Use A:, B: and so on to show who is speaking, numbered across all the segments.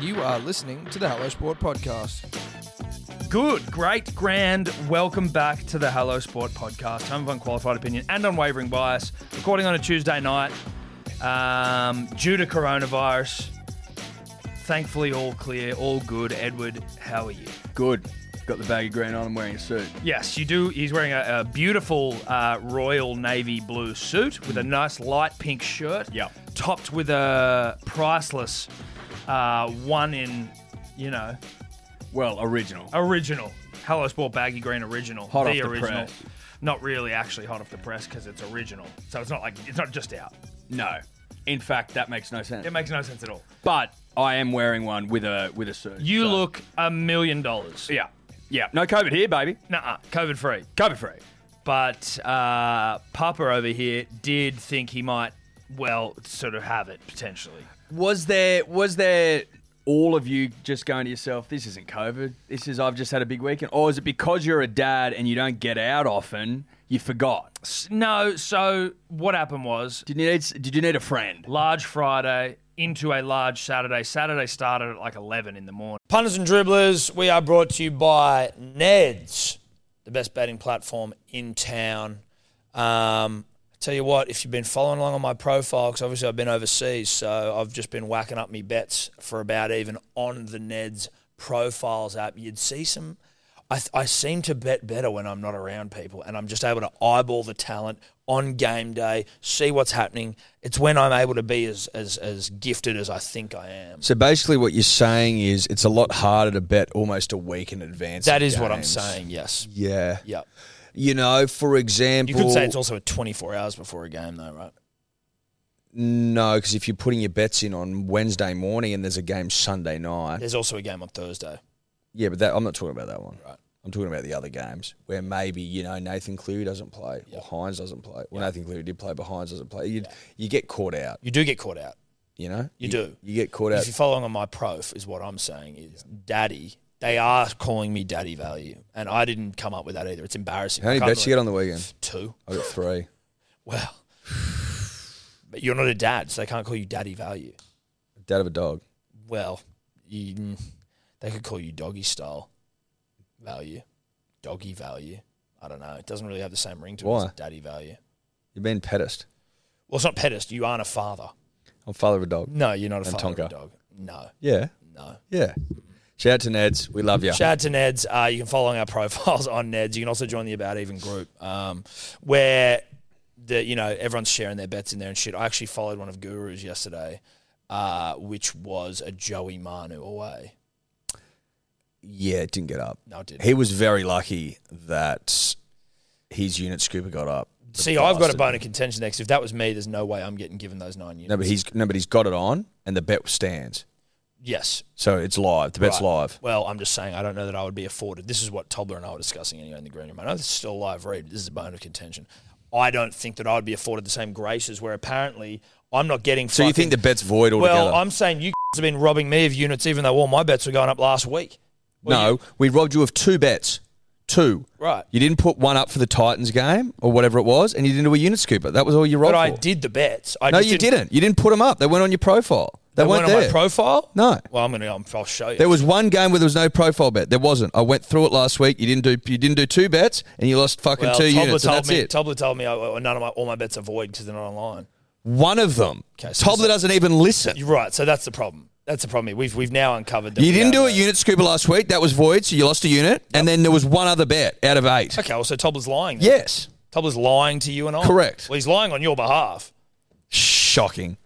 A: You are listening to the Hello Sport Podcast.
B: Good, great, grand. Welcome back to the Hello Sport podcast, home of unqualified opinion and unwavering bias. Recording on a Tuesday night um, due to coronavirus. Thankfully, all clear, all good. Edward, how are you?
C: Good. Got the baggy green on. I'm wearing a suit.
B: Yes, you do. He's wearing a, a beautiful uh, royal navy blue suit with a nice light pink shirt.
C: Yep.
B: Topped with a priceless uh, one in, you know,
C: Well, original.
B: original. Hello Sport baggy green original.
C: Hot
B: the
C: off the
B: original.
C: press.
B: Not really actually hot off the press because it's original. So it's not like it's not just out.
C: No. In fact, that makes no sense.
B: It makes no sense at all.
C: But I am wearing one with a with a suit.
B: You
C: so-
B: look a million dollars.
C: Yeah. Yeah. No COVID here, baby.
B: Nuh-uh, COVID free.
C: COVID free.
B: But uh, Papa over here did think he might, well, sort of have it potentially.
C: Was there was there all of you just going to yourself, this isn't COVID. This is I've just had a big weekend. Or is it because you're a dad and you don't get out often, you forgot?
B: S- No, so what happened was
C: Did you need did you need a friend?
B: large Friday into a large Saturday. Saturday started at like 11 in the morning.
A: Punters and dribblers, we are brought to you by Neds, the best betting platform in town. Um, tell you what, if you've been following along on my profile, because obviously I've been overseas, so I've just been whacking up me bets for about even on the Neds profiles app. You'd see some. I, th- I seem to bet better when I'm not around people, and I'm just able to eyeball the talent on game day, see what's happening. It's when I'm able to be as as, as gifted as I think I am.
D: So basically, what you're saying is it's a lot harder to bet almost a week in advance.
A: That
D: of
A: is what I'm
D: games.
A: saying. Yes.
D: Yeah.
A: Yep.
D: You know, for
A: You
D: example,
A: could say it's also at 24 hours before a game, though, right?
D: no, because if you're putting your bets in on Wednesday morning and there's a game Sunday night,
A: There's also a game on Thursday.
D: yeah, but that, I'm not talking about that one. Right. I'm talking about the other games where maybe you know Nathan Cleary doesn't play or Hines doesn't play. Well, Nathan Cleary did play, but Hines doesn't play. You you get caught out.
A: You do get caught out.
D: You know.
A: You do.
D: You get caught
A: If
D: out.
A: you're following on my prof, is what I'm saying is daddy. They are calling me daddy value, and I didn't come up with that either. It's embarrassing.
D: How many
A: I can't
D: bets you get on the weekend?
A: believe- Two.
D: I got three.
A: Well, but you're not a dad, so they can't call you daddy value.
D: Dad of a dog.
A: Well, you, mm, they could call you doggy style value, doggy value. I don't know. It doesn't really have the same ring to it
D: Why?
A: as daddy value.
D: You've been pedest.
A: Well, it's not pedest. You aren't a father.
D: I'm father of a dog.
A: No, you're not a
D: And
A: father of a
D: Tonka.
A: dog. No,
D: Yeah.
A: no.
D: Yeah. Shout out to Neds. We love you.
A: Shout out to Neds. Uh, you can follow our profiles on Neds. You can also join the About Even group, um, where the you know everyone's sharing their bets in there and shit. I actually followed one of Guru's yesterday, uh, which was a Joey Manu away.
D: yeah, it didn't get up.
A: No, it didn't.
D: He was very lucky that his unit scooper got up. The
A: See, I've got a
D: bastard.
A: bone of contention there. 'cause if that was me, there's no way I'm getting given those nine units.
D: No, but he's no, but he's got it on, and the bet stands.
A: yes,
D: So it's live. The bet's
A: Right.
D: live.
A: Well, I'm just saying I don't know that I would be afforded. This is what Tobler and I were discussing anyway in the green room. I know this is still a live read. But this is a bone of contention. I don't think that I would be afforded the same graces where apparently I'm not getting.
D: So you think the bet's void altogether?
A: Well, I'm saying you have been robbing me of units, even though all my bets were going up last week.
D: no, we robbed you of two bets. Two.
A: Right.
D: You didn't put one up for the Titans game or whatever it was, and you didn't do a unit scooper. That was all you robbed.
A: But I
D: for.
A: did the bets. I
D: No,
A: just
D: you didn't. You didn't put them up. They weren't on your profile. They,
A: They
D: weren't
A: weren't on
D: there.
A: my profile.
D: No.
A: Well, I'm gonna. I'm, I'll show you.
D: There was one game where there was no profile bet. There wasn't. I went through it last week. You didn't do. You didn't do two bets, and you lost fucking
A: well,
D: two
A: Tobler
D: units. And
A: told
D: that's
A: me.
D: it.
A: Tobler told me I, none of my all my bets are void because they're not online.
D: one of them.
A: Okay,
D: Okay,
A: so this-
D: doesn't even listen. You,
A: You're right. So that's the problem. That's the problem. here. We've we've now uncovered. That we
D: didn't
A: have
D: do a
A: that.
D: unit scuba last week. That was void, so you lost a unit. And then there was one other bet out of eight.
A: Okay. Well, so Tobler's lying. Then.
D: Yes.
A: Tobler's lying to you and I.
D: Correct.
A: Well, he's lying on your behalf.
D: Shocking.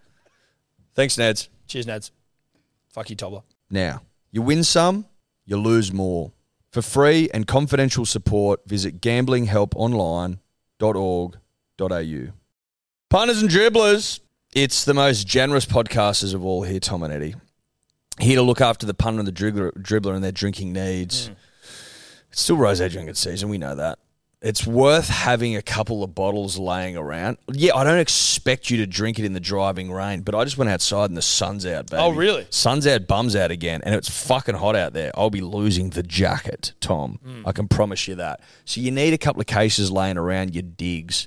D: Thanks, Neds.
A: Cheers, Nads. Fuck you, Tobler.
D: Now, you win some, you lose more. For free and confidential support, visit gamblinghelponline.org.au. Punters and dribblers, it's the most generous podcasters of all here, Tom and Eddie. Here to look after the punter and the dribbler, dribbler and their drinking
A: Hmm.
D: needs. It's still rose drinking season, we know that. It's worth having a couple of bottles laying around. Yeah, I don't expect you to drink it in the driving rain, but I just went outside and the sun's out, baby.
A: Oh, really?
D: Sun's out, bums out again, and it's fucking hot out there. I'll be losing the
A: Hmm.
D: jacket, Tom. I can promise you that. So you need a couple of cases laying around your digs,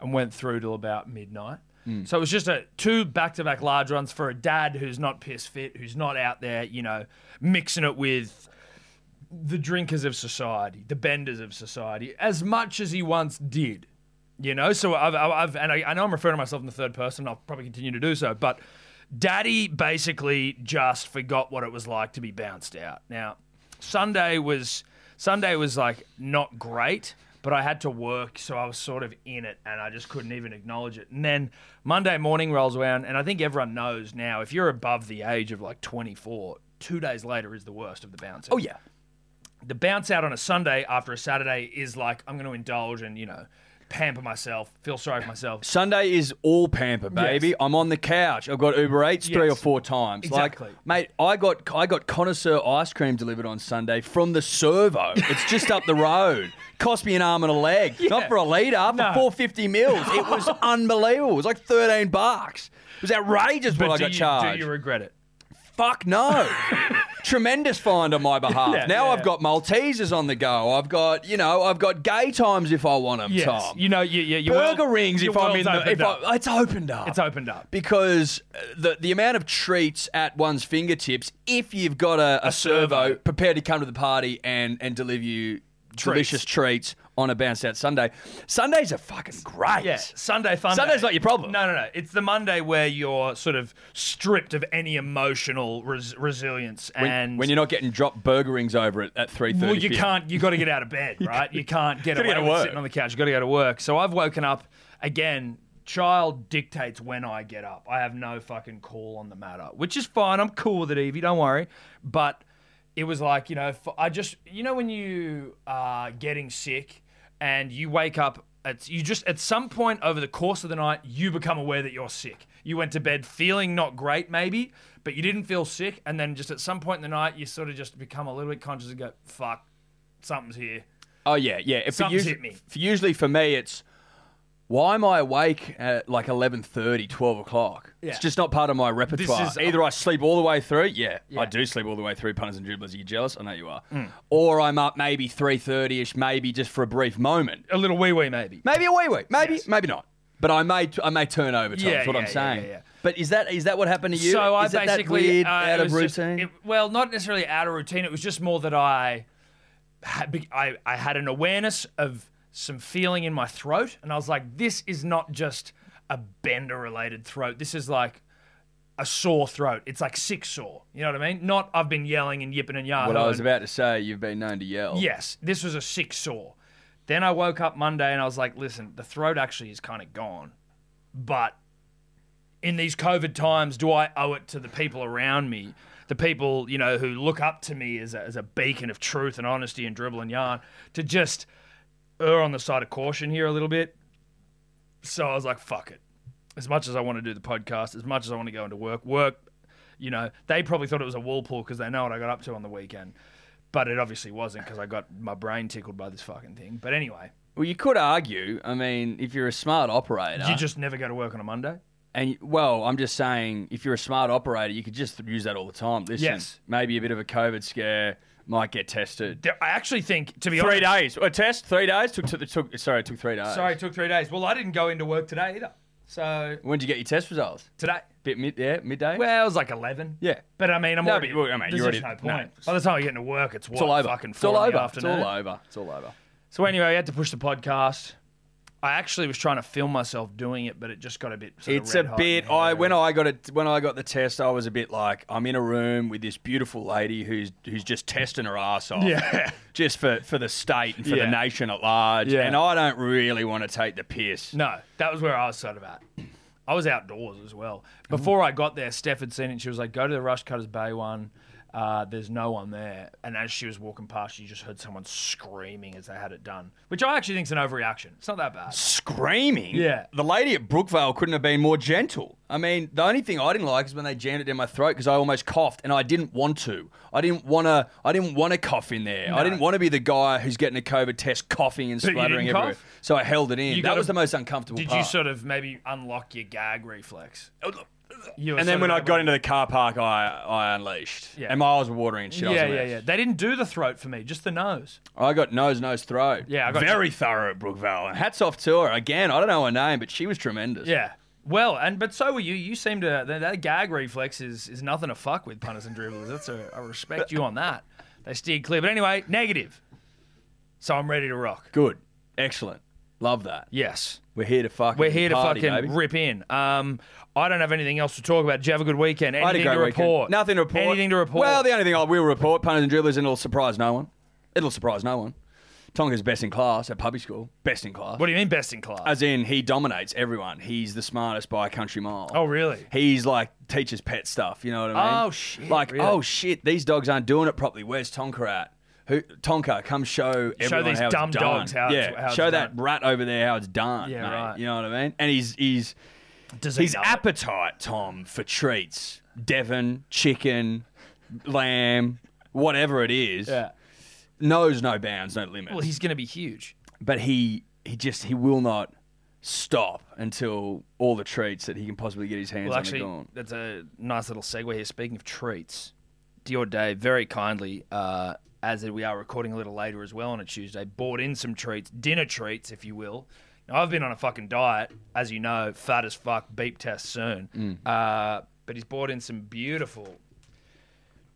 A: and went through till about midnight. So it was just a two back to back large runs for a dad who's not piss fit, who's not out there, you know, mixing it with the drinkers of society, the benders of society, as much as he once did. You know, so I've, I've I've- and I, I know I'm referring to myself in the third person. I'll probably continue to do so, but Daddy basically just forgot what it was like to be bounced out. Now, Sunday was Sunday was like not great, but I had to work, so I was sort of in it, and I just couldn't even acknowledge it. And then Monday morning rolls around, and I think everyone knows now if you're above the age of like 24, two days later is the worst of the bounce.
D: Oh yeah.
A: the bounce out on a Sunday after a Saturday is like I'm going to indulge and you know pamper myself, feel sorry for myself.
D: Sunday is all pamper, baby.
A: Yes.
D: I'm on the couch. I've got Uber Eats three
A: Yes.
D: or four times.
A: Exactly.
D: Like, mate, I got I got connoisseur ice cream delivered on Sunday from the servo. It's just up the road. Cost me an arm and a leg. Not for a litre, for
A: No.
D: 450 mils. It was unbelievable. It was like 13 bucks. It was outrageous
A: But
D: what I
A: do
D: got
A: you,
D: charged.
A: Do you regret it?
D: Fuck no. Tremendous find on my behalf.
A: Yeah,
D: now
A: yeah.
D: I've got Maltesers on the go. I've got, you know, I've got gay times if I want them,
A: Yes.
D: Tom.
A: You know, you, you, you
D: Burger rings if I'm in the, if
A: up.
D: I, it's opened up.
A: it's opened up.
D: because uh, the the amount of treats at one's fingertips, if you've got a, a, servo
A: servo.
D: prepared to come to the party and and deliver you delicious treats on a bounce out Sunday, Sundays are fucking great.
A: Yeah, Sunday fun.
D: Sunday's not your problem.
A: No, no, no. It's the Monday where you're sort of stripped of any emotional res- resilience,
D: When,
A: and
D: when you're not getting dropped burger rings over at, at three thirty.
A: well, you can't. You got to get out of bed, right? You can't get away
D: gotta
A: with
D: work.
A: sitting on the couch. You got to go to work. So I've woken up again. Child dictates when I get up. I have no fucking call on the matter, which is fine. I'm cool with it, Evie. Don't worry. But it was like you know, f- I just you know when you are getting sick and you wake up. It's, you just at some point over the course of the night you become aware that you're sick you went to bed feeling not great maybe but you didn't feel sick and then just at some point in the night you sort of just become a little bit conscious and go fuck something's here.
D: Oh yeah, yeah. If
A: Something's
D: usually,
A: hit me.
D: For usually for me, it's why am I awake at like 11.30, 12 o'clock?
A: Yeah.
D: It's just not part of my repertoire.
A: is-
D: Either I sleep all the way through. Yeah,
A: Yeah.
D: I do sleep all the way through. Punters and dribblers, are you jealous? I know you are. Or I'm up maybe three thirty ish, maybe just for a brief moment.
A: A little wee wee maybe.
D: Maybe a wee wee. Maybe,
A: Yes.
D: maybe not. But I may, I may turn over. Tom,
A: Yeah,
D: is what I'm
A: yeah, yeah,
D: saying.
A: yeah, yeah.
D: But is that is that what happened to you?
A: So I
D: Is it that
A: basically
D: weird,
A: uh, it
D: out of
A: was just-
D: routine.
A: it- well, not necessarily out of routine. It was just more that I, had, be- I, I had an awareness of some feeling in my throat, and I was like, this is not just a bender related throat. This is like a sore throat. It's like sick sore. You know what I mean? Not I've been yelling and yipping and yahooing.
D: what I was about to say, you've been known to yell.
A: Yes, this was a sick sore. Then I woke up Monday and I was like, listen, the throat actually is kind of gone. But in these COVID times, do I owe it to the people around me? The people, you know, who look up to me as a, as a beacon of truth and honesty and dribble and yarn to just err on the side of caution here a little bit. So I was like, fuck it. As much as I want to do the podcast, as much as I want to go into work, work, you know, they probably thought it was a wall pull because they know what I got up to on the weekend. But it obviously wasn't because I got my brain tickled by this fucking thing. But anyway,
D: Well, you could argue. I mean, if you're a smart operator,
A: you just never go to work on a Monday.
D: And well, I'm just saying, if you're a smart operator, you could just use that all the time. Listen,
A: Yes.
D: maybe a bit of a COVID scare might get tested.
A: There- I actually think, to be
D: Three
A: honest,
D: days, a test, three days took, took, took sorry, it took three days.
A: Sorry, it took three days. Well, I didn't go into work today either. So
D: when did you get your test results?
A: today,
D: Bit mid, yeah, midday.
A: well, it was like eleven.
D: Yeah.
A: but I mean, I'm
D: No,
A: already.
D: but you- I mean,
A: there's
D: you
A: just no
D: already-
A: point.
D: no.
A: By the time I get into work, it's,
D: it's all over.
A: Fucking
D: it's all
A: four in the
D: over. It's
A: afternoon.
D: all over. It's all over.
A: So anyway, I had to push the podcast. I actually was trying to film myself doing it, but it just got a bit. Sort of
D: It's a
A: red hot
D: bit.
A: in the
D: I
A: head.
D: when I got it when I got the test, I was a bit like I'm in a room with this beautiful lady who's who's just testing her ass off,
A: Yeah.
D: just for for the state and for
A: Yeah.
D: the nation at large.
A: Yeah.
D: And I don't really want to take the piss.
A: No, that was where I was sort of at. I was outdoors as well. Before I got there, Steph had seen it. She was like, "Go to the Rush Cutters Bay one." Uh, there's no one there. And as she was walking past, you just heard someone screaming as they had it done, which I actually think is an overreaction. It's not that bad.
D: Screaming.
A: Yeah.
D: The lady at Brookvale couldn't have been more gentle. I mean, the only thing I didn't like is when they jammed it down my throat because I almost coughed and I didn't want to. I didn't want to. I didn't want to cough in there. I didn't want to be the guy who's getting a COVID test coughing and
A: But you
D: splattering
A: didn't
D: everywhere.
A: cough?
D: So I held it in.
A: You
D: that
A: gotta-
D: was the most uncomfortable
A: Did
D: part.
A: you sort of maybe unlock your gag reflex? You were
D: and then
A: sort
D: when
A: of
D: I
A: able-
D: got into the car park, I, I unleashed.
A: Yeah.
D: And my eyes were watering and shit. I was
A: Yeah,
D: a
A: yeah,
D: mess.
A: yeah. They didn't do the throat for me, just the nose.
D: I got nose, nose, throat.
A: Yeah, I got-
D: very thorough at Brookvale. And hats off to her again. I don't know her name, but she was tremendous.
A: Yeah. Well, and but so were you. You seem to that, that gag reflex is is nothing to fuck with punters and dribblers. That's a I respect you on that. They steered clear. But anyway, negative. So I'm ready to rock.
D: good, excellent, love that.
A: Yes.
D: We're here to fucking.
A: We're here to
D: party,
A: fucking
D: baby.
A: rip in. Um, I don't have anything else to talk about. Did you have a good weekend? Anything
D: I had a great
A: to
D: weekend.
A: report?
D: Nothing to report.
A: Anything to report?
D: Well, the only thing I will report, punters and dribblers, and it'll surprise no one. It'll surprise no one. Tonga's best in class at public school. Best in class.
A: what do you mean best in class?
D: As in, he dominates everyone. He's the smartest by a country mile.
A: oh, really?
D: He's like teaches pet stuff. You know what I mean?
A: Oh, shit,
D: Like
A: really?
D: oh shit, these dogs aren't doing it properly. Where's Tonka at? Who Tonka? Come show everyone
A: these
D: how
A: dumb
D: it's
A: dogs
D: done.
A: how it's-
D: yeah,
A: how it's
D: show that
A: done.
D: rat over there how it's done.
A: Yeah,
D: mate.
A: right.
D: You know what I mean? And he's he's
A: Does he
D: his
A: know it?
D: appetite, Tom, for treats, Devon chicken, lamb, whatever it is,
A: Yeah.
D: knows no bounds, no limits.
A: Well, he's going to be huge.
D: but he he just he will not stop until all the treats that he can possibly get his hands
A: Well,
D: on are
A: actually,
D: gone.
A: that's a nice little segue here. Speaking of treats, Dior Day very kindly, uh, as we are recording a little later as well on a Tuesday, bought in some treats, dinner treats, if you will. Now, I've been on a fucking diet, as you know, fat as fuck, beep test soon. Uh, but he's bought in some beautiful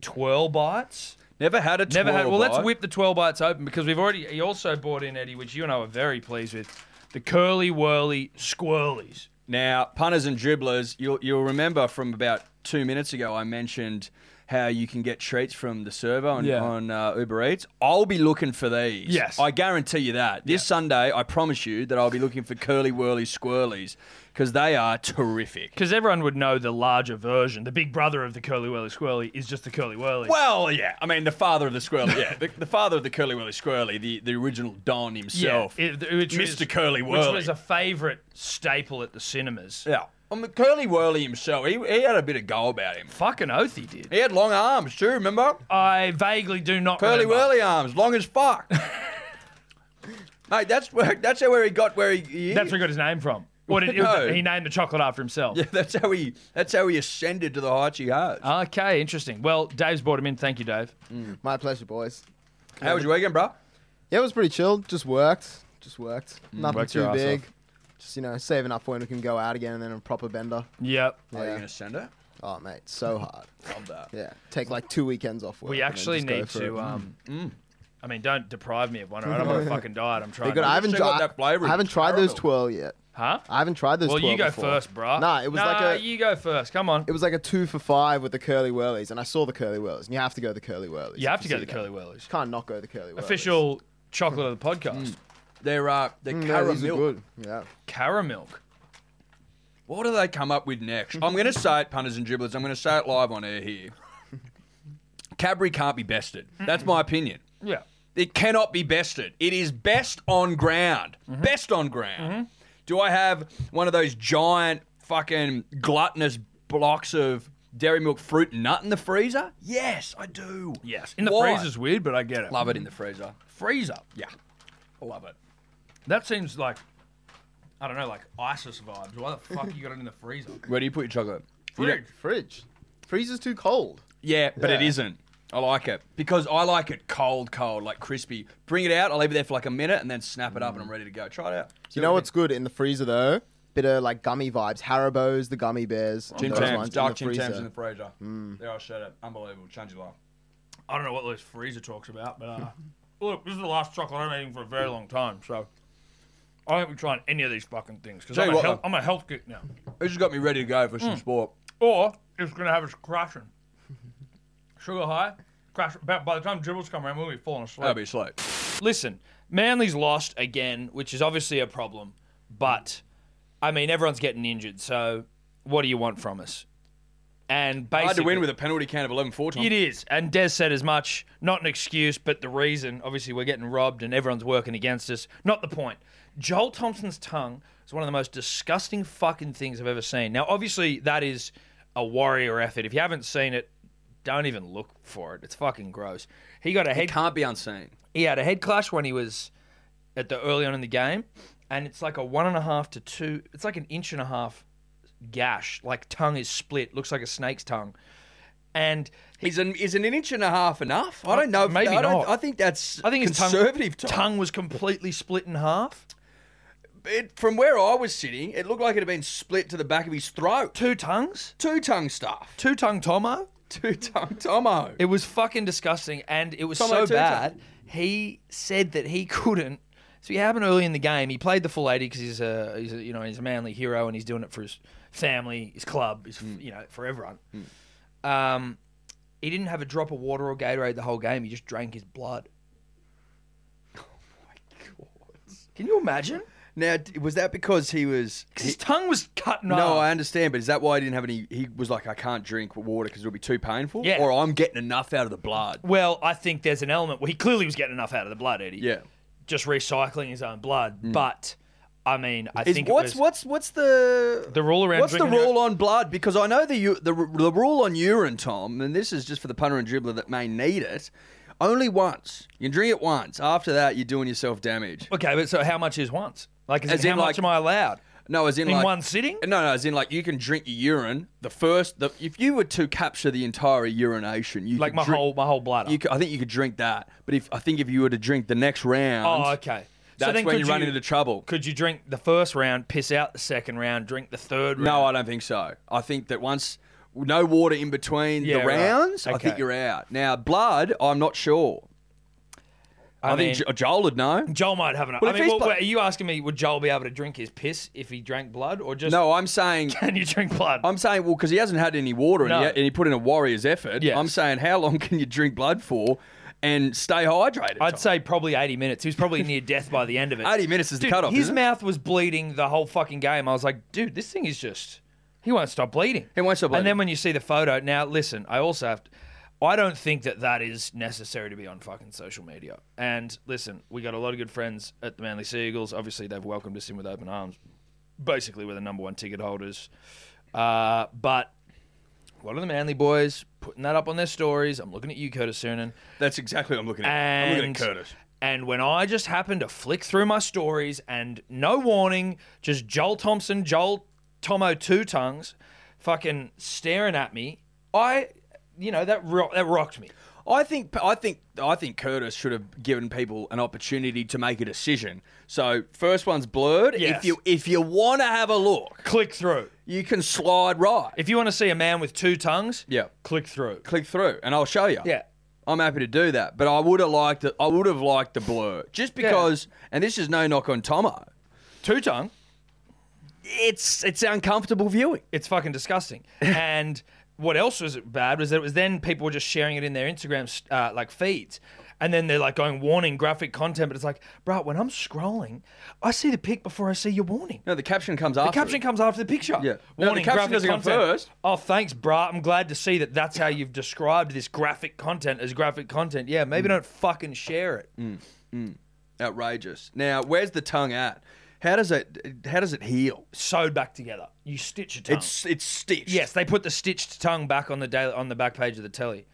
A: twirl bites.
D: Never had a
A: Never had.
D: twirl
A: Well, let's
D: bite.
A: whip the twelve bites open because we've already. He also bought in Eddie, which you and I were very pleased with, the curly whirly squirrelies.
D: Now, punters and dribblers, you'll, you'll remember from about two minutes ago, I mentioned how you can get treats from the servo on,
A: Yeah.
D: on uh, Uber Eats. I'll be looking for these.
A: Yes.
D: I guarantee you that. This Sunday, I promise you that I'll be looking for curly whirly squirrelies because they are terrific.
A: Because everyone would know the larger version, the big brother of the curly whirly squirrely is just the curly whirly.
D: Well, yeah. I mean, the father of the squirrely, yeah. The, the father of the curly whirly squirrely, the, the original Don himself.
A: it- which was-
D: Mr. Curly
A: which
D: Whirly.
A: was a favourite staple at the cinemas.
D: yeah. Um, the curly whirly himself, he, he had a bit of go about him.
A: Fucking oath he did.
D: He had long arms too, remember?
A: I vaguely do not
D: Curly
A: remember.
D: whirly arms, long as fuck. Mate, that's where that's where he got where he. he
A: That's where he got his name from. What did,
D: No.
A: he named the chocolate after himself.
D: Yeah, that's how he that's how he ascended to the heights he has.
A: Okay, interesting. Well, Dave's brought him in. Thank you, Dave.
E: My pleasure, Mm, boys.
D: how was your weekend, bro?
E: Yeah, it was pretty chilled. Just worked. Just worked.
A: Mm,
E: Nothing
D: worked your
E: too
D: ass
E: big. Just, you know, saving up for when we can go out again and then a proper bender.
A: Yep.
D: Are you
E: Yeah.
D: gonna send it?
E: Oh, mate, so hard.
D: Love that.
E: Yeah. Take like two weekends off work. and
A: We
E: then
A: actually
E: just go
A: need
E: for
A: to.
E: it. Mm.
A: Um,
D: Mm.
A: I mean, don't deprive me of one. I don't want to fucking diet. I'm
E: They're
A: trying.
E: good. I
A: to,
E: haven't,
D: Check out
E: I-
D: that flavour.
E: I haven't
D: It's
E: tried those
D: caramel.
E: twirl yet.
A: huh?
E: I haven't tried those
A: Well,
E: twirl
A: you go
E: before.
A: first, bruh.
E: Nah, it was like
A: Nah,
E: a-
A: You go first. Come on.
E: It was like a two for five with the curly whirlies, and I saw the curly whirlies, and you have to go the curly whirlies.
A: You have
E: see
A: to go to the
E: that.
A: curly whirlies.
E: Can't not go the curly whirlies.
A: Official chocolate of the podcast.
D: They're uh, they're
E: Yeah,
D: caramel.
E: Mm, these are good. Yeah.
A: Caramilk.
D: What do they come up with next? I'm gonna say it, punters and dribblers. I'm gonna say it live on air here. Cadbury can't be bested. That's my opinion.
A: Yeah.
D: It cannot be bested. It is best on ground.
A: Mm-hmm.
D: Best on ground. Do I have one of those giant fucking gluttonous blocks of dairy milk fruit nut in the freezer? Yes, I do.
A: Yes. In the
D: Why?
A: freezer's weird, but I get it.
D: Love it in the freezer.
A: freezer.
D: Yeah. I love it.
A: That seems like I don't know, like ISIS vibes. Why the fuck you got it in the freezer?
D: Where do you put your chocolate? You don't-
A: Fridge.
E: Fridge. Freezer's too cold.
D: Yeah, but it
E: Yeah.
D: isn't. I like it because I like it cold, cold, like crispy. Bring it out. I'll leave it there for like a minute and then snap it up and I'm ready to go. Try it out.
E: You know what's good in the freezer though? Bit of like gummy vibes. Haribo's, the gummy bears.
D: Jim
E: those
D: Tams,
E: ones in
D: dark
E: the
D: Jim
E: freezer. Mm.
D: Tams in the freezer. There, I showed it. Unbelievable. Change your life.
A: I don't know what this freezer talks about, but uh, look, this is the last chocolate I'm eating for a very long time, so I won't be trying any of these fucking things because
D: Tell
A: I'm,
D: you
A: a
D: what,
A: health-
D: though.
A: I'm a health kick now.
D: It's just got me ready to go for
A: Mm.
D: some sport.
A: Or it's gonna have us crashing. Sugar high, crash. By, by the time dribbles come around, we'll be falling asleep.
D: That'll be slow.
A: Listen, Manly's lost again, which is obviously a problem, but I mean, everyone's getting injured, so what do you want from us? And basically,
D: Hard to win with a penalty count of 11 4
A: it is. And Des said as much. Not an excuse, but the reason. Obviously, we're getting robbed and everyone's working against us. Not the point. Joel Thompson's tongue is one of the most disgusting fucking things I've ever seen. Now, obviously, that is a warrior effort. If you haven't seen it, don't even look for it. It's fucking gross. He got a head.
D: Can't be unseen.
A: He had a head clash when he was at the early on in the game, and it's like a one and a half to two. It's like an inch and a half gash. Like tongue is split. Looks like a snake's tongue. And Uh,
D: Is an, is an inch and a half enough? I don't know. if-
A: Maybe
D: I don't-
A: not.
D: I think that's
A: I think his
D: conservative
A: tongue,
D: time.
A: tongue was completely split in half.
D: It, from where I was sitting, it looked like it had been split to the back of his throat.
A: Two tongues?
D: Two tongue stuff.
A: Two tongue Tomo?
D: Two tongue Tomo.
A: It was fucking disgusting and it was
D: Tomo
A: so
D: two
A: bad.
D: tongue.
A: He said that he couldn't. So he happened early in the game. He played the full 80 because he's a, he's a, you know, he's a manly hero and he's doing it for his family, his club, his, f
D: Hmm.
A: you know, for everyone. Um, he didn't have a drop of water or Gatorade the whole game. He just drank his blood. Can you imagine?
D: Oh Now, d- was that because he was?
A: 'Cause his tongue was cut in half.
D: No, I understand, but is that why he didn't have any? He was like, I can't drink water because it'll be too painful.
A: Yeah.
D: Or I'm getting enough out of the blood.
A: Well, I think there's an element where he clearly was getting enough out of the blood, Eddie.
D: Yeah. Hmm.
A: Just recycling his own blood. But, I mean, I
D: Is,
A: think
D: what's
A: it was,
D: what's what's the
A: The rule around
D: What's the
A: drinking
D: rule on blood? Because I know the, u- the r- the rule on urine, Tom, and this is just for the punter and dribbler that may need it. Only once you can drink it once. After that, you're doing yourself damage.
A: Okay, but so how much is once? Like, is
D: As
A: it,
D: in,
A: how
D: like-
A: much am I allowed?
D: No, as in,
A: In
D: like
A: one sitting?
D: No, no, as in like you can drink your urine. The first, the, if you were to capture the entire urination, you
A: Like
D: could
A: my
D: drink-
A: whole my whole bladder.
D: You could, I think you could drink that, but if I think if you were to drink the next round,
A: oh, okay.
D: that's
A: so then
D: when
A: could
D: you run into trouble.
A: Could you drink the first round, piss out the second round, drink the third
D: No,
A: round?
D: I don't think so. I think that once no water in between
A: Yeah,
D: the
A: right.
D: rounds, I think
A: Okay.
D: you're out. Now blood, I'm not sure. I,
A: mean-
D: think Jo- Joel would know.
A: Joel might have an.
D: Well,
A: I
D: if
A: mean,
D: he's
A: what,
D: pla-
A: what- are you asking me? Would Joel be able to drink his piss if he drank blood, or just
D: No, I'm saying.
A: Can you drink blood?
D: I'm saying, well, because he hasn't had any water and,
A: No.
D: he, and he put in a warrior's effort.
A: Yes.
D: I'm saying, how long can you drink blood for and stay hydrated? Tom?
A: I'd say probably 80 minutes. He was probably near death by the end of it.
D: 80 minutes is the
A: Dude,
D: cutoff,
A: His
D: isn't it?
A: mouth was bleeding the whole fucking game. I was like, dude, this thing is just. He won't stop bleeding.
D: He won't stop
A: And then
D: bleeding.
A: when you see the photo, now listen, I also have to. I don't think that that is necessary to be on fucking social media. And listen, we got a lot of good friends at the Manly Seagulls. Obviously, they've welcomed us in with open arms. Basically, we're the number one ticket holders. Uh, but a lot of the Manly boys putting that up on their stories. I'm looking at you, Curtis Cernan.
D: That's exactly what I'm looking at.
A: And,
D: I'm looking at Curtis.
A: And when I just happened to flick through my stories and no warning, just Joel Thompson, Joel Tomo Two Tongues fucking staring at me, I, you know, that, ro- that rocked me.
D: I think I think I think Curtis should have given people an opportunity to make a decision. So first one's blurred.
A: Yes.
D: If you if you want to have a look,
A: Click through.
D: you can slide right.
A: If you want to see a man with two tongues,
D: Yeah.
A: click through.
D: Click through, and I'll show you.
A: Yeah.
D: I'm happy to do that, but I would have liked it. I would have liked the blur just because. And this is no knock on Tomo.
A: Two tongue.
D: It's it's uncomfortable viewing.
A: It's fucking disgusting. and what else was bad was that it was then people were just sharing it in their Instagram uh, like feeds, and then they're like going warning graphic content, but it's like, bro, when I'm scrolling, I see the pic before I see your warning.
D: No, the caption comes
A: The
D: after.
A: caption
D: it.
A: comes after the picture.
D: Yeah. No, the
A: Warning,
D: caption
A: graphic
D: doesn't come
A: content.
D: first.
A: Oh, thanks, brah. I'm glad to see that that's how you've described this graphic content as graphic content. Yeah, maybe
D: Hmm.
A: don't fucking share it.
D: Mm, outrageous. Now, where's the tongue at? How does it how does it heal?
A: Sewed back together. You stitch your tongue.
D: It's it's stitched.
A: yes, they put the stitched tongue back on the daily, on the back page of the telly.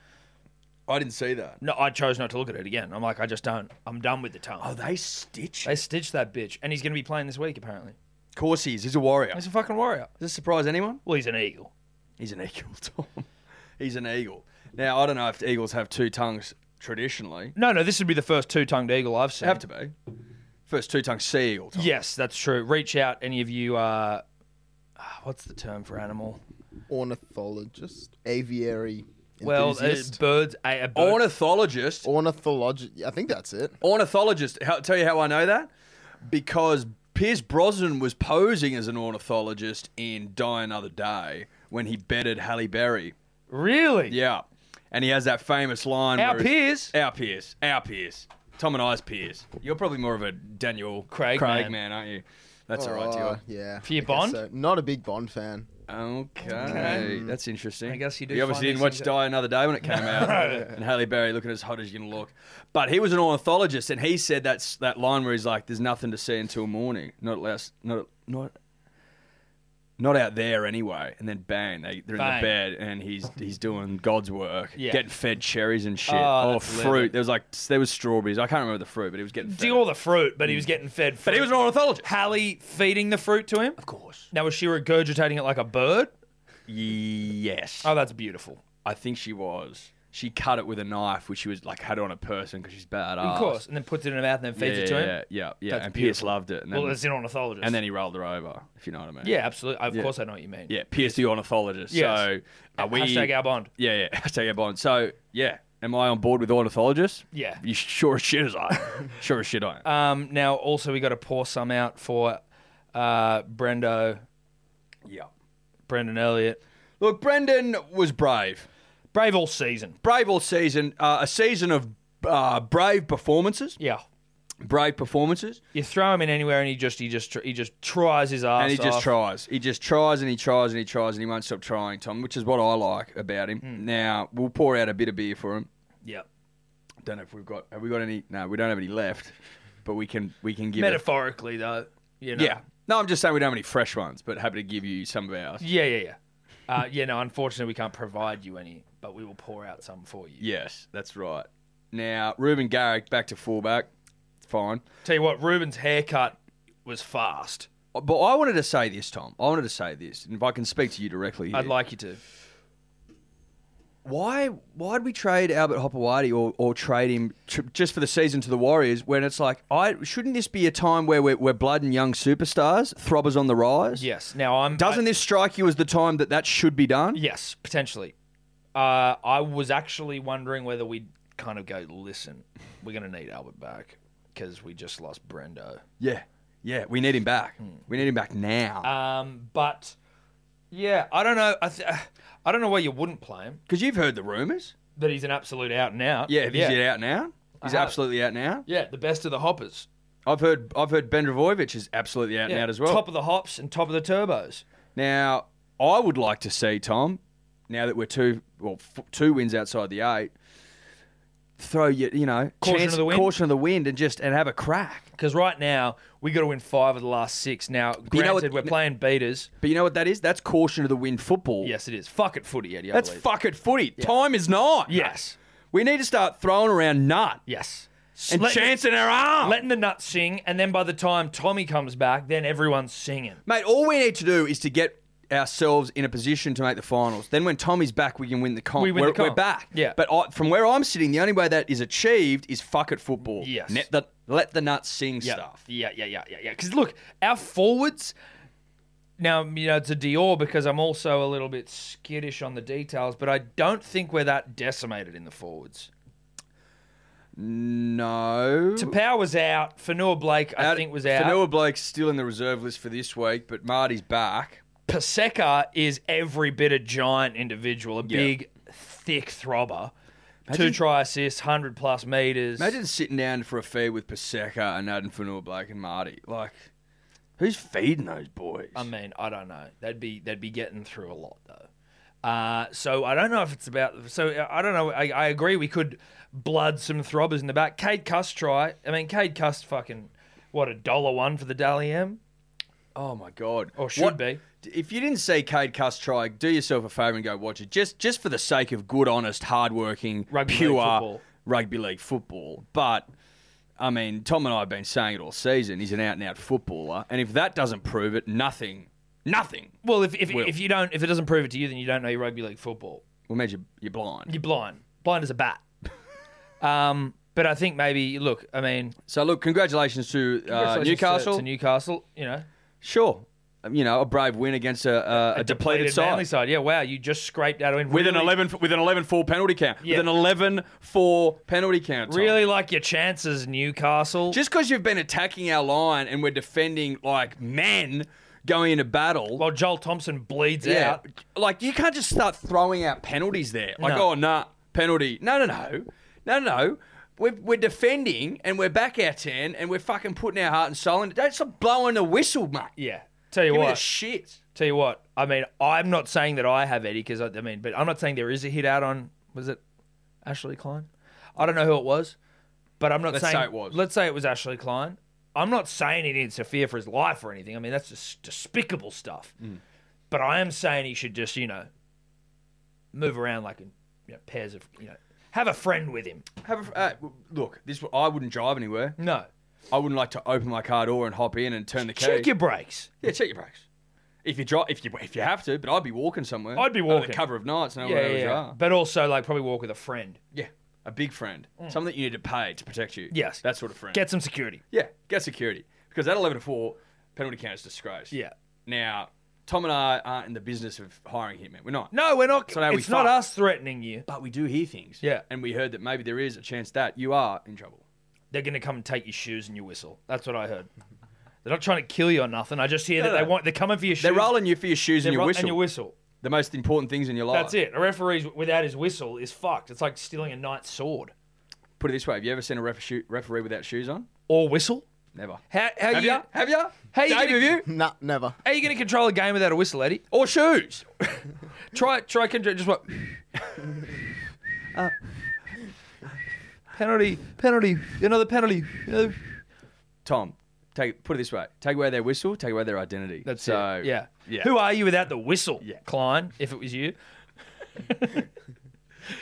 D: I didn't see that.
A: No, I chose not to look at it again. I'm like, I just don't. I'm done with the tongue.
D: Oh, they stitch.
A: They stitched that bitch, and he's going to be playing this week apparently.
D: Of course he is. He's a warrior.
A: He's
D: Does
A: a fucking warrior.
D: this surprise anyone?
A: Well, he's an eagle.
D: He's an eagle, Tom. He's an eagle. Now I don't know if eagles have two tongues traditionally.
A: No, no, this would be the first two-tongued eagle I've
D: They
A: seen.
D: have to be. First two tongued sea eagle. Tom.
A: Yes, that's true. Reach out, any of you. Uh, ah, what's the term for animal?
E: Ornithologist, aviary
A: Well, uh,
E: enthusiast,
A: birds. A, a bird.
D: Ornithologist.
E: ornithologist. I think that's it.
D: Ornithologist. How, tell you how I know that? Because Pierce Brosnan was posing as an ornithologist in Die Another Day when he bedded Halle Berry.
A: really?
D: Yeah. And he has that famous line.
A: Our
D: where he-
A: peers.
D: Our peers. Our peers. Tom and I's peers. You're probably more of a Daniel
A: Craig
D: Craig
A: man.
D: man, aren't you? That's all right,
E: Oh,
D: Dior.
E: yeah.
A: For your
E: I guess
A: Bond?
E: so. Not a big Bond fan.
D: Okay. Mm. That's interesting.
A: I guess you do
D: Hmm. You obviously
A: find
D: didn't
A: these
D: watch
A: things
D: Die Another Day when it came out. And Haley Berry looking as hot as you can look. But he was an ornithologist and he said that's that line where he's like, There's nothing to see until morning. Not less not not not out there anyway. And then bang, they they're in
A: Bang.
D: the bed and he's he's doing God's work.
A: Yeah.
D: Getting fed cherries and shit.
A: Oh,
D: or
A: that's
D: fruit.
A: lovely.
D: There was like there was strawberries. I can't remember the fruit, but he was getting fed.
A: Dig all the fruit, but he was getting fed. Fruit.
D: but he was an ornithologist.
A: Hallie feeding the fruit to him. Of course. Now was she regurgitating it like a bird?
D: Yes.
A: Oh, that's beautiful.
D: I think she was. She cut it with a knife, which she was like had on a person because she's badass.
A: Of course, and then puts it in her mouth and then
D: Yeah,
A: feeds
D: yeah,
A: it to him.
D: yeah, yeah, yeah.
A: That's
D: and Pierce
A: beautiful.
D: loved it. And then,
A: Well, it's an ornithologist.
D: and then he rolled her over, if you know what I mean.
A: yeah, absolutely. Of
D: Yeah.
A: course, I know what you mean.
D: Yeah, Pierce the ornithologist.
A: Yes.
D: So are we.
A: Hashtag our bond.
D: yeah, yeah. Hashtag our bond. So, yeah. Am I on board with ornithologists?
A: Yeah.
D: You sure as shit as I am. sure as shit I am.
A: Um, now, also, we got to pour some out for uh, Brendo,
D: yeah.
A: Brendan Elliott.
D: Look, Brendan was brave.
A: Brave all season.
D: Brave all season. Uh, a season of uh, brave performances.
A: Yeah.
D: Brave performances.
A: You throw him in anywhere, and he just he just tr- he just tries his ass
D: and he
A: off.
D: just tries. He just tries and he tries and he tries and he won't stop trying, Tom, which is what I like about him.
A: Hmm.
D: Now we'll pour out a bit of beer for him.
A: Yeah.
D: Don't know if we've got have we got any? No, we don't have any left, but we can we can give it.
A: Metaphorically, though. You know.
D: Yeah. No, I'm just saying we don't have any fresh ones, but happy to give you some of ours.
A: Yeah, yeah, yeah. Uh, yeah, no, unfortunately, we can't provide you any, but we will pour out some for you.
D: Yes, that's right. Now Ruben Garrick back to fullback. Fine.
A: Tell you what, Ruben's haircut was fast.
D: Uh, But I wanted to say this, Tom. I wanted to say this, and if I can speak to you directly, here.
A: I'd like you to.
D: why why'd we trade Albert Hopewadi or, or trade him tr- just for the season to the Warriors when it's like I shouldn't this be a time where we're, we're blood and young superstars throbbers on the rise
A: Yes. Now I'm.
D: doesn't
A: I-
D: this strike you as the time that that should be done
A: Yes, potentially. Uh, I was actually wondering whether we'd kind of go. Listen, we're going to need Albert back because we just lost Brendo.
D: yeah yeah we need him back
A: Hmm.
D: we need him back now
A: Um, but yeah, I don't know. I, th- I don't know why you wouldn't play him.
D: because you've heard the rumors
A: That he's an absolute out and out.
D: yeah he's
A: uh, yeah.
D: out now he's
A: have.
D: absolutely out now
A: Yeah, the best of the hoppers.
D: I've heard I've heard Ben Dravojevic is absolutely out
A: Yeah,
D: now as well
A: Top of the hops and top of the turbos.
D: Now, I would like to see Tom. Now that we're two, well, f- two wins outside the eight, throw your, you know,
A: Caution of the wind?
D: caution of the wind, and just and have a crack.
A: Because right now we got to win five of the last six. Now, granted,
D: you know what-
A: we're playing beaters.
D: But you know what that is? That's caution of the wind football.
A: Yes, it is. Fuck it, footy, Eddie. I
D: that's
A: believe.
D: fucking footy. Time is not.
A: Yes,
D: we need to start throwing around nut
A: yes.
D: and
A: Let-
D: chancing our arm.
A: letting the nuts sing, and then by the time Tommy comes back, then everyone's singing.
D: Mate, all we need to do is to get ourselves in a position to make the finals. Then when Tommy's back, we can win the comp.
A: We win
D: are
A: the comp.
D: we're back.
A: Yeah.
D: But I, from where I'm sitting, the only way that is achieved is fuck it football.
A: Yes.
D: Net the, let the nuts sing stuff.
A: Yeah, yeah, yeah, yeah, yeah. Because look, our forwards. Now you know it's a Dior because I'm also a little bit skittish on the details, but I don't think we're that decimated in the forwards.
D: No.
A: Tapau was out. Fanua Blake I think was out.
D: Fanua Blake's still in the reserve list for this week, but Marty's back.
A: Paseka is every bit a giant individual, a big, thick throbber. Two
D: Imagine-
A: try assists, hundred plus meters.
D: Imagine sitting down for a feed with Paseka and Adam Fanua Blake and Marty. Like, who's feeding those boys?
A: I mean, I don't know. They'd be they'd be getting through a lot though. Uh, so I don't know if it's about. So I don't know. I, I agree. We could blood some throbbers in the back. Cade Cuss try. I mean, Cade Cuss fucking what a dollar one for the Dally M.
D: Oh my god!
A: Or should be.
D: If you didn't see Cade Cuss try, do yourself a favour and go watch it. Just just for the sake of good, honest, hard-working,
A: Rugby league
D: pure
A: football.
D: rugby league football. But I mean, Tom and I have been saying it all season. He's an out-and-out footballer, and if that doesn't prove it, nothing, nothing.
A: Well, if if,
D: Will.
A: if you don't if it doesn't prove it to you, then you don't know your rugby league football.
D: Well, mate, you're, you're blind.
A: You're blind. Blind as a bat. um, but I think maybe look. I mean,
D: So look, congratulations to uh,
A: congratulations
D: Newcastle.
A: to, to Newcastle. You know,
D: sure, Um, you know a brave win against a, a, a depleted,
A: Manly
D: side.
A: side. Yeah. Wow. You just scraped out a win
D: With an,
A: Really-
D: 11, with an 11-4 penalty count.
A: Yeah.
D: With an 11-4 penalty count. Tom.
A: Really like your chances, Newcastle.
D: Just because you've been attacking our line and we're defending like men going into battle,
A: Well, Joel Thompson bleeds
D: yeah,
A: out.
D: like you can't just start throwing out penalties there. Like,
A: No.
D: oh, nah, penalty. No, no, no, no, no. no. We're, we're defending and we're back our ten and we're fucking putting our heart and soul in it. Don't stop blowing the whistle, mate.
A: Yeah. Tell you
D: Give me
A: what,
D: the shit.
A: Tell you what, I mean, I'm not saying that I have Eddie because I, I mean, but I'm not saying there is a hit out on was it Ashley Klein? I don't know who it was, but I'm not
D: Let's
A: saying
D: say it was.
A: Let's say it was Ashley Klein. I'm not saying he needs to fear for his life or anything. I mean, that's just despicable stuff. But I am saying he should just you know move around like in you know, pairs of you know have a friend with him.
D: Have a, uh, look, this I wouldn't drive anywhere.
A: No,
D: I wouldn't like to open my car door and hop in and turn the key.
A: check your brakes.
D: yeah, check your brakes. If you drive, if you if you have to, but I'd be walking somewhere.
A: I'd be
D: under
A: walking.
D: the cover of nights. No
A: Yeah,
D: where
A: yeah,
D: you
A: yeah.
D: are.
A: but also like probably walk with a friend.
D: Yeah, a big friend, something that you need to pay to protect you.
A: Mm. Yes.
D: that sort of friend.
A: Get some security.
D: yeah, get security because that eleven to four penalty count is disgrace.
A: Yeah.
D: Now, Tom and I aren't in the business of hiring hitmen. We're not.
A: No, we're not.
D: So now we
A: it's not
D: fuck.
A: us threatening you.
D: But we do hear things.
A: Yeah.
D: And we heard that maybe there is a chance that you are in trouble.
A: They're going to come and take your shoes and your whistle. That's what I heard. They're not trying to kill you or nothing. I just hear that
D: no.
A: they want. They're coming for your shoes.
D: They're rolling you for your shoes
A: They're
D: and your
A: ro-
D: whistle.
A: And your whistle.
D: the most important things in your life.
A: That's it. A referee without his whistle is fucked. It's like stealing a knight's sword
D: Put it this way: Have you ever seen a ref- shoe- referee without shoes on?
A: or whistle.
D: Never.
A: How, how
D: have
A: you?
D: you? Have you?
A: How you
D: Dave,
A: gonna-
D: have you?
E: Nah, never.
A: How you going to control a game without a whistle, Eddie?
D: Or shoes?
A: Try try control just what. penalty, penalty, another penalty. another-
D: Tom, take put it this way: Take away their whistle, take away their identity.
A: That's
D: so,
A: it. Yeah.
D: yeah.
A: Who are you without the whistle,
D: Yeah.
A: Klein? If it was you,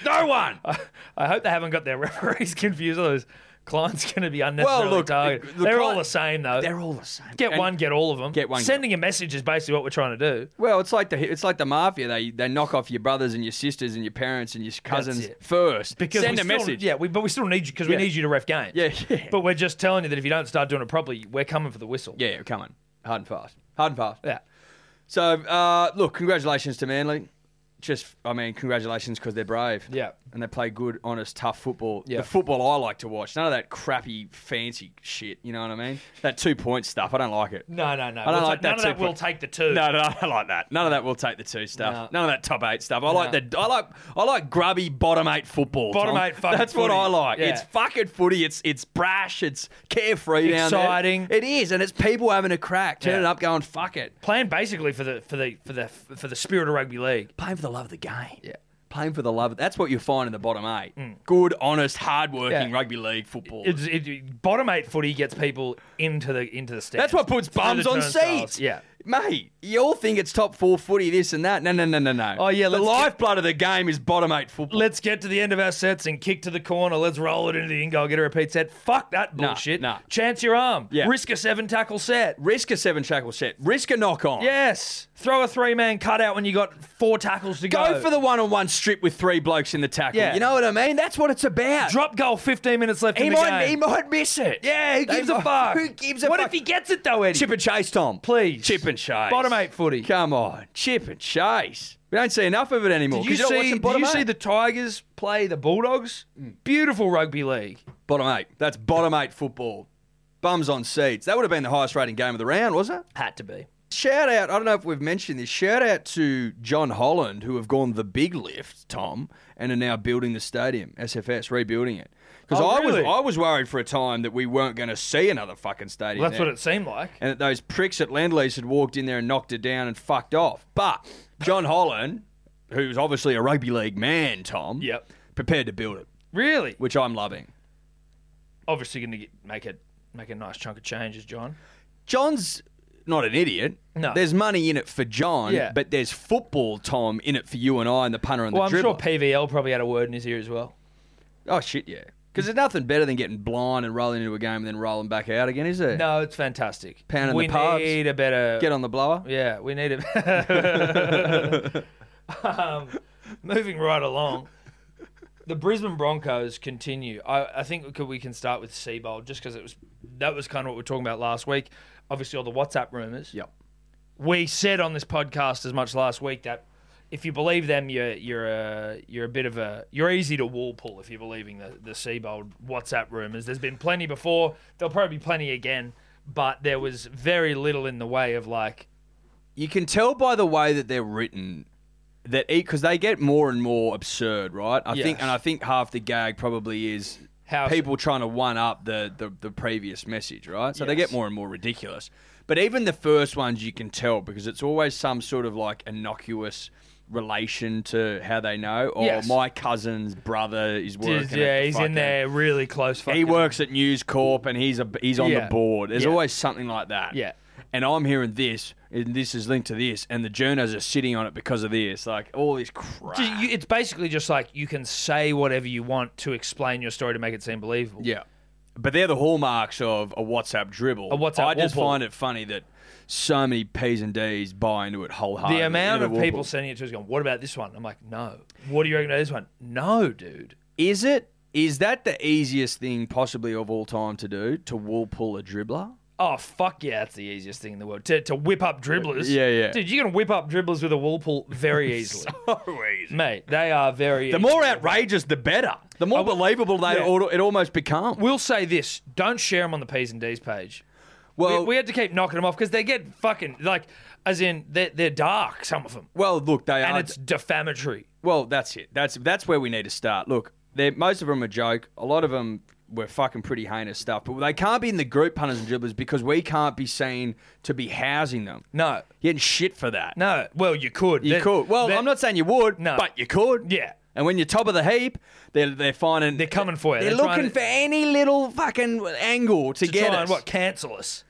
D: No one.
A: I hope they haven't got their referees confused. Otherwise, Klein's going to be unnecessarily
D: look,
A: targeted.
D: the- the
A: they're all
D: Klein-
A: the same though.
D: They're all the same.
A: get
D: And-
A: one, get all of them.
D: Get one, get
A: Sending a message is basically what we're trying to do.
D: Well, it's like the it's like the mafia. They they knock off your brothers and your sisters and your parents and your cousins
A: it.
D: first.
A: Because
D: send
A: we
D: a
A: still-
D: message.
A: Yeah, we, but we still need you because
D: Yeah.
A: we need you to ref games.
D: Yeah, yeah.
A: But we're just telling you that if you don't start doing it properly, we're coming for the whistle.
D: yeah, yeah. Come on, hard and fast, hard and fast.
A: Yeah.
D: So, uh, look, congratulations to Manly. Just, I mean, congratulations because they're brave.
A: Yeah.
D: And they play good, honest, tough football.
A: Yeah.
D: The football I like to watch. None of that crappy, fancy shit. You know what I mean? That two point stuff. I don't like it.
A: No, no, no.
D: don't
A: We'll ta-
D: like that
A: None of that.
D: too,
A: We'll
D: but-
A: take the two.
D: No, no, I don't like that. None of that will take the two stuff. None of that top eight stuff. I like the I like I like grubby bottom eight football.
A: Bottom
D: Tom.
A: eight fucking
D: That's what
A: footy.
D: I like.
A: Yeah.
D: It's fucking footy. It's it's brash. It's carefree
A: Exciting.
D: down there. It is, and it's people having a crack, turning
A: Yeah.
D: up, going fuck it,
A: Playing basically for the for the for the for the spirit of rugby league.
D: playing for the love of the game. Yeah. Playing for the love. Of, that's what you find in the bottom eight. Good, honest, hard-working
A: Mm. Yeah.
D: rugby league football.
A: It's, it, bottom eight footy gets people into the into the stands.
D: That's what puts
A: Through
D: bums
A: the
D: on
A: turnstiles.
D: seats.
A: Yeah.
D: Mate, you all think it's top four footy, this and that. No, no, no, no, no.
A: Oh, yeah,
D: The
A: let's get-
D: lifeblood of the game is bottom eight football.
A: Let's get to the end of our sets and kick to the corner. Let's roll it into the in goal, get a repeat set. Fuck that
D: Nah,
A: bullshit.
D: nah.
A: Chance your arm.
D: Yeah.
A: Risk a seven tackle set.
D: risk a seven tackle set. Risk a knock on.
A: Yes. Throw a three man cutout when you got four tackles to go.
D: Go for the one on one strip with three blokes in the tackle.
A: Yeah.
D: You know what I mean? That's what it's about.
A: drop goal. Fifteen minutes left
D: he
A: in the
D: might
A: game.
D: he might miss it.
A: yeah. Who
D: They
A: gives a
D: might-
A: fuck?
D: Who gives a
A: what
D: fuck?
A: if he gets it though, Eddie?
D: Chip and chase, Tom.
A: Please.
D: Chip and chase.
A: Bottom eight footy.
D: Come on. Chip and chase. We don't see enough of it anymore.
A: Did you
D: 'cause you're not
A: see?
D: watching
A: Did
D: bottom
A: you
D: eight. Mm.
A: see the Tigers play the Bulldogs? Beautiful rugby league.
D: bottom eight? That's bottom eight football. Bums on seats. That would have been the highest rating game of the round, wasn't it?
A: Had to be.
D: Shout out, I don't know if we've mentioned this, shout out to John Holland, who have gone the big lift, Tom, and are now building the stadium, SFS, rebuilding it. Because
A: Oh,
D: I
A: really?
D: was I was worried for a time that we weren't going to see another fucking stadium.
A: Well, that's
D: there.
A: what it seemed like.
D: And that those pricks at Lendlease had walked in there and knocked it down and fucked off. But John Holland, who's obviously a rugby league man, Tom,
A: Yep.
D: prepared to build it,
A: Really?
D: which I'm loving.
A: Obviously, going to make a make a nice chunk of changes, John.
D: John's not an idiot.
A: No.
D: There's money in it for John,
A: Yeah.
D: but there's football, Tom, in it for you and I and the punter and
A: Well, I'm
D: the dribbler.
A: sure PVL probably had a word in his ear as well.
D: Oh shit, yeah. Because there's nothing better than getting blind and rolling into a game and then rolling back out again, is there?
A: No, it's fantastic.
D: Pounding
A: we
D: the pubs.
A: need a better.
D: Get on the blower.
A: Yeah, we need a. um, moving right along, the Brisbane Broncos continue. I, I think we could, we can start with Seabold just because it was that was kind of what we were talking about last week. Obviously, all the WhatsApp rumors.
D: Yep.
A: we said on this podcast as much last week that if you believe them, you're you're a you're a bit of a you're easy to wall pull if you're believing the the Seabold WhatsApp rumors. There's been plenty before. There'll probably be plenty again. But there was very little in the way of like
D: You can tell by the way that they're written that because they get more and more absurd, right? I
A: Yes.
D: think, and I think half the gag probably is
A: How-
D: people trying to one up the the, the previous message, right? So they
A: Yes.
D: get more and more ridiculous. But even the first ones, you can tell because it's always some sort of like innocuous relation to how they know. Or
A: Yes.
D: my cousin's brother is working. at
A: yeah,
D: the
A: he's in
D: fucking-
A: there really close.
D: He
A: fucking-
D: works at News Corp, and he's a he's on
A: Yeah.
D: the board. There's
A: Yeah.
D: always something like that.
A: Yeah.
D: And I'm hearing this, and this is linked to this, and the journos are sitting on it because of this. Like all this crap.
A: Ju- you- It's basically just like you can say whatever you want to explain your story to make it seem believable.
D: Yeah. But they're the hallmarks of a WhatsApp dribble.
A: A WhatsApp
D: I just
A: whoop-whoop.
D: find it funny that so many P's and D's buy into it wholeheartedly.
A: The amount
D: in a
A: of people
D: whoop-whoop.
A: sending it to us going, "What about this one?" I'm like, "No." What do you reckon about this one? No, dude.
D: Is it? Is that the easiest thing possibly of all time to do? To wall pull a dribbler?
A: Oh fuck yeah, that's the easiest thing in the world to, to whip up dribblers.
D: Yeah, yeah.
A: Dude, you can whip up dribblers with a wall pull very easily,
D: Oh, easy.
A: mate. They are very.
D: The more outrageous, the better. The more believable they
A: yeah.
D: al- it almost becomes.
A: we'll say this: don't share them on the P's and D's page.
D: Well,
A: we, we had to keep knocking them off because they get fucking like, as in they're, they're dark. Some of them,
D: well, look, they
A: and
D: are.
A: it's defamatory.
D: Well, that's it. That's that's where we need to start. Look, they're- most of them are joke. A lot of them were fucking pretty heinous stuff, but they can't be in the group punters and dribblers because we can't be seen to be housing them.
A: No,
D: Getting shit for that.
A: no. Well, you could.
D: you
A: That-
D: could. Well,
A: that-
D: I'm not saying you would,
A: No.
D: but you could.
A: Yeah.
D: And when you're top of the heap, they're they're finding
A: They're coming for you.
D: They're,
A: They're trying
D: looking
A: to-
D: for any little fucking angle to,
A: to
D: get
A: try
D: us.
A: and what cancel us.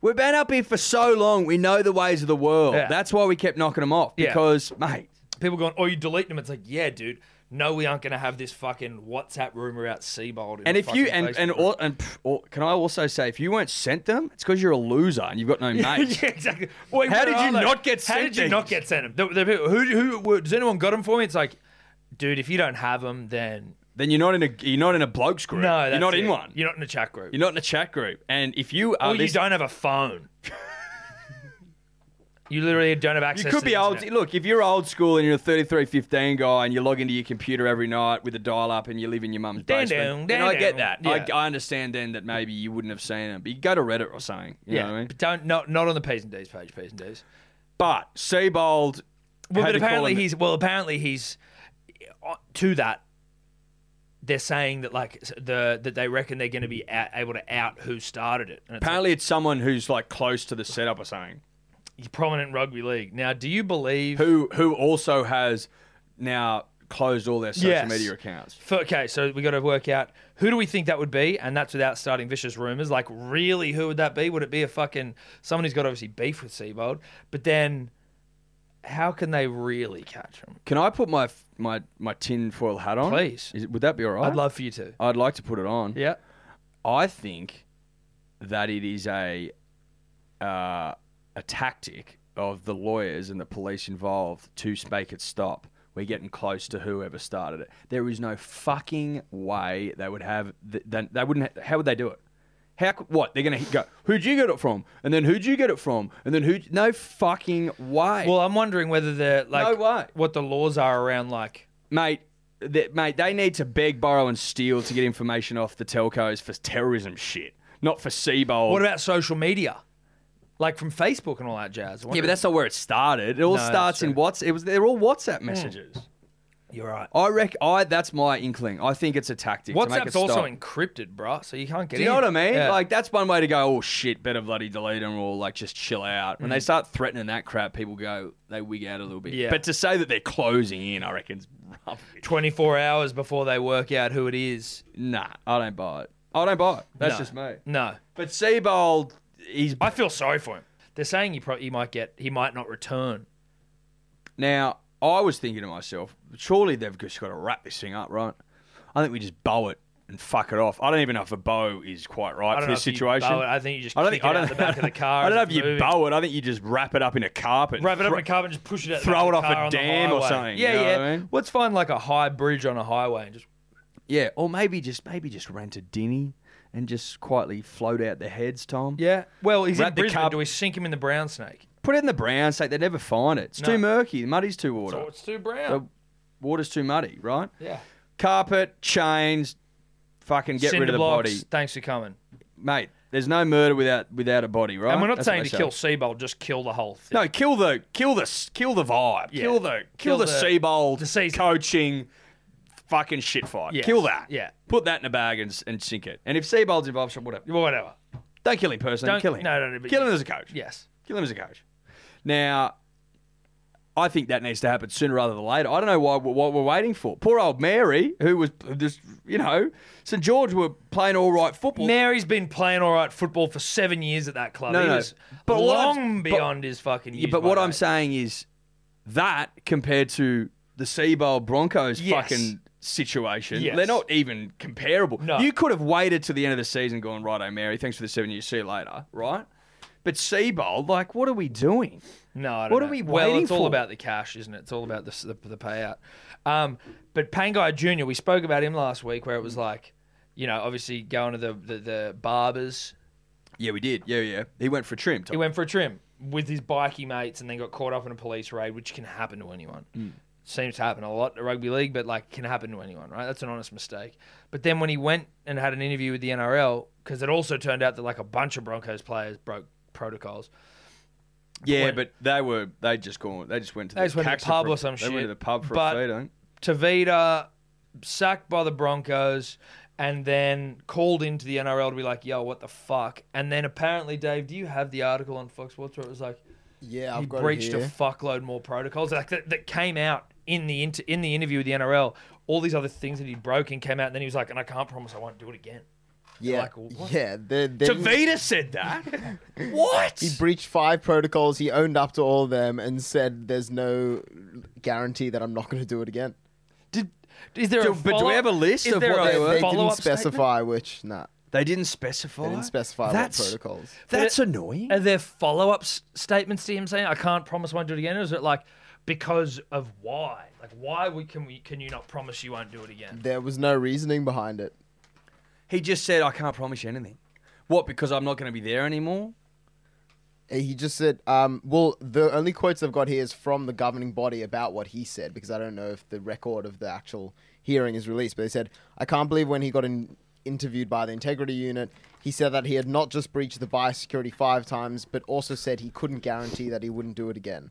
D: We've been up here for so long. We know the ways of the world.
A: Yeah.
D: That's why we kept knocking them off
A: Yeah.
D: because, mate,
A: people going, "Oh, you delete them." It's like, yeah, dude. No, we aren't going to have this fucking WhatsApp rumor out Seabold. in
D: And
A: the
D: if you
A: fucking
D: and and,
A: Facebook
D: all, and pff, all, can I also say if you weren't sent them, it's because you're a loser and you've got no mates.
A: yeah, exactly. Wait,
D: How
A: where
D: did
A: are
D: you
A: they?
D: not get
A: How
D: sent
A: did you
D: these?
A: not get sent them? The, the people, who, who, were- does anyone got them for me? It's like, dude, if you don't have them, then
D: Then you're not in a you're not in a blokes group.
A: no, "Oh, that's
D: you're not
A: it.
D: in one.
A: You're not in a chat group.
D: You're not in a chat group. And if you are,
A: or you
D: this-
A: don't have a phone. you literally don't have access.
D: you could
A: to
D: be
A: the
D: old.
A: internet.
D: Look, if you're old school and you're a 3315 guy and you log into your computer every night with a dial up and you live in your mum's
A: Dang, dang,
D: basement, then I
A: dang,
D: get that.
A: dang. Yeah.
D: I, I understand then that maybe you wouldn't have seen them, but you go to Reddit or something. You
A: yeah,
D: know what I mean?
A: but don't not not on the P's and D's page. P's and D's.
D: But Seabold.
A: Well,
D: had
A: but
D: to call
A: apparently
D: him-
A: he's well. Apparently he's uh, to that. They're saying that like s- the that they reckon they're going to be out, able to out who started it. And it's like,
D: Apparently, it's someone who's like close to the setup or something.
A: he's prominent rugby league. Now, do you believe?
D: who who also has now closed all their social
A: Yes.
D: media accounts.
A: For- okay, so we got to work out who do we think that would be, and that's without starting vicious rumors. Like, really, who would that be? Would it be a fucking someone who's got obviously beef with Seabold? But then, how can they really catch him?
D: Can I put my my my tinfoil hat on?
A: Please.
D: Is, would that be all right?
A: I'd love for you to.
D: I'd like to put it on.
A: Yeah.
D: I think that it is a uh, a tactic of the lawyers and the police involved to make it stop. We're getting close to whoever started it. There is no fucking way they would have. th- Then they wouldn't. ha- How would they do it? How? c- What? They're gonna hit- go. Who'd you get it from? And then who'd you get it from? And then who? No fucking way.
A: Well, I'm wondering whether they're like
D: No way.
A: what the laws are around like
D: mate, that mate, they need to beg, borrow, and steal to get information off the telcos for terrorism shit, not for Seabold.
A: What about social media? Like from Facebook and all that jazz. I
D: Yeah,
A: wonder-
D: but that's not where it started. It all
A: that's
D: starts in
A: true. Hmm.
D: what's it was. They're all WhatsApp messages.
A: you're right.
D: I reckon. I that's my inkling. I think it's a tactic. to make it
A: WhatsApp's
D: stop.
A: also encrypted, bruh, so you can't get.
D: Do you know
A: in.
D: what I mean?
A: Yeah.
D: Like that's one way to go. Oh shit, better bloody delete them or like just chill out. When they start threatening that crap, people go they wig out a little bit.
A: Mm. Yeah.
D: But to say that they're closing in, I reckon, is rubbish.
A: 24 hours before they work out who it is.
D: Nah, I don't buy it. I don't buy it. That's
A: No.
D: just me.
A: No,
D: But Seabold, he's
A: I feel sorry for him. They're saying he probably he might get he might not return.
D: Now, I was thinking to myself, surely they've just got to wrap this thing up, right? I think we just bow it and fuck it off. I don't even know if a bow is quite right
A: I
D: for
A: don't know
D: this
A: if you
D: situation.
A: bow it. I think you just
D: I don't
A: kick
D: think
A: it
D: I don't
A: out the back of the car
D: I
A: as
D: don't know if
A: it's
D: you
A: moving.
D: bow it. I think you just wrap it up in a carpet.
A: Wrap it up in
D: Thro-
A: a car and just push it out. the
D: throw
A: back
D: it
A: of the
D: off a
A: car on the
D: dam or
A: highway.
D: something, you
A: Yeah,
D: know
A: yeah.
D: what I mean?
A: What's fine like a high bridge on a highway and just
D: Yeah, or maybe just maybe just rent a dinghy and just quietly float out their heads, Tom.
A: yeah. Well, he's
D: Wrap
A: in
D: the
A: Brisbane.
D: car-
A: Do we sink him in the brown snake?
D: Put it in the brown state. They never find it. It's
A: No.
D: too murky. The muddy's too water.
A: Oh, it's too brown.
D: the water's too muddy, right?
A: yeah.
D: Carpet, chains, fucking get
A: Cinder
D: rid of the
A: blocks,
D: body.
A: Thanks for coming.
D: mate. There's no murder without without a body, right?
A: And we're not
D: That's
A: saying
D: what
A: to
D: they
A: kill
D: say.
A: Seabold, just kill the whole thing.
D: No, kill the kill the kill the vibe.
A: Yeah.
D: Kill the
A: Kill
D: kill, the,
A: the-
D: Seabold
A: the season.
D: coaching fucking shit fight.
A: Yes.
D: Kill that.
A: Yeah.
D: Put that in a bag and, s- and sink it. And if Seabold's involved, so whatever.
A: Whatever.
D: Don't kill him personally.
A: Don't-
D: kill him.
A: no, no, no, but-
D: Kill him as a coach.
A: Yes.
D: Kill him as a coach. Now, I think that needs to happen sooner rather than later. I don't know why what we're waiting for. Poor old Mary, who was just you know St George were playing all right football.
A: Mary's been playing all right football for seven years at that club.
D: No,
A: he
D: no.
A: was
D: But what I'm-
A: long
D: but-
A: beyond his fucking years.
D: Yeah, but what
A: my
D: I'm
A: mate.
D: saying is that compared to the Seabowl Broncos
A: Yes.
D: fucking situation,
A: Yes.
D: they're not even comparable.
A: No.
D: You could have waited to the end of the season, going right, oh Mary, thanks for the seven years, see you later, right? But Seabowl, like, what are we doing?
A: No, I don't
D: What
A: know.
D: are we
A: Well,
D: waiting
A: it's all
D: for?
A: about the cash, isn't it? It's all about the s- the, the payout. Um, but Pangai Junior, we spoke about him last week, where it was like, you know, obviously going to the the, the barbers.
D: Yeah, we did. Yeah, yeah. He went for a trim.
A: He went for a trim with his bikie mates, and then got caught up in a police raid, which can happen to anyone.
D: Mm.
A: Seems to happen a lot to rugby league, but like can happen to anyone, right? That's an honest mistake. But then when he went and had an interview with the NRL, because it also turned out that like a bunch of Broncos players broke protocols.
D: yeah,
A: went-
D: but they were they just gone. They just went to
A: They
D: the
A: just went to the
D: Caxton
A: pub
D: for-
A: or some
D: they
A: shit.
D: went to the pub for
A: But-
D: a feed, I think.
A: Tavita sacked by the Broncos and then called into the NRL to be like, yo, what the fuck? And then apparently, Dave, do you have the article on Fox Sports where it was like
E: Yeah,
A: he
E: I've got it
A: breached a
E: here.
A: fuckload more protocols like that, that came out in the inter- in the interview with the NRL. All these other things that he broke and came out, and then he was like, and I can't promise I won't do it again.
E: yeah,
A: like, what?
E: yeah. They're, they're,
A: Tavita said that. what?
E: he breached five protocols. He owned up to all of them and said, "There's no guarantee that I'm not going to do it again."
D: Did
A: Is there
D: Do-
A: a
D: but do we
A: follow-
D: have a list
A: is
D: of
A: there
D: what
A: a
D: they were?
E: They didn't
A: follow-up statement?
E: specify which. Nah,
D: they didn't specify?
E: they didn't specify
D: That's-
E: what protocols.
D: That's
A: But it-
D: annoying.
A: Are there follow up s- statements to him saying, "I can't promise I won't do it again"? Or is it like because of why? Like why we can we can you not promise you won't do it again?
E: There was no reasoning behind it.
D: He just said, I can't promise you anything. What, because I'm not going to be there anymore?
E: He just said, um, well, the only quotes I've got here is from the governing body about what he said, because I don't know if the record of the actual hearing is released. But they said, I can't believe when he got in- interviewed by the integrity unit, he said that he had not just breached the biosecurity five times, but also said he couldn't guarantee that he wouldn't do it again.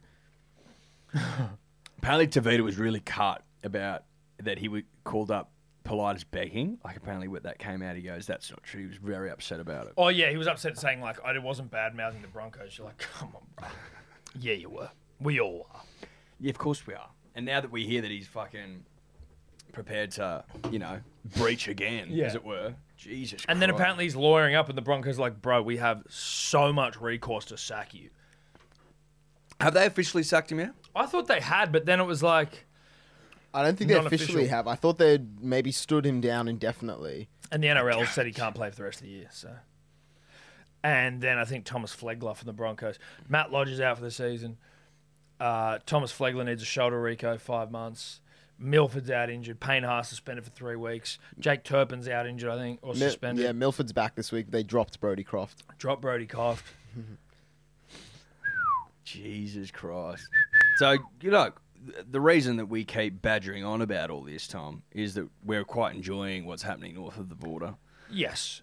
D: Apparently, Tavita was really cut about that he was called up polite as begging. Like, apparently, when that came out, he goes, That's not true. He was very upset about it.
A: Oh yeah, he was upset saying like I wasn't bad mouthing the Broncos. You're like, come on, bro. Yeah, you were. We all are.
D: Yeah, of course we are. And now that we hear that he's fucking prepared to, you know, breach again,
A: Yeah.
D: as it were, Jesus
A: And then
D: Christ.
A: apparently he's lawyering up, and the Broncos are like, bro, we have so much recourse to sack you.
D: Have they officially sacked him out?
A: I thought they had, but then it was like,
E: I don't think they
A: Non-official.
E: officially have. I thought they would maybe stood him down indefinitely.
A: and the NRL said he can't play for the rest of the year. So, and then I think Thomas Flegler from the Broncos, Matt Lodge is out for the season. Uh, Thomas Flegler needs a shoulder reco five months. Milford's out injured. Payne Haas suspended for three weeks. Jake Turpin's out injured, I think, or
E: Mi-
A: suspended.
E: yeah, Milford's back this week. They dropped Brody Croft.
A: Drop Brody Croft.
D: Jesus Christ. So, you know, th- the reason that we keep badgering on about all this, Tom, is that we're quite enjoying what's happening north of the border.
A: Yes.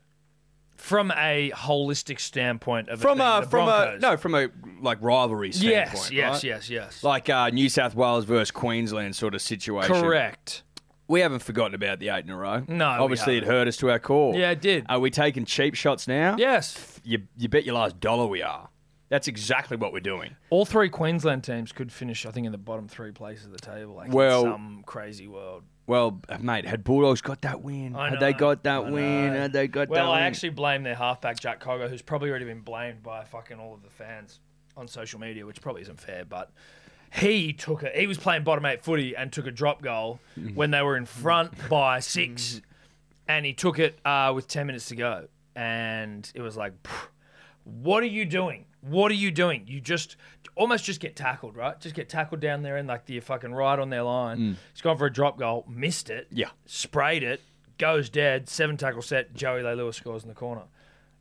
A: From a holistic standpoint of it
D: From
A: being
D: a
A: the
D: from a
A: Broncos.
D: no, from a like rivalry standpoint.
A: yes, yes,
D: right?
A: yes, yes,
D: Like uh, New South Wales versus Queensland sort of situation.
A: Correct.
D: We haven't forgotten about the eight in a row.
A: No, we
D: obviously it
A: haven't.
D: hurt us to our core.
A: Yeah, it did.
D: Are we taking cheap shots now?
A: Yes.
D: You you bet your last dollar we are. That's exactly what we're doing.
A: All three Queensland teams could finish, I think, in the bottom three places of the table. Like in
D: Well-
A: some crazy world.
D: Well, uh, mate, had Bulldogs got that win?
A: I
D: Had they
A: know,
D: got that
A: I
D: win?
A: know.
D: Had they got that
A: Well, I
D: win?
A: actually blame their halfback Jack Cogger, who's probably already been blamed by fucking all of the fans on social media, which probably isn't fair. But he took a he was playing bottom eight footy and took a drop goal when they were in front by six, and he took it uh, with ten minutes to go, and it was like. phew, What are you doing? What are you doing? You just almost just get tackled, right? Just get tackled down there and like the fucking right on their line. He's gone for a drop goal, missed it.
D: Yeah.
A: Sprayed it, goes dead, seven tackle set, Joey Leilua scores in the corner.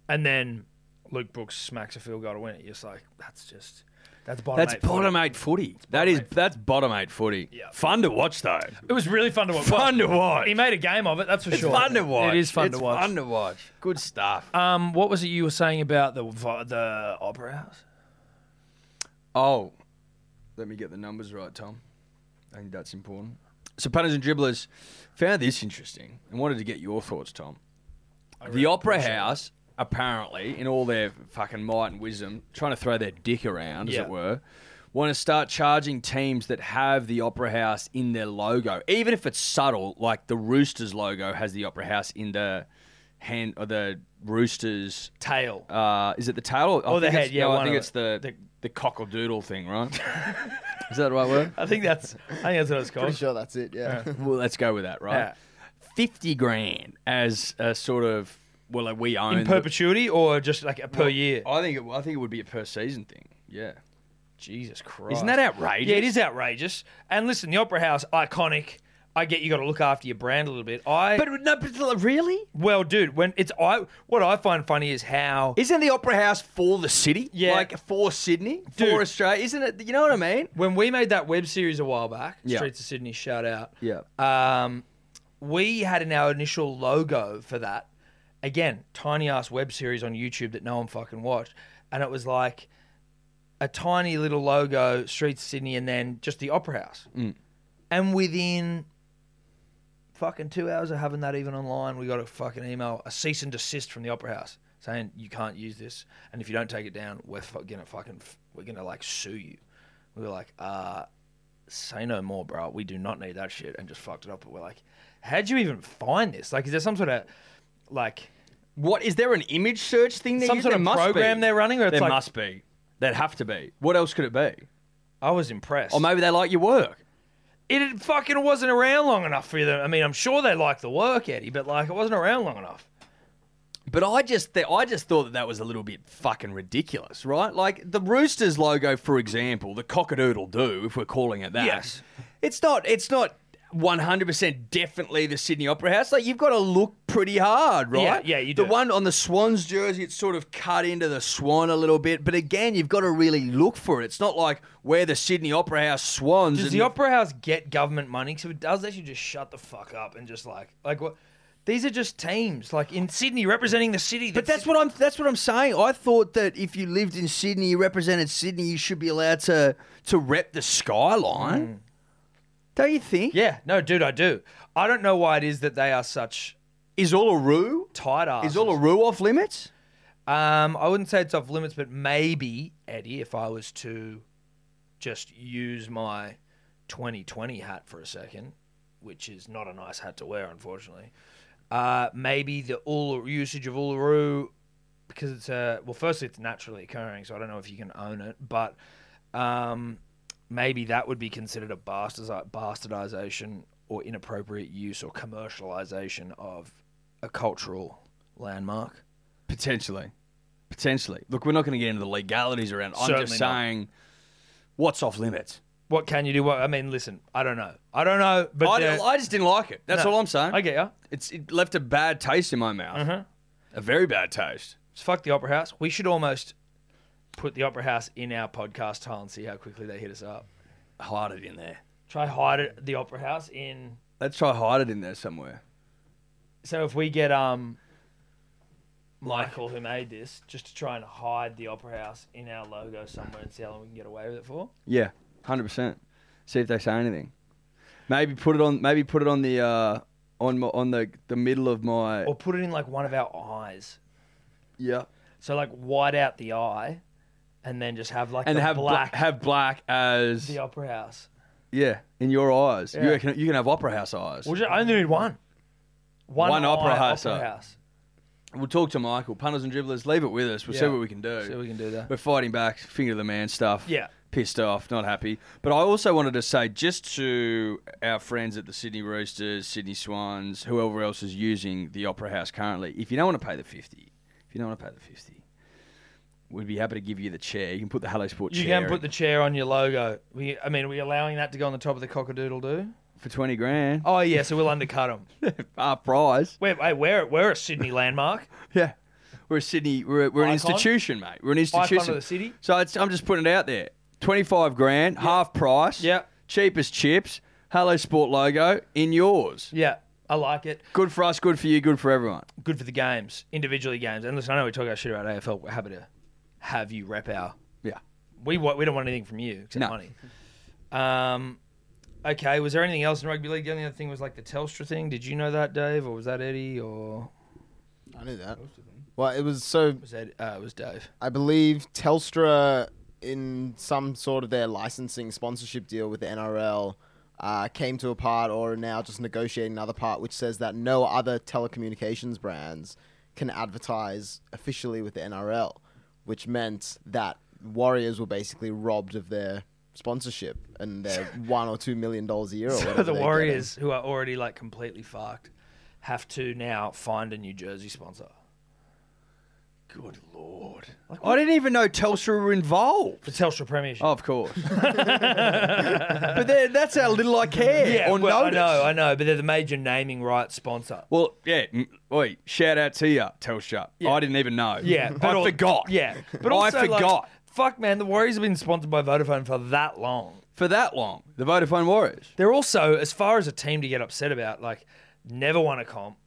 A: And then Luke Brooks smacks a field goal to win it. You're just like, that's just that's bottom
D: That's
A: eight footy.
D: bottom eight footy. That is that's bottom eight footy.
A: Yeah.
D: Fun to watch though.
A: It was really fun to watch.
D: Fun to
A: Well,
D: watch.
A: He made a game of it, that's for
D: It's
A: sure.
D: fun to watch.
A: It is fun
D: It's
A: to watch.
D: Fun to watch. Good stuff.
A: Um, what was it you were saying about the vi- the opera house?
D: oh, let me get the numbers right, Tom. I think that's important. So punters and dribblers found this interesting and wanted to get your thoughts, Tom. The Opera House apparently, in all their fucking might and wisdom, trying to throw their dick around, as
F: Yeah.
D: it were, want to start charging teams that have the Opera House in their logo, even if it's subtle. Like the Roosters logo has the Opera House in the hand or the Roosters
A: Tail.
D: uh, is it the tail or,
A: Or the head, yeah,
D: No,
A: one
D: I think
A: of
D: it's the the, the cockle doodle thing, right? is that the right word?
A: I think that's. I think that's what it's
E: Pretty
A: called.
E: sure that's it. Yeah.
D: Well, let's go with that, right?
A: Yeah.
D: Fifty grand as a sort of well, like, we own
A: In
D: the-
A: perpetuity or just like a per
D: Well,
A: year?
D: I think it, I think it would be a per season thing. Yeah,
A: Jesus Christ!
D: isn't that outrageous?
A: Yeah, it is outrageous. And listen, the Opera House, iconic. I get you got to look after your brand a little bit. I
D: But no, but like, really,
A: well, dude, when it's I, what I find funny is how
D: isn't the Opera House for the city?
A: Yeah.
D: like for Sydney,
A: Dude.
D: for Australia, isn't it? You know what I mean?
A: when we made that web series a while back,
D: Yeah.
A: Streets of Sydney, shout out.
D: Yeah.
A: Um, we had in our initial logo for that, again, tiny ass web series on YouTube that no one fucking watched, and it was like a tiny little logo, Streets of Sydney, and then just the Opera House.
D: Mm.
A: And within fucking two hours of having that even online, we got a fucking email, a cease and desist from the Opera House saying you can't use this, and if you don't take it down, we're fu- gonna fucking we're gonna like sue you. We were like, uh, say no more, bro. We do not need that shit, and just fucked it up. But we're like, how'd you even find this? Like, is there some sort of like
D: What is there an image search thing? That
A: Some
D: you-
A: sort
D: there
A: of
D: must
A: program
D: be.
A: they're running, or it's
D: there
A: like-
D: must be. There'd have to be. What else could it be?
A: I was impressed.
D: Or maybe they like your work.
A: it fucking wasn't around long enough for them. I mean, I'm sure they like the work, Eddie, but like it wasn't around long enough.
D: But I just th- I just thought that that was a little bit fucking ridiculous, right? Like the Roosters logo, for example, the cockadoodle do, if we're calling it that.
A: Yes.
D: It's not. It's not. 100% definitely the Sydney Opera House. Like, you've got to look pretty hard, right?
A: Yeah, yeah, you
D: The
A: do.
D: one on the Swans jersey, it's sort of cut into the Swan a little bit. But again, you've got to really look for it. It's not like we're the Sydney Opera House Swans.
A: Does
D: and
A: the Opera House get government money? Because if it does, they should just shut the fuck up and just like like what. These are just teams, like in Sydney, representing the city.
D: But that's what I'm. That's what I'm saying. I thought that if you lived in Sydney, you represented Sydney, you should be allowed to to rep the
A: Hmm.
D: skyline. Don't you think?
A: Yeah, no, dude, I do. I don't know why it is that they are such
D: Is Uluru
A: tight asses.
D: is Uluru off limits?
A: Um, I wouldn't say it's off limits, but maybe Eddie, if I was to just use my 2020 hat for a second, which is not a nice hat to wear, unfortunately. Uh, maybe the Uluru, usage of Uluru, because it's a well, firstly, it's naturally occurring, so I don't know if you can own it, but um, maybe that would be considered a bastardiz- bastardization or inappropriate use or commercialization of a cultural landmark.
D: Potentially, potentially. Look, we're not going to get into the legalities around. it. I'm just
A: Certainly not.
D: saying, what's off limits?
A: What can you do? What I mean, listen, I don't know. I don't know, but
D: I,
A: there-
D: I just didn't like it. That's
A: No.
D: all I'm saying.
A: I get ya.
D: It's it left a bad taste in my mouth. A very bad taste.
A: Just Uh-huh. fuck the opera house. We should almost put the opera house in our podcast tile and see how quickly they hit us up.
D: Hide it in there.
A: Try hide it, the opera house in.
D: Let's try hide it in there somewhere.
A: So if we get um Michael who made this, just to try and hide the opera house in our logo somewhere and see how long we can get away with it for.
D: Yeah, hundred percent. See if they say anything. Maybe put it on. Maybe put it on the uh, on my, on the the middle of my.
A: Or put it in like one of our eyes.
D: yeah,
A: So like white out the eye, and then just have like
D: and
A: the
D: have
A: black
D: black have black as
A: the opera house.
D: yeah in your eyes. You
A: Yeah.
D: reckon you can have opera house eyes.
A: We'll just, I only need one. One,
D: One opera
A: eye
D: house
A: Opera
D: up.
A: house.
D: We'll talk to Michael. Punters and dribblers, leave it with us. We'll see
A: Yeah.
D: what we can do.
A: See what we can do there.
D: We're fighting back, finger to the man stuff.
A: Yeah.
D: Pissed off, not happy. But I also wanted to say, just to our friends at the Sydney Roosters, Sydney Swans, whoever else is using the Opera House currently, if you don't want to pay the 50, if you don't want to pay the 50, we'd be happy to give you the chair. You can put the Hello Sport
A: You
D: chair
A: can put
D: in
A: the chair on your logo. We, I mean, are we allowing that to go on the top of the cockadoodle do?
D: for 20 grand.
A: Oh yeah, so we'll undercut them.
D: Our prize.
A: Wait, wait, we're we're a Sydney landmark.
D: Yeah. We're a Sydney, we're, we're an
A: Icon?
D: institution, mate. We're an
A: of
D: institution.
A: the city?
D: So it's, I'm just putting it out there. 25 grand, half price.
A: Yep.
D: Cheapest chips. Hello Sport logo in yours.
A: Yeah, I like it.
D: Good for us, good for you, good for everyone.
A: Good for the games, individually games. And listen, I know we talk our shit about AFL. We're happy to have you rep our.
D: Yeah.
A: We wa- we don't want anything from you except
D: No.
A: money. Um, okay. Was there anything else in rugby league? The only other thing was like the Telstra thing. Did you know that, Dave, or was that Eddie, or
E: I knew that. Well, it was so
A: Was that, uh, it was Dave.
E: I believe Telstra, in some sort of their licensing sponsorship deal with the NRL, uh, came to a part or are now just negotiating another part which says that no other telecommunications brands can advertise officially with the NRL, which meant that Warriors were basically robbed of their sponsorship and their one or two million dollars a year. Or
A: So
E: whatever
A: the
E: they're
A: Warriors, who are already like completely fucked, have to now find a New Jersey sponsor.
D: Good lord. I didn't even know Telstra were
A: The
D: involved.
A: Telstra Premiership.
D: Of course. but then- that's how little I care.
A: yeah,
D: or
A: well, I
D: notice.
A: know, I know, but they're the major naming rights sponsor.
D: Well, yeah. mm, Oi, shout out to you, Telstra. I didn't even know.
A: Yeah,
D: I
A: al-
D: forgot.
A: Yeah, but
D: I
A: also, like,
D: forgot.
A: fuck, man, the Warriors have been sponsored by Vodafone for that long.
D: For that long, the Vodafone Warriors.
A: They're also, as far as a team to get upset about, like never won a comp,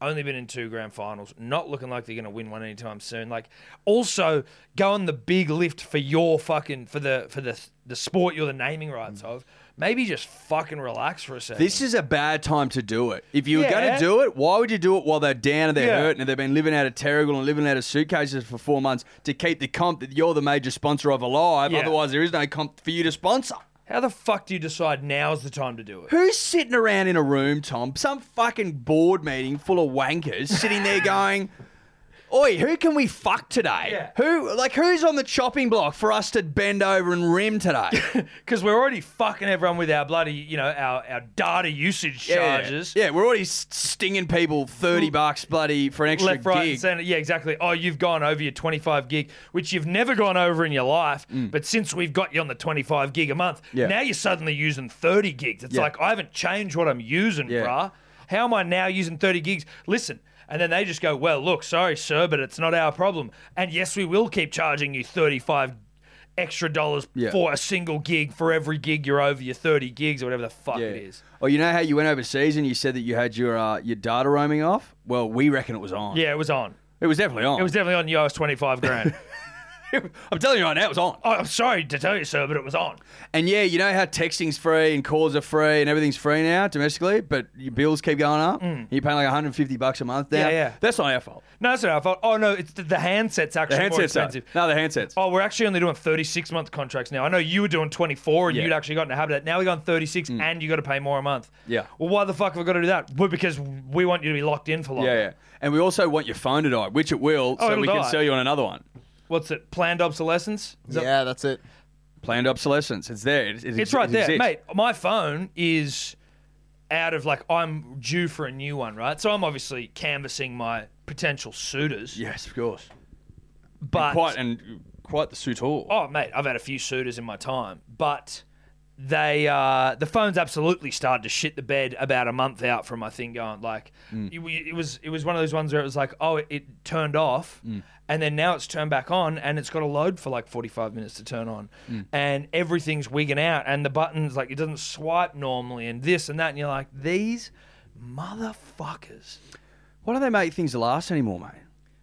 A: only been in two grand finals, not looking like they're going to win one anytime soon. Like also going the big lift for your fucking for the for the the sport you're the naming rights of. Maybe just fucking relax for a second.
D: Mm. This is a bad time to do it. If you were going
A: Yeah.
D: to do it, why would you do it while they're down and they're
A: Yeah.
D: hurting and they've been living out of terrigal and living out of suitcases for four months to keep the comp that you're the major sponsor of alive?
A: Yeah.
D: Otherwise, there is no comp for you to sponsor.
A: how the fuck do you decide now's the time to do it?
D: Who's sitting around in a room, Tom? Some fucking board meeting full of wankers sitting there going, Oi, who can we fuck today?
A: Yeah.
D: Who like who's on the chopping block for us to bend over and rim today?
A: Because we're already fucking everyone with our bloody, you know, our, our data usage charges.
D: Yeah, we're already s- stinging people thirty bucks bloody for an extra
A: left, right,
D: gig.
A: and center. Yeah, exactly. Oh, you've gone over your 25 gig, which you've never gone over in your life. But since we've got you on the 25 gig a month,
D: Mm. Yeah.
A: now you're suddenly using 30 gigs. It's
D: Yeah.
A: like, I haven't changed what I'm using,
D: Yeah.
A: bruh. How am I now using 30 gigs? Listen. And then they just go, well, look, sorry, sir, but it's not our problem. And yes, we will keep charging you 35 extra dollars
D: Yeah.
A: for a single gig for every gig you're over your 30 gigs or whatever the fuck
D: Yeah.
A: it is.
D: Oh, you know how you went overseas and you said that you had your uh, your data roaming off? Well, we reckon it was on.
A: Yeah, it was on.
D: It was definitely on.
A: It was definitely on you. I was 25 grand.
D: I'm telling you right now, it was on.
A: oh, I'm sorry to tell you, sir, but it was on.
D: And yeah, you know how texting's free and calls are free and everything's free now domestically, but your bills keep going up. You're paying like 150 bucks a month now.
A: Mm. Yeah, yeah.
D: That's not our fault.
A: No, it's not our fault. Oh no, it's the, the handsets actually
D: The
A: more
D: handsets. Are,
A: expensive.
D: no, the handsets.
A: Oh, we're actually only doing thirty-six month contracts now. I know you were doing twenty-four, and
D: Yeah. Mm.
A: you'd actually gotten a habit. of that. Now we're going thirty-six, and you got to pay more a month.
D: Yeah.
A: Well, why the fuck have I got to do that? Well, because we want you to be locked in for longer.
D: Yeah, yeah. And we also want your phone to die, which it will,
A: Oh,
D: so
A: it'll
D: we
A: die.
D: can sell you on another one.
A: What's it? Planned obsolescence. Is that-
E: getting. Yeah, that's it.
D: Planned obsolescence. It's there. It, it,
A: It's
D: exi-
A: right
D: it
A: there,
D: exists.
A: mate. My phone is out of like I'm due for a new one, right? So I'm obviously canvassing my potential suitors.
D: Yes, of course.
A: But
D: quite and quite the suitor.
A: Oh, mate, I've had a few suitors in my time, but they uh, the phones absolutely started to shit the bed about a month out from my thing going. Like
D: Mm.
A: it, we- it was it was one of those ones where it was like, oh, it, it turned off,
D: Mm.
A: and then now it's turned back on, and it's got to load for like forty five minutes to turn on,
D: Mm.
A: and everything's wigging out, and the buttons like it doesn't swipe normally, and this and that, and you're like these motherfuckers
D: Why don't they make things last anymore, mate?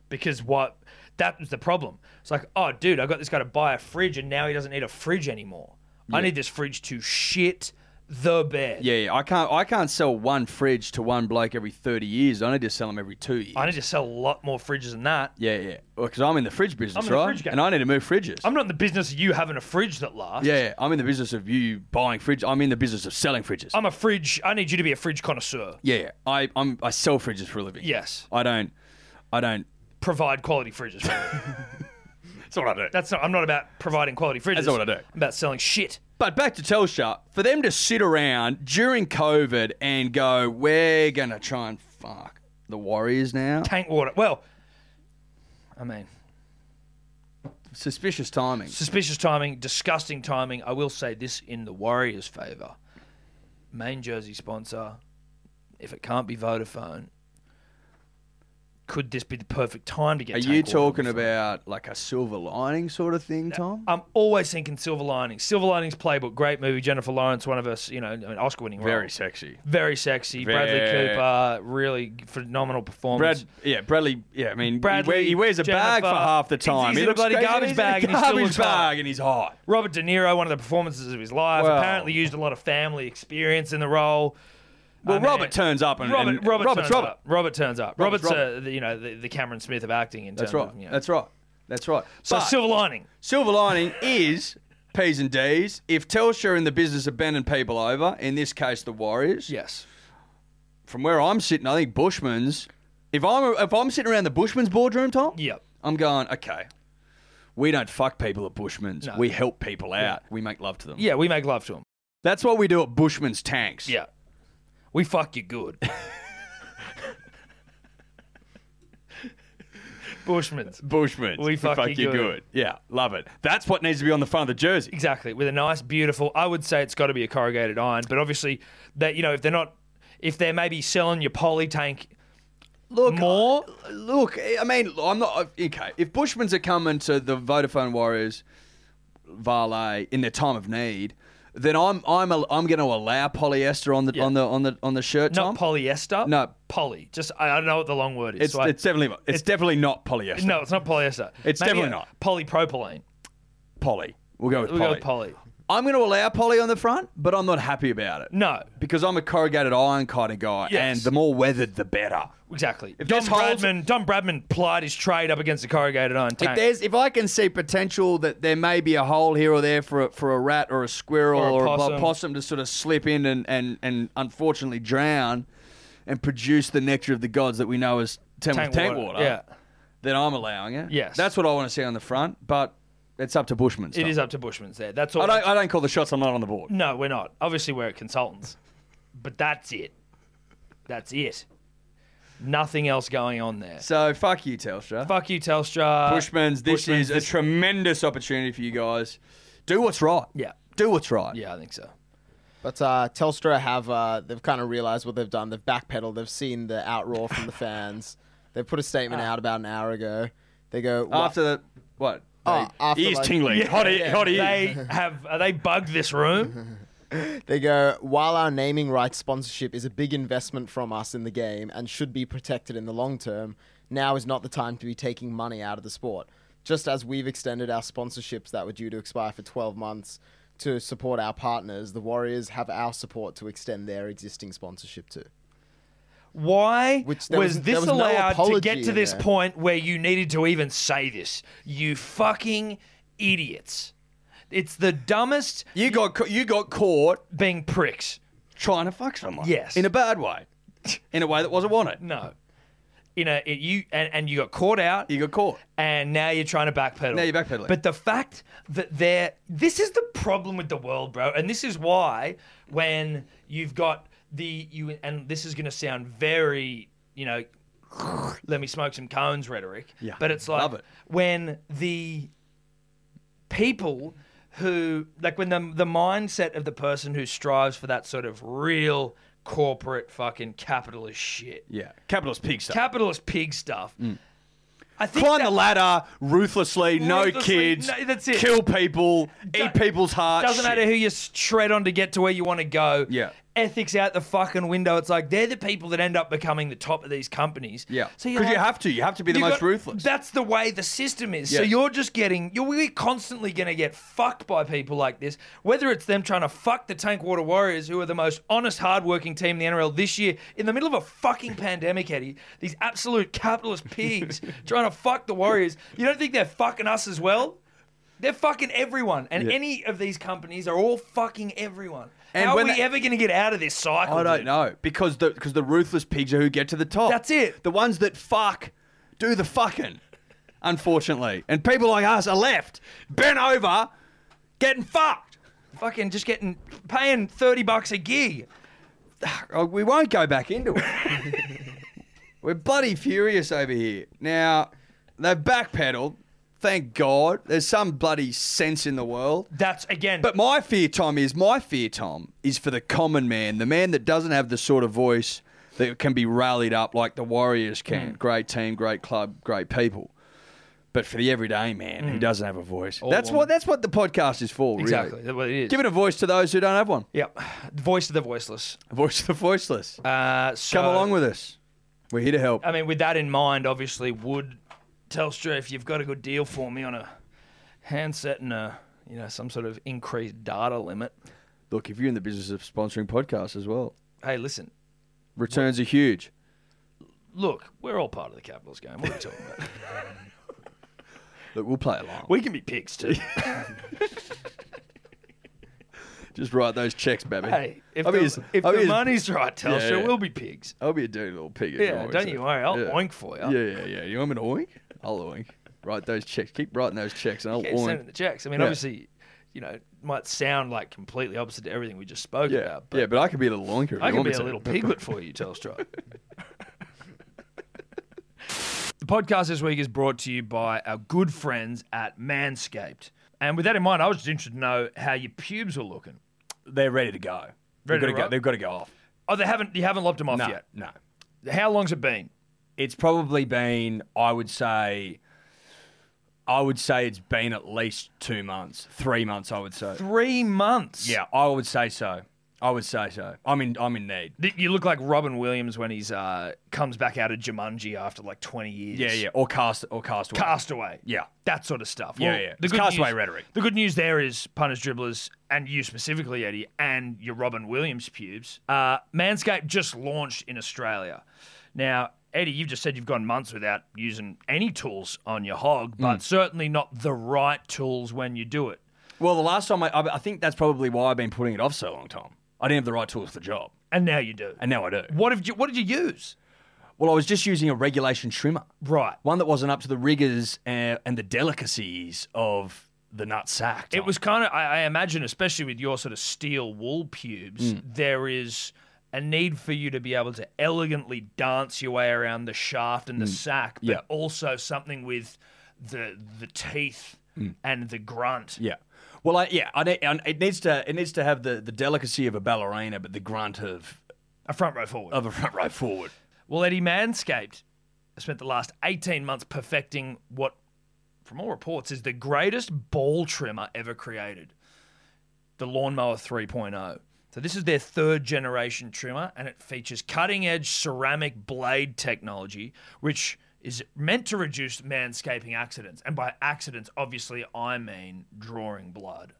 A: because what that was the problem. It's like, oh, dude, I got this guy to buy a fridge, and now he doesn't need a fridge anymore. I need this fridge to shit the bed.
D: Yeah, yeah, I can't. I can't sell one fridge to one bloke every thirty years. I need to sell them every two years.
A: I need to sell a lot more fridges than that.
D: yeah, yeah. Because I'm in the fridge business,
A: I'm in the
D: right?
A: fridge game.
D: And I need to move fridges.
A: I'm not in the business of you having a fridge that lasts.
D: yeah, yeah, I'm in the business of you buying fridge. I'm in the business of selling fridges.
A: I'm a fridge. I need you to be a fridge connoisseur.
D: yeah, yeah. I I'm, I sell fridges for a living.
A: Yes.
D: I don't. I don't.
A: Provide quality fridges.
D: That's what I do.
A: That's not. I'm not about providing quality fridges.
D: That's not what I do.
A: I'm about selling shit.
D: But back to Telstra, for them to sit around during COVID and go, we're gonna try and fuck the Warriors now.
A: Tank water. Well, I mean,
D: Suspicious timing.
A: Suspicious timing, disgusting timing. I will say this in the Warriors' favour. Main jersey sponsor, if it can't be Vodafone, could this be the perfect time to get?
D: Are
A: Tank
D: you
A: Warner
D: talking
A: on the
D: about like a silver lining sort of thing, Tom?
A: phone? I'm always thinking Silver Linings. Silver Linings Playbook, great movie. Jennifer Lawrence, one of us, you know, an Oscar-winning role.
D: Very sexy.
A: very sexy.
D: Very-
A: Bradley Cooper, really phenomenal performance.
D: Brad, yeah, Bradley, yeah, I mean,
A: Bradley,
D: he, wear- he wears a bag for
A: Jennifer,
D: half the time.
A: he's
D: he
A: in a bloody
D: crazy,
A: garbage
D: he's in
A: bag
D: a
A: and he still
D: garbage
A: looks hot.
D: bag, and he's hot.
A: Robert De Niro, one of the performances of his life,
D: Wow.
A: apparently used a lot of family experience in the role.
D: Well,
A: I mean-
D: Robert turns up and
A: Robert,
D: and-
A: Robert,
D: Robert's
A: turns
D: Robert.
A: up. Robert turns up. Robert's,
D: Robert's
A: Uh, the, you know the, the Cameron Smith of acting in terms
D: That's right.
A: of you know.
D: That's right. That's right.
A: so
D: But
A: silver lining.
D: silver lining is P's and D's. If Telstra are in the business of bending people over, in this case the Warriors,
A: Yes.
D: from where I'm sitting, I think Bushman's. If I'm if I'm sitting around the Bushman's boardroom, Tom,
A: Yep.
D: I'm going okay. We don't fuck people at Bushman's.
A: No.
D: We help people out. We make love to them.
A: Yeah, we make love to him.
D: That's what we do at Bushman's tanks.
A: Yeah. We fuck you good. Bushman's.
D: Bushman's.
A: We fuck you good.
D: Yeah, love it. That's what needs to be on the front of the jersey.
A: Exactly. With a nice, beautiful, I would say it's got to be a corrugated iron, but obviously that, you know, if they're not, if they're maybe selling your poly tank
D: Look,
A: more,
D: I- look, I mean, I'm not okay. If Bushmans are coming to the Vodafone Warriors, Valet in their time of need, then I'm I'm a, I'm going to allow polyester on the
A: Yeah.
D: on the on the on the shirt.
A: not
D: Tom.
A: polyester.
D: No.
A: Poly. Just, I I don't know what the long word is.
D: It's,
A: so I-
D: it's definitely it's, definitely not polyester.
A: no, it's not polyester.
D: It's
A: Maybe
D: definitely
A: a
D: not.
A: Polypropylene.
D: poly. We'll go with
A: We'll
D: poly.
A: go with poly.
D: I'm going to allow poly on the front, but I'm not happy about it.
A: No.
D: because I'm a corrugated iron kind of guy,
A: Yes.
D: and the more weathered, the better.
A: Exactly. If Don
D: this holds-
A: Bradman, Don Bradman plied his trade up against the corrugated iron
D: If
A: tank.
D: there's, if I can see potential that there may be a hole here or there for a, for a rat or a squirrel
A: Or a
D: or, a, possum.
A: possum.
D: to sort of slip in and, and, and unfortunately drown and produce the nectar of the gods that we know as Tamworth tank, water,
A: Yeah.
D: then I'm allowing it.
A: Yes.
D: that's what I want to see on the front. But it's up to Bushman.
A: It is up to Bushman's there. That's all.
D: I don't, I don't call the shots. I'm not on the board.
A: no, we're not. Obviously, we're consultants. But that's it. That's it. Nothing else going on there.
D: So fuck you, Telstra.
A: Fuck you, Telstra.
D: Bushman's. This
A: Uh, Bushmans,
D: is a tremendous opportunity for you guys. Do what's right.
A: Yeah.
D: Do what's right.
A: Yeah, I think so.
E: But uh, Telstra have uh, they've kind of realised what they've done. They've backpedaled. They've seen the outroar from the fans. They put a statement out about an hour ago. They go "Wha-
D: After the what?
E: Oh,
D: They-
E: after,
D: ears
E: like-
D: tingling. hot ear, hot ears.
A: They have. Are they bugged this room?
E: They go, while our naming rights sponsorship is a big investment from us in the game and should be protected in the long term, now is not the time to be taking money out of the sport. Just as we've extended our sponsorships that were due to expire for 12 months to support our partners, the Warriors have our support to extend their existing sponsorship to.
A: Why
E: Which
A: was,
E: there was- there
A: this
E: was no
A: allowed to
E: apology
A: get to
E: in
A: this
E: there.
A: point where you needed to even say this? You fucking idiots! It's the dumbest
D: You got ca- you got caught
A: being pricks.
D: trying to fuck someone.
A: Yes.
D: in a bad way, in a way that wasn't wanted.
A: No. You know, it, you and, and you got caught out,
D: You got caught.
A: and now you're trying to backpedal.
D: Now you're backpedaling.
A: But the fact that they're this is the problem with the world, bro, and this is why when you've got the you and this is going to sound very, you know, let me smoke some cones rhetoric.
D: Yeah.
A: But it's like
D: Love it.
A: when the people who like when the the mindset of the person who strives for that sort of real corporate fucking capitalist shit
D: Yeah, capitalist pig stuff.
A: capitalist pig stuff. I think
D: Climb
A: that-
D: the ladder ruthlessly. No
A: Ruthlessly,
D: kids.
A: no- that's it.
D: Kill people. eat people's hearts.
A: doesn't matter who you s- tread on to get to where you want to go.
D: Yeah.
A: Ethics out the fucking window. It's like they're the people that end up becoming the top of these companies.
D: Yeah, because
A: So you're
D: you
A: like-
D: have to. You have to be the
A: you
D: most
A: got-
D: ruthless.
A: That's the way the system is. So
D: Yeah.
A: you're just getting you're we're constantly going to get fucked by people like this. Whether it's them trying to fuck the Tank Water Warriors, who are the most honest, hardworking team in the NRL this year, in the middle of a fucking pandemic, Eddie. These absolute capitalist pigs trying to fuck the Warriors. You don't think they're fucking us as well? They're fucking everyone, and any of these companies are all fucking everyone.
D: And
A: How are
D: when
A: we
D: they-
A: ever going to get out of this cycle?
D: I don't
A: dude?
D: know because the because the ruthless pigs are who get to the top.
A: That's it.
D: The ones that fuck do the fucking. Unfortunately, and people like us are left bent over, getting fucked.
A: Fucking just getting paying thirty bucks a gig.
D: Oh, we won't go back into it. We're bloody furious over here. Now, they've backpedaled. Thank God. There's some bloody sense in the world.
A: That's again.
D: But my fear, Tom, is my fear, Tom, is for the common man, the man that doesn't have the sort of voice that can be rallied up like the Warriors
A: Hmm.
D: can. Great team, great club, great people. But for the everyday man
A: Hmm.
D: who doesn't have a voice, that's what that's what the podcast is for. Really.
A: Exactly. That's what it is.
D: Giving a voice to those who don't have one.
A: Yep. Voice of the voiceless.
D: A voice to the voiceless.
A: Uh, so,
D: Come along with us. We're here to help.
A: I mean, with that in mind, obviously, would Telstra, if you've got a good deal for me on a handset and a, you know, some sort of increased data limit,
D: Look, if you're in the business of sponsoring podcasts as well,
A: hey, listen,
D: Returns are huge.
A: Look, we're all part of the Capitals game. What are you talking about?
D: Look, we'll play along.
A: we can be pigs too.
D: Just write those checks, baby.
A: hey, if
D: I'll be
A: the,
D: his-
A: if
D: I'll be
A: the
D: his-
A: money's right, Telstra,
D: Yeah, yeah.
A: we'll be pigs.
D: I'll be a dirty little pig. as
A: Yeah,
D: always,
A: don't you
D: so-
A: worry. I'll
D: eh? yeah.
A: oink for you.
D: Yeah, yeah, yeah. You want me to oink? I'll oink. Write those checks. Keep writing those checks, and I'll
A: Yeah,
D: oink.
A: sending the checks. I mean,
D: Yeah.
A: obviously, you know, it might sound like completely opposite to everything we just spoke
D: Yeah,
A: about,
D: yeah,
A: but
D: but I could be a little oinker. if
A: I
D: you
A: can
D: want
A: be
D: me
A: a
D: to.
A: little piglet for you, Telstra. the podcast this week is brought to you by our good friends at Manscaped. And with that in mind, I was just interested to know how your pubes were looking.
G: They're ready to go. They've
A: Ready
G: got
A: to
G: to go.
A: rock?
G: They've got to go off.
A: Oh, they haven't. You haven't lopped them off
G: No,
A: yet.
G: no.
A: How long's it been?
G: It's probably been. I would say. I would say it's been at least two months, three months. I would say.
A: Three months.
G: Yeah, I would say so. I would say so. I'm in. I'm in need.
A: Th- You look like Robin Williams when he's uh, comes back out of Jumanji after like twenty years.
G: Yeah, yeah. Or cast. Or cast. away.
A: Castaway.
G: Yeah.
A: That sort of stuff.
G: Yeah, yeah. It's
A: good
G: castaway
A: news-
G: rhetoric.
A: The good news there is punters, dribblers, and you specifically, Eddie, and your Robin Williams pubes. Uh, Manscaped just launched in Australia. Now, Eddie, you've just said you've gone months without using any tools on your hog,
G: Hmm.
A: but certainly not the right tools when you do it.
G: Well, the last time I, I, I think that's probably why I've been putting it off so long, Tom. I didn't have the right tools for the job,
A: And now you do.
G: and now I do.
A: what did you What did you use?
G: Well, I was just using a regulation trimmer,
A: Right.
G: one that wasn't up to the rigors uh, and, and the delicacies of the nut sack.
A: It was kind of, I, I imagine, especially with your sort of steel wool pubes, there is a need for you to be able to elegantly dance your way around the shaft and the sack, but
G: Mm. Yeah.
A: also something with the the teeth
G: Mm.
A: and the grunt.
G: yeah. Well, I, yeah, I, ne- and it needs to it needs to have the, the delicacy of a ballerina, but the grunt of
A: A front row forward.
G: of a front row forward.
A: Well, Eddie Manscaped has spent the last 18 months perfecting what, from all reports, is the greatest ball trimmer ever created the Lawnmower 3.0. So, this is their third generation trimmer, and it features cutting edge ceramic blade technology, which is meant to reduce manscaping accidents. And by accidents, obviously, I mean drawing blood.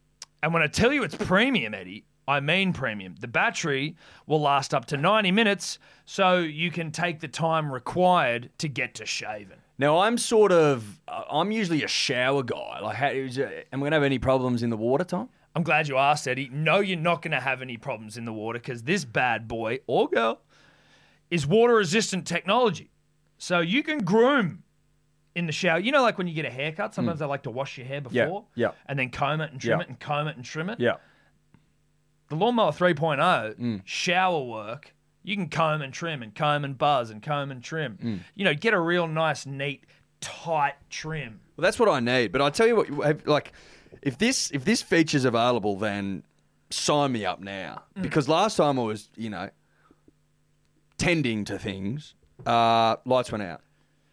A: And when I tell you it's premium, Eddie, I mean premium. The battery will last up to 90 minutes, so you can take the time required to get to shaving.
G: Now I'm sort of uh, I'm usually a shower guy. Like, how, is, uh, am I going to have any problems in the water, Tom?
A: I'm glad you asked, Eddie. No, you're not going to have any problems in the water because this bad boy or girl is water resistant technology. So you can groom in the shower. You know, like when you get a haircut, sometimes they like to wash your hair
G: Hmm. Yeah,
A: before
G: yeah.
A: and then comb it and trim
G: Yeah.
A: it and comb it and trim it.
G: Yeah.
A: The Lawnmower 3.0
D: Mm.
A: shower work, you can comb and trim and comb and buzz and comb and trim.
D: Mm.
G: Mm.
A: You know, get a real nice, neat, tight trim.
D: Well, that's what I need. But I tell you what, you have- like, if this if this feature's available, then sign me up now
G: Mm.
D: because last time I was, you know, tending to things, uh, lights went out,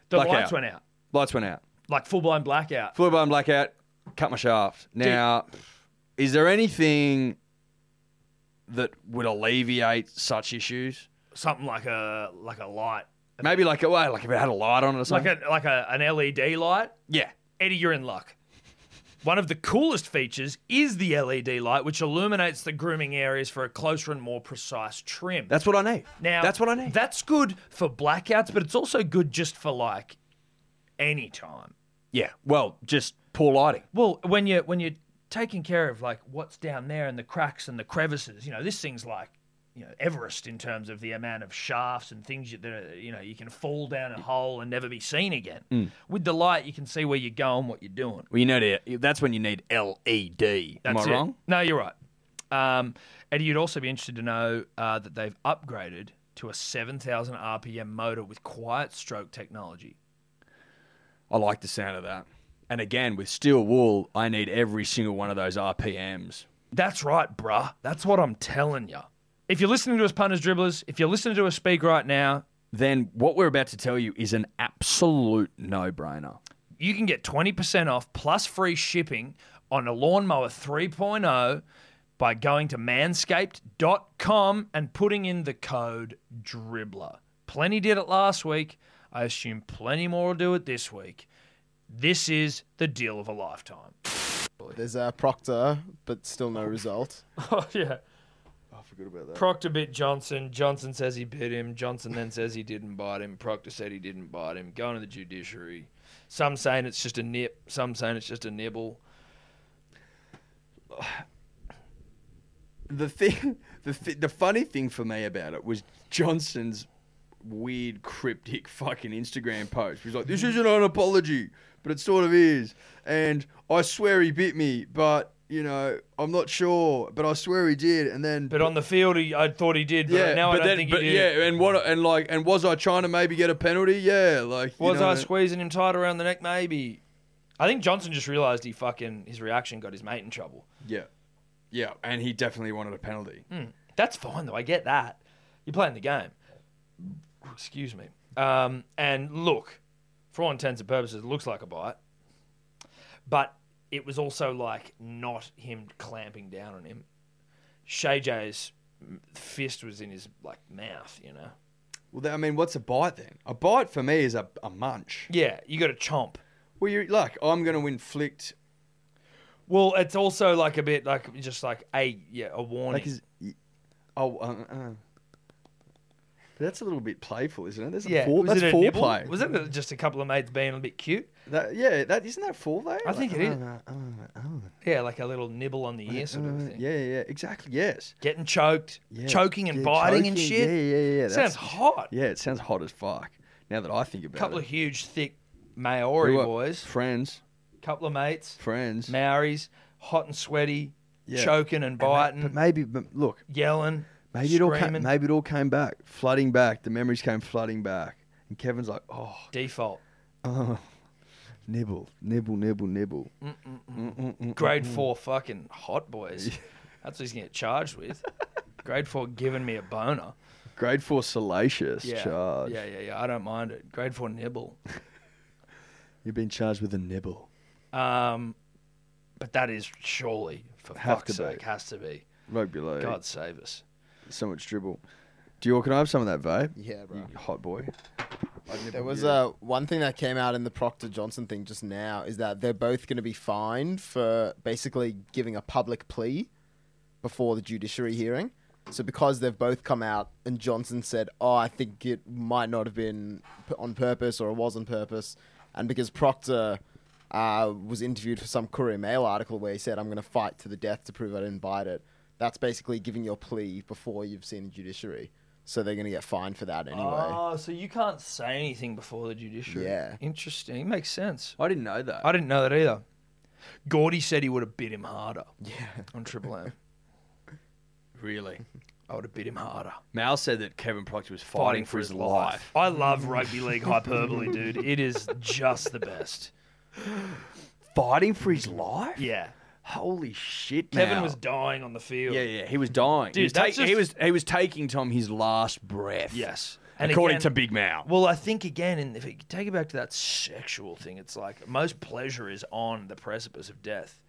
A: The
D: Blackout.
A: lights went out,
D: lights went out,
A: like full blown blackout.
D: flew by and blackout, cut my shaft. Now, is there anything that would alleviate such issues?
A: Something like a like a light.
D: Maybe like, oh, like if it had a light on it or
A: like
D: something.
A: a like a, an LED light.
D: yeah.
A: Eddie, you're in luck. One of the coolest features is the LED light, which illuminates the grooming areas for a closer and more precise trim.
D: That's what I need.
A: now
D: that's what I need.
A: That's good for blackouts, but it's also good just for like any time.
G: Yeah. Well, just poor lighting.
A: Well, when you when you're taking care of like what's down there and the cracks and the crevices, you know, this thing's like you know Everest in terms of the amount of shafts and things you, that are, you know you can fall down a hole and never be seen again. With the light, you can see where you're going, what you're doing.
G: Well, you know that- that's when you need LED.
A: That's
D: I
A: it.
D: wrong?
A: No, you're right. Um, Eddie, you'd also be interested to know uh, that they've upgraded to a 7,000 RPM motor with quiet stroke technology.
G: I like the sound of that. And again, with steel wool, I need every single one of those RPMs.
A: That's right, bruh. That's what I'm telling you. If you're listening to us punters dribblers, if you're listening to us speak right now,
G: Then what we're about to tell you is an absolute no-brainer.
A: you can get 20% off plus free shipping on a lawnmower 3.0 by going to manscaped.com and putting in the code dribbler. Plenty did it last week. I assume plenty more will do it this week. This is the deal of a lifetime.
E: There's a proctor, but still no result.
A: Oh, yeah.
E: I forgot about that.
A: Proctor bit Johnson. Johnson says he bit him. Johnson then says he didn't bite him. Proctor said he didn't bite him. Going to the judiciary. Some saying it's just a nip. Some saying it's just a nibble.
D: the thing, the th- the funny thing for me about it was Johnson's weird cryptic fucking Instagram post. He was like, "This isn't an apology, but it sort of is." And I swear he bit me, but you know, I'm not sure, but I swear he did. And then,
A: But on the field, he, I thought he did. But
D: yeah,
A: now I
D: but
A: don't
D: then,
A: think
D: but
A: he did.
D: yeah, and what, and like, and was I trying to maybe get a penalty? Yeah, like, you
A: Was
D: know,
A: I squeezing him tight around the neck? Maybe. I think Johnson just realised he fucking his reaction got his mate in trouble.
D: yeah, yeah, and he definitely wanted a penalty.
A: Hmm. That's fine though. I get that. You're playing the game. Excuse me. Um, and look, for all intents and purposes, it looks like a bite, but it was also like not him clamping down on him. Shay J's fist was in his like mouth, you know.
D: Well, then, I mean, what's a bite then? A bite for me is a, a munch.
A: Yeah, you got to chomp.
D: Well, you like, I'm going to inflict
A: Well, it's also like a bit like just like a yeah a warning.
D: Like, is, y- oh, uh,
A: Uh-uh.
D: uh. that's a little bit playful, isn't it? That's a
A: yeah,
D: fore,
A: was
D: that's
A: it a nibble?
D: foreplay.
A: Was it just a couple of mates being a bit cute?
D: That- yeah, that isn't that foreplay.
A: I think it is.
D: uh, uh, uh,
A: Yeah, like a little nibble on the ear sort of
D: uh,
A: thing.
D: yeah, yeah, yeah, exactly. Yes,
A: Getting choked,
D: Yeah,
A: choking and
D: yeah,
A: biting and
D: choking,
A: shit.
D: Yeah, yeah, yeah. yeah,
A: Sounds
D: that's-
A: hot.
D: Yeah, it sounds hot as fuck. Now that I think
A: A
D: about
A: couple
D: it,
A: of huge, thick
D: We
A: Maori
D: were
A: boys,
D: friends,
A: couple of mates,
D: friends.
A: Maoris, hot and sweaty,
D: Yeah.
A: choking and biting,
D: But maybe, but look,
A: yelling,
D: maybe it all
A: screaming.
D: came, maybe it all came back, flooding back. The memories came flooding back, and Kevin's like, oh,
A: Default.
D: oh, nibble, nibble, nibble, nibble. Mm,
A: Grade four fucking hot boys. That's what he's gonna get charged with. Grade four giving me a boner.
D: Grade four salacious charge.
A: Yeah, yeah, yeah. I don't mind it. Grade four nibble.
D: You've been charged with a nibble.
A: Um, but that is surely for
D: Have
A: fuck's
D: to be.
A: sake has to be.
D: Rugby league.
A: God save us.
D: So much dribble. Do you can I have some of that vape?
E: Yeah, bro.
D: You hot boy.
E: There was uh, one thing that came out in the Proctor Johnson thing just now is that they're both going to be fined for basically giving a public plea before the judiciary hearing. So because they've both come out and Johnson said, "Oh, I think it might not have been p- on purpose or it was on purpose," and because Proctor uh, was interviewed for some Courier Mail article where he said, "I'm going to fight to the death to prove I didn't bite it," that's basically giving your plea before you've seen the judiciary. So they're going to get fined for that anyway.
A: Oh, so you can't say anything before the judiciary.
E: Yeah.
A: Interesting. makes sense.
D: I didn't know that.
A: I didn't know that either. Gordy said he would have bit him harder. Yeah. On Triple M.
G: Really?
A: I would have bit him harder.
G: Mal said that Kevin Proctor was fighting,
A: Fighting for his life. I love rugby league hyperbole, dude. It is just the best.
G: Fighting for his life?
A: Yeah.
G: Holy shit!
A: Kevin
G: Mal.
A: was dying on the field.
G: Yeah, yeah, he was dying.
A: Dude,
G: he, was
A: that's
G: ta- he was
A: just-
G: he was taking Tom his last breath.
A: Yes.
G: according
A: again-
G: to Big Mal.
A: Well, I think again, and if you take it back to that sexual thing, it's like most pleasure is on the precipice of death.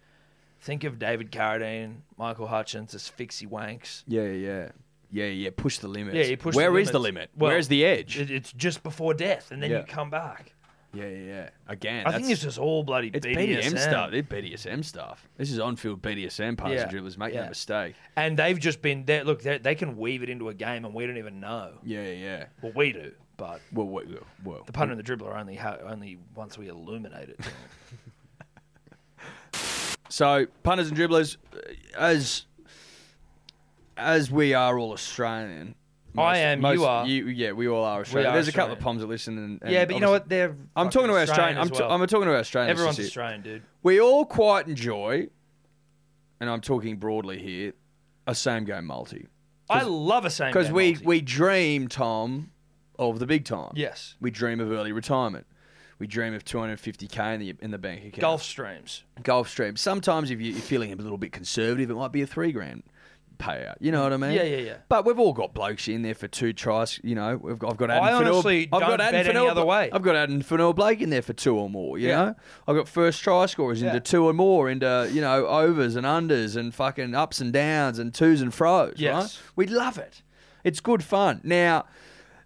A: Think of David Carradine, Michael Hutchins, Asphyxie Wanks.
G: Yeah, yeah, yeah, yeah. Push the limits.
A: Yeah, you push.
G: Where
A: the
G: is the limit?
A: limits. Well,
G: Where's the edge?
A: It, it's just before death, and then
G: Yeah.
A: you come back.
G: yeah, yeah, yeah. Again,
A: I think it's just all bloody
G: it's BDSM, stuff. It's BDSM stuff. This is on-field BDSM pass
A: Yeah,
G: and dribblers. Make
A: yeah.
G: no mistake.
A: And they've just been there. Look, they they can weave it into a game, and we don't even know.
G: Yeah, yeah, yeah.
A: Well, we do, but
G: Well, well, well, well.
A: the punter and the dribbler only ha- only once we illuminate it.
G: So punters and dribblers, uh, as as we are all Australian.
A: I am, you are.
G: yeah, we all are Australian.
A: are
G: There's a couple of
A: Australian.
G: poms that listen. And, and
A: yeah, but you know
G: obviously-
A: what? They're
G: I'm talking to
A: fucking
G: our Australian. I'm,
A: as
G: t-
A: well.
G: I'm talking to our Australian.
A: Everyone's
G: associate.
A: Australian, dude.
G: We all quite enjoy, and I'm talking broadly here, a same game multi
A: I love a same
G: because
A: game
G: we
A: multi.
G: we dream Tom of the big time.
A: yes
G: we dream of early retirement. We dream of 250k in the in the bank account.
A: golf streams.
G: golf stream. Sometimes if you- you're feeling a little bit conservative, it might be a three grand payout. You know what I mean?
A: Yeah, yeah, yeah.
G: But we've all got blokes in there for two tries. You know, we've got, I've got. Adam
A: I
G: Fanua-
A: honestly
G: I've
A: don't
G: got Adam
A: bet any
G: Fanua-
A: other way.
G: I've got Adam Fanua Blake in there for two or more. You
A: Yeah.
G: know, I've got first try scorers into two or more, into you know overs and unders and fucking ups and downs and twos and fro's.
A: Yes.
G: right? we love it. It's good fun. Now.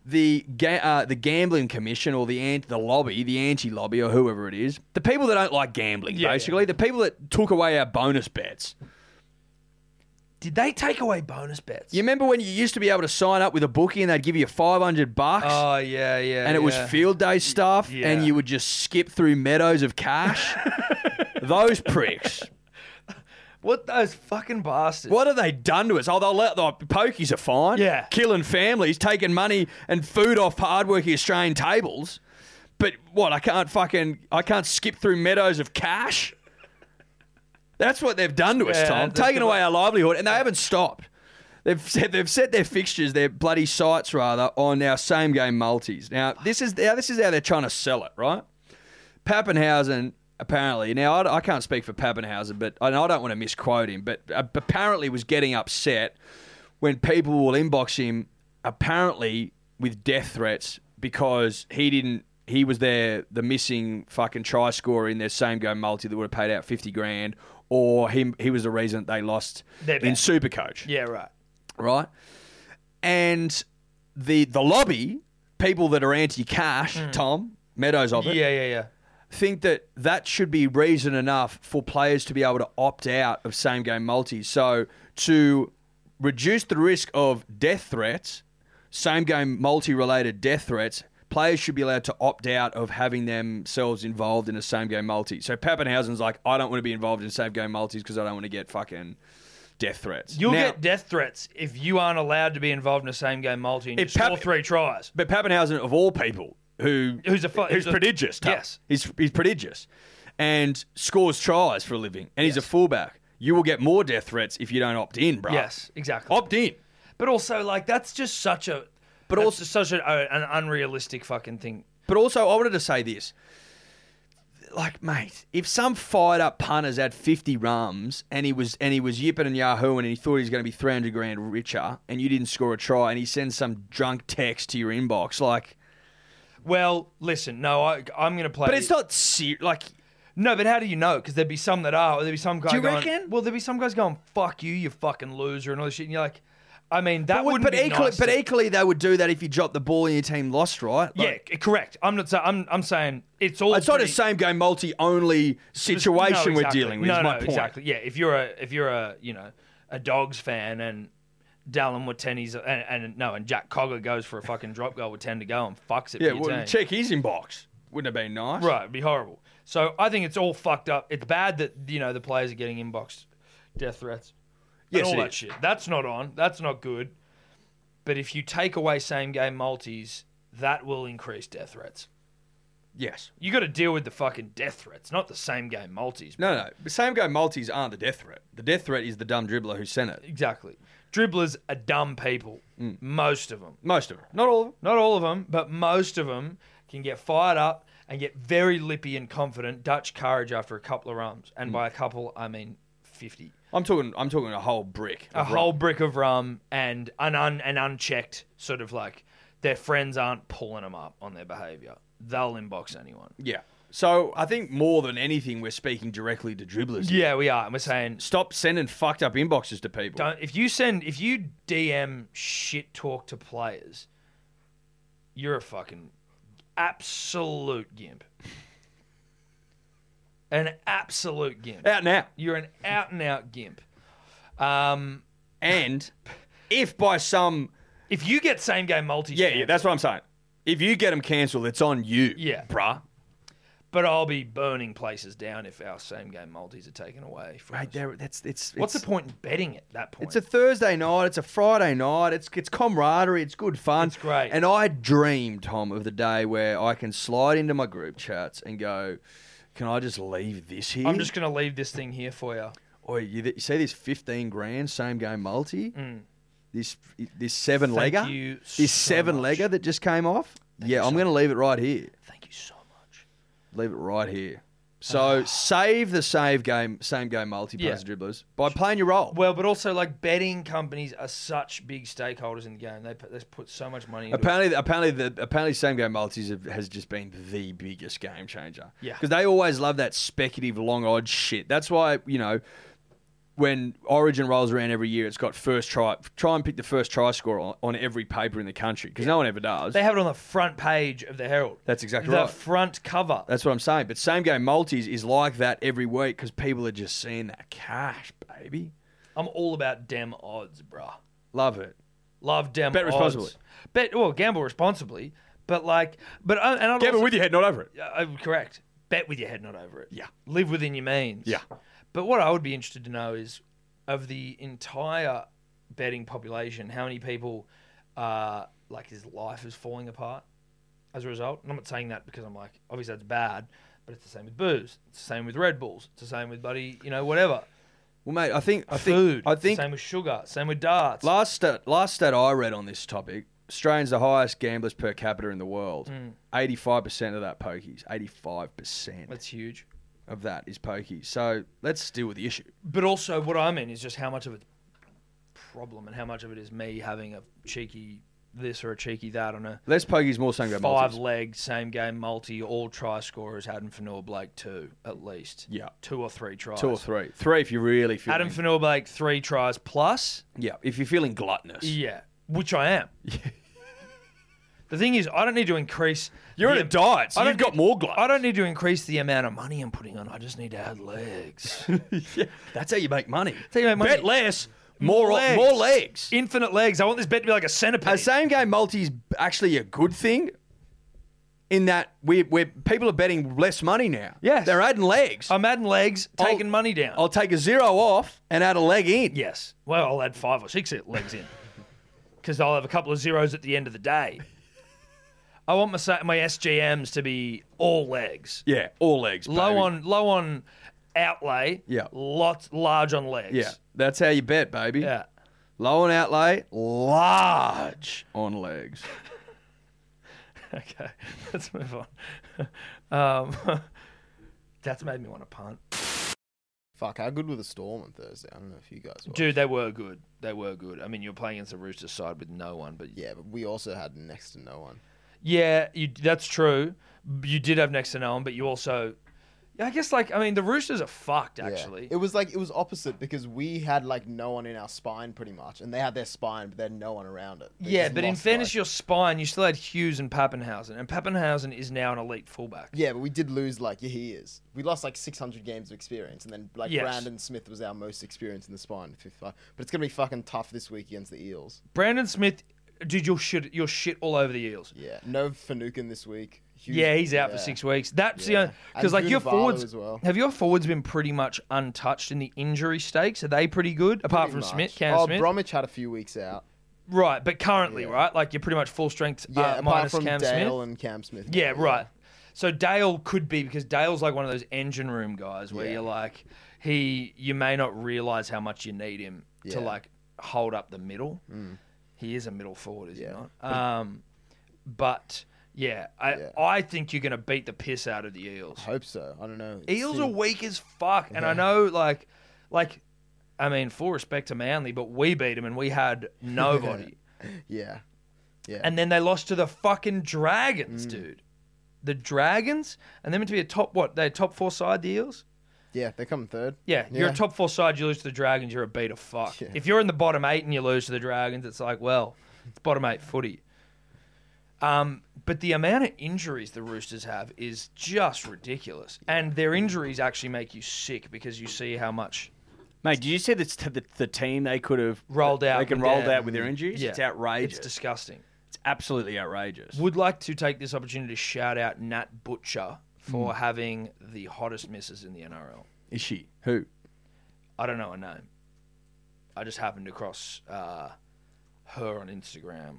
G: The ga- uh, the gambling commission or the ant- the lobby the anti lobby or whoever it is the people that don't like gambling
A: Yeah, yeah.
G: basically the people that took away our bonus bets
A: Did they take away bonus bets?
D: You remember when you used to be able to sign up with a bookie and they'd give you 500 bucks?
A: Oh yeah, yeah.
D: and it was
A: yeah.
D: field day stuff,
A: Yeah.
D: and you would just skip through meadows of cash. Those pricks.
A: what those fucking bastards.
D: What have they done to us? Oh, they'll let the pokies are fine.
A: Yeah.
D: Killing families, taking money and food off hardworking Australian tables. But what, I can't fucking I can't skip through meadows of cash? That's what they've done to us,
A: Yeah,
D: Tom.
A: that's
D: Taking
A: what-
D: away our livelihood, and they haven't stopped. They've set, they've set their fixtures, their bloody sights rather, on our same game multis. Now this is now this is how they're trying to sell it, right? Pappenhausen apparently now I, I can't speak for Pappenhausen, but and I don't want to misquote him, but uh, apparently was getting upset when people will inbox him apparently with death threats because he didn't he was there the missing fucking try scorer in their same game multi that would have paid out 50 grand or him he was the reason they lost
A: Their
D: in
A: bet.
D: supercoach
A: Yeah, right.
D: right? And the the lobby, people that are anti cash, Tom, Meadows of it,
A: Hmm. Yeah, yeah, yeah.
D: think that that should be reason enough for players to be able to opt out of same game multis. So to reduce the risk of death threats, same game multi related death threats, players should be allowed to opt out of having themselves involved in a same game multi. So Pappenhausen's like, I don't want to be involved in same game multis because I don't want to get fucking death threats.
A: You'll
D: Now-
A: get death threats if you aren't allowed to be involved in a same game multi and you
D: If Pap-
A: score three tries.
D: But Pappenhausen, of all people, who
A: Who's a fu-
D: who's
A: who's a-
D: prodigious,
A: Yes.
D: Tubbs. he's he's prodigious, and scores tries for a living, and he's a fullback. You will get more death threats if you don't opt in, bro.
A: Yes, exactly.
D: opt in.
A: But also, like, that's just such a. But also, such a, uh, an unrealistic fucking thing.
D: But also, I wanted to say this. Like, mate, if some fired up punter's had fifty rums and he was and he was yipping and yahooing and he thought he was going to be three hundred grand richer and you didn't score a try and he sends some drunk text to your inbox, like,
A: Well, listen, no, I, I'm going to play.
D: but it's not ser- like
A: No, but how do you know? Because there'd be some that are. Or there'd be some guy.
D: Do you
A: going,
D: reckon?
A: Well, there'd be some guys going, "Fuck you, you fucking loser," and all this shit. And you're like, I mean, that
D: But,
A: wouldn't.
D: but
A: be
D: equally,
A: nice
D: but
A: to-
D: equally, they would do that if you dropped the ball and your team lost, right?
A: yeah,
D: Like,
A: c- correct. I'm not. sa- I'm. I'm saying it's all.
D: it's not a
A: pretty-
D: same game multi only situation
A: No,
D: we're
A: exactly.
D: dealing with.
A: No,
D: is
A: no,
D: my point.
A: exactly. Yeah, if you're a if you're a you know a dogs fan and Dallin Watteni's and, and no and Jack Cogger goes for a fucking drop goal with ten to go and fucks it.
D: Yeah,
A: for your
D: well,
A: team.
D: check his inbox. Wouldn't have been nice.
A: Right, it'd be horrible. So I think it's all fucked up. It's bad that you know the players are getting inboxed, death threats, and
D: Yes,
A: all
D: it
A: that
D: is.
A: shit. That's not on. That's not good. But if you take away same game multis, that will increase death threats.
D: Yes.
A: You got to deal with the fucking death threats, not the same game multis.
D: No, no. The same game multis aren't the death threat. The death threat is the dumb dribbler who sent it.
A: Exactly. Dribblers are dumb people. Most of them.
D: Mm. Most of them. Not all of them.
A: Not all of them, but most of them can get fired up and get very lippy and confident Dutch courage after a couple of rums. And by a couple, I mean 50.
D: Mm. I'm talking. I'm talking a whole brick.
A: a
D: of rum.
A: whole brick of rum and an un and unchecked sort of like their friends aren't pulling them up on their behavior. They'll inbox anyone.
D: Yeah. So I think more than anything, we're speaking directly to dribblers. here.
A: Yeah, we are. And we're saying
D: Stop sending fucked up inboxes to people.
A: don't if you send if you DM shit talk to players, you're a fucking absolute gimp. An absolute gimp.
D: Out now.
A: You're an out and out gimp. Um,
D: And if by some
A: if you get same game multi,
D: Yeah, yeah, that's what I'm saying. If you get them cancelled, it's on you.
A: Yeah.
D: bruh.
A: But I'll be burning places down if our same game multis are taken away. From us.
D: Right there, that's it's.
A: What's
D: it's,
A: the point in betting at that point?
D: It's a Thursday night. It's a Friday night. It's it's camaraderie. It's good fun.
A: It's great.
D: And I dream, Tom, of the day where I can slide into my group chats and go, "Can I just leave this here?"
A: I'm just going to leave this thing here for you.
D: Or you, you see this 15 grand same game multi.
A: Mm.
D: This this seven legger.
A: you so
D: this seven
A: much.
D: legger that just came off. yeah, I'm going to leave it right here.
A: Thank you so much.
D: Leave it right here. So save the save game, same game multi
A: Yeah.
D: pass dribblers by playing your role.
A: Well, but also like betting companies are such big stakeholders in the game. They put, they put so much money. Into it.
D: apparently, apparently, the apparently same game multis have, has just been the biggest game changer.
A: Yeah.
D: because they always love that speculative long odd shit. That's why you know when Origin rolls around every year, it's got first try. Try and pick the first try scorer on, on every paper in the country because no one ever does.
A: They have it on the front page of the Herald.
D: That's exactly
A: the
D: right.
A: front cover.
D: That's what I'm saying. But same game multis is like that every week because people are just seeing that cash, baby.
A: I'm all about dem odds, bruh.
G: Love it.
A: Love dem
G: Bet
A: odds.
G: responsibly.
A: Bet well, gamble responsibly, but like, but uh, and I'd
G: Gamble
A: also-
G: with your head not over it.
A: Yeah, uh, correct. Bet with your head not over it.
G: Yeah.
A: Live within your means.
G: Yeah.
A: But what I would be interested to know is of the entire betting population, how many people uh like his life is falling apart as a result? And I'm not saying that because I'm like, obviously that's bad, but it's the same with booze. It's the same with Red Bulls. It's the same with buddy, you know, whatever.
G: Well, mate, I think I think
A: Food.
G: I
A: It's the
G: think
A: same with sugar, same with darts.
G: last stat, last stat I read on this topic, Australians the highest gamblers per capita in the world.
A: Hmm.
G: Eighty five percent of that pokies. Eighty five percent
A: that's huge.
G: of that is pokies. So let's deal with the issue.
A: But also, what I mean is just how much of it's problem and how much of it is me having a cheeky this or a cheeky that on a
G: Less pokies, more same game
A: five
G: multis.
A: leg same game multi. All try scorers Adam Fanua Blake two at least.
G: Yeah.
A: two or three tries.
G: Two or three, three if you really feel.
A: Adam Fanua Blake three tries plus.
G: yeah, if you're feeling gluttonous.
A: Yeah, which I am. the thing is, I don't need to increase.
G: You're
A: the
G: on a
A: am-
G: diet, so
A: I don't
G: you've got
A: need-
G: more glutton.
A: I don't need to increase the amount of money I'm putting on. I just need to add legs.
G: That's how you make money.
A: Tell you, mate, money-
G: Bet less, more legs. more legs.
A: Infinite legs. I want this bet to be like a centipede.
G: A same game multi is actually a good thing in that we we people are betting less money now.
A: Yes.
G: They're adding legs.
A: I'm adding legs,
G: I'll-
A: taking money down.
G: I'll take a zero off and add a leg in.
A: yes. Well, I'll add five or six legs in because I'll have a couple of zeros at the end of the day. I want my sa- my SGMs to be all legs,
G: Yeah, all legs.
A: low
G: baby.
A: on low on outlay,
G: Yeah.
A: lots large on legs,
G: Yeah, that's how you bet, baby.
A: yeah.
G: Low on outlay, large on legs.
A: Okay, let's move on. um, that's made me want to punt,
E: Fuck, how good were the Storm on Thursday? I don't know if you guys were.
A: dude. They were good. They were good. I mean, you're playing against the Roosters side with no one, but
E: Yeah, but we also had next to no one.
A: Yeah, you, that's true. You did have next to no one, but you also, yeah, I guess like I mean the Roosters are fucked
E: Yeah.
A: actually.
E: It was like it was opposite because we had like no one in our spine pretty much, and they had their spine, but they had no one around it. They
A: Yeah,
E: just
A: but in
E: lost,
A: fairness,
E: like-
A: your spine, you still had Hughes and Pappenhausen, and Pappenhausen is now an elite fullback.
E: yeah, but we did lose like yeah, he is. We lost like 600 games of experience, and then like
A: Yes.
E: Brandon Smith was our most experienced in the spine, 55. But it's gonna be fucking tough this week against the Eels.
A: Brandon Smith, dude, you're shit, you're shit all over the Eels.
E: Yeah, no Fanukin this week. Huge-
A: yeah, he's out for
E: yeah.
A: six weeks. That's
E: Yeah.
A: the because
E: And
A: like your
E: Vunivalu
A: forwards
E: as well.
A: have your forwards been pretty much untouched in the injury stakes? Are they pretty good apart
E: Pretty
A: from
E: much.
A: Smith? Cam
E: oh,
A: Smith, Uh,
E: Bromwich had a few weeks out.
A: right? But currently,
E: Yeah.
A: right, like you're pretty much full strength
E: Yeah,
A: uh,
E: apart
A: minus
E: from
A: Cam Smith.
E: Dale and Cam Smith.
A: Yeah, right. So Dale could be because Dale's like one of those engine room guys where
E: Yeah.
A: you're like, he you may not realize how much you need him
E: Yeah. Mm.
A: to like hold up the middle. He is a middle forward, is
E: Yeah.
A: he not? Um, but yeah, I
E: Yeah.
A: I think you're gonna beat the piss out of the Eels.
E: Hope so. I don't know. It
A: Eels are
E: seemed-
A: weak as fuck, and I know like like. I mean, full respect to Manly, but we beat them and we had nobody.
E: Yeah. Mm.
A: And then they lost to the fucking Dragons, dude. The Dragons? And they're meant to be a top, what? They're top four side, the Eels?
E: Yeah, they come third.
A: Yeah, you're a
E: Yeah.
A: top four side, you lose to the Dragons, you're a beat of fuck.
E: Yeah.
A: If you're in the bottom eight and you lose to the Dragons, it's like, well, it's bottom eight footy. Um, but the amount of injuries the Roosters have is just ridiculous. And their injuries actually make you sick because you see how much.
H: Mate, did you see that's t- the, the team they could have
A: Rolled out
H: They can
A: with
H: rolled
A: their-
H: out with their injuries.
A: Yeah.
H: It's outrageous.
A: It's
H: It's,
A: disgusting.
H: absolutely outrageous.
A: Would like to take this opportunity to shout out Nat Butcher
H: Hmm.
A: for having the hottest misses in the NRL.
G: Is she? Who?
A: I don't know her name. I just happened to cross uh, her on Instagram.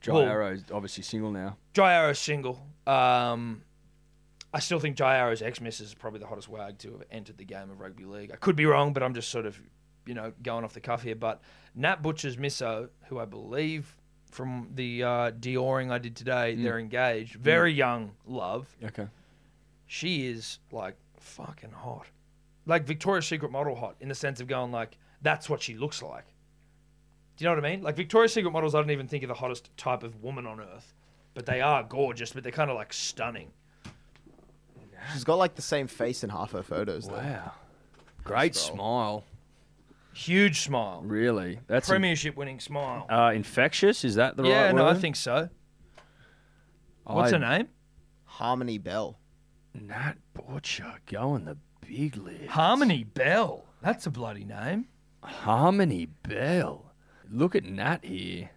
G: Jai
A: Well-
G: Arrow's obviously single now.
A: Jai Arrow's single. Um, I still think Jai Arrow's ex missus is probably the hottest wag to have entered the game of rugby league. I could be wrong, but I'm just sort of, you know, going off the cuff here. But Nat Butcher's misso, who I believe from the uh, Dioring I did today, they're engaged. Very young love.
G: Okay.
A: she is like fucking hot. Like Victoria's Secret model hot in the sense of going like that's what she looks like. Do you know what I mean? Like Victoria's Secret models I don't even think are the hottest type of woman on earth, but they are gorgeous, but they're kind of like stunning.
E: She's got like the same face in half her photos. Though.
G: Wow. Great smile.
A: Huge smile.
G: Really? That's im-
A: Premiership winning smile.
H: uh, infectious? Is that the
A: yeah,
H: right
A: no,
H: word?
A: I think so. What's
G: I-
A: her name?
E: Harmony Bell.
H: Nat Butcher going the big league.
A: Harmony Bell. That's a bloody name.
D: Harmony Bell. Look at Nat here.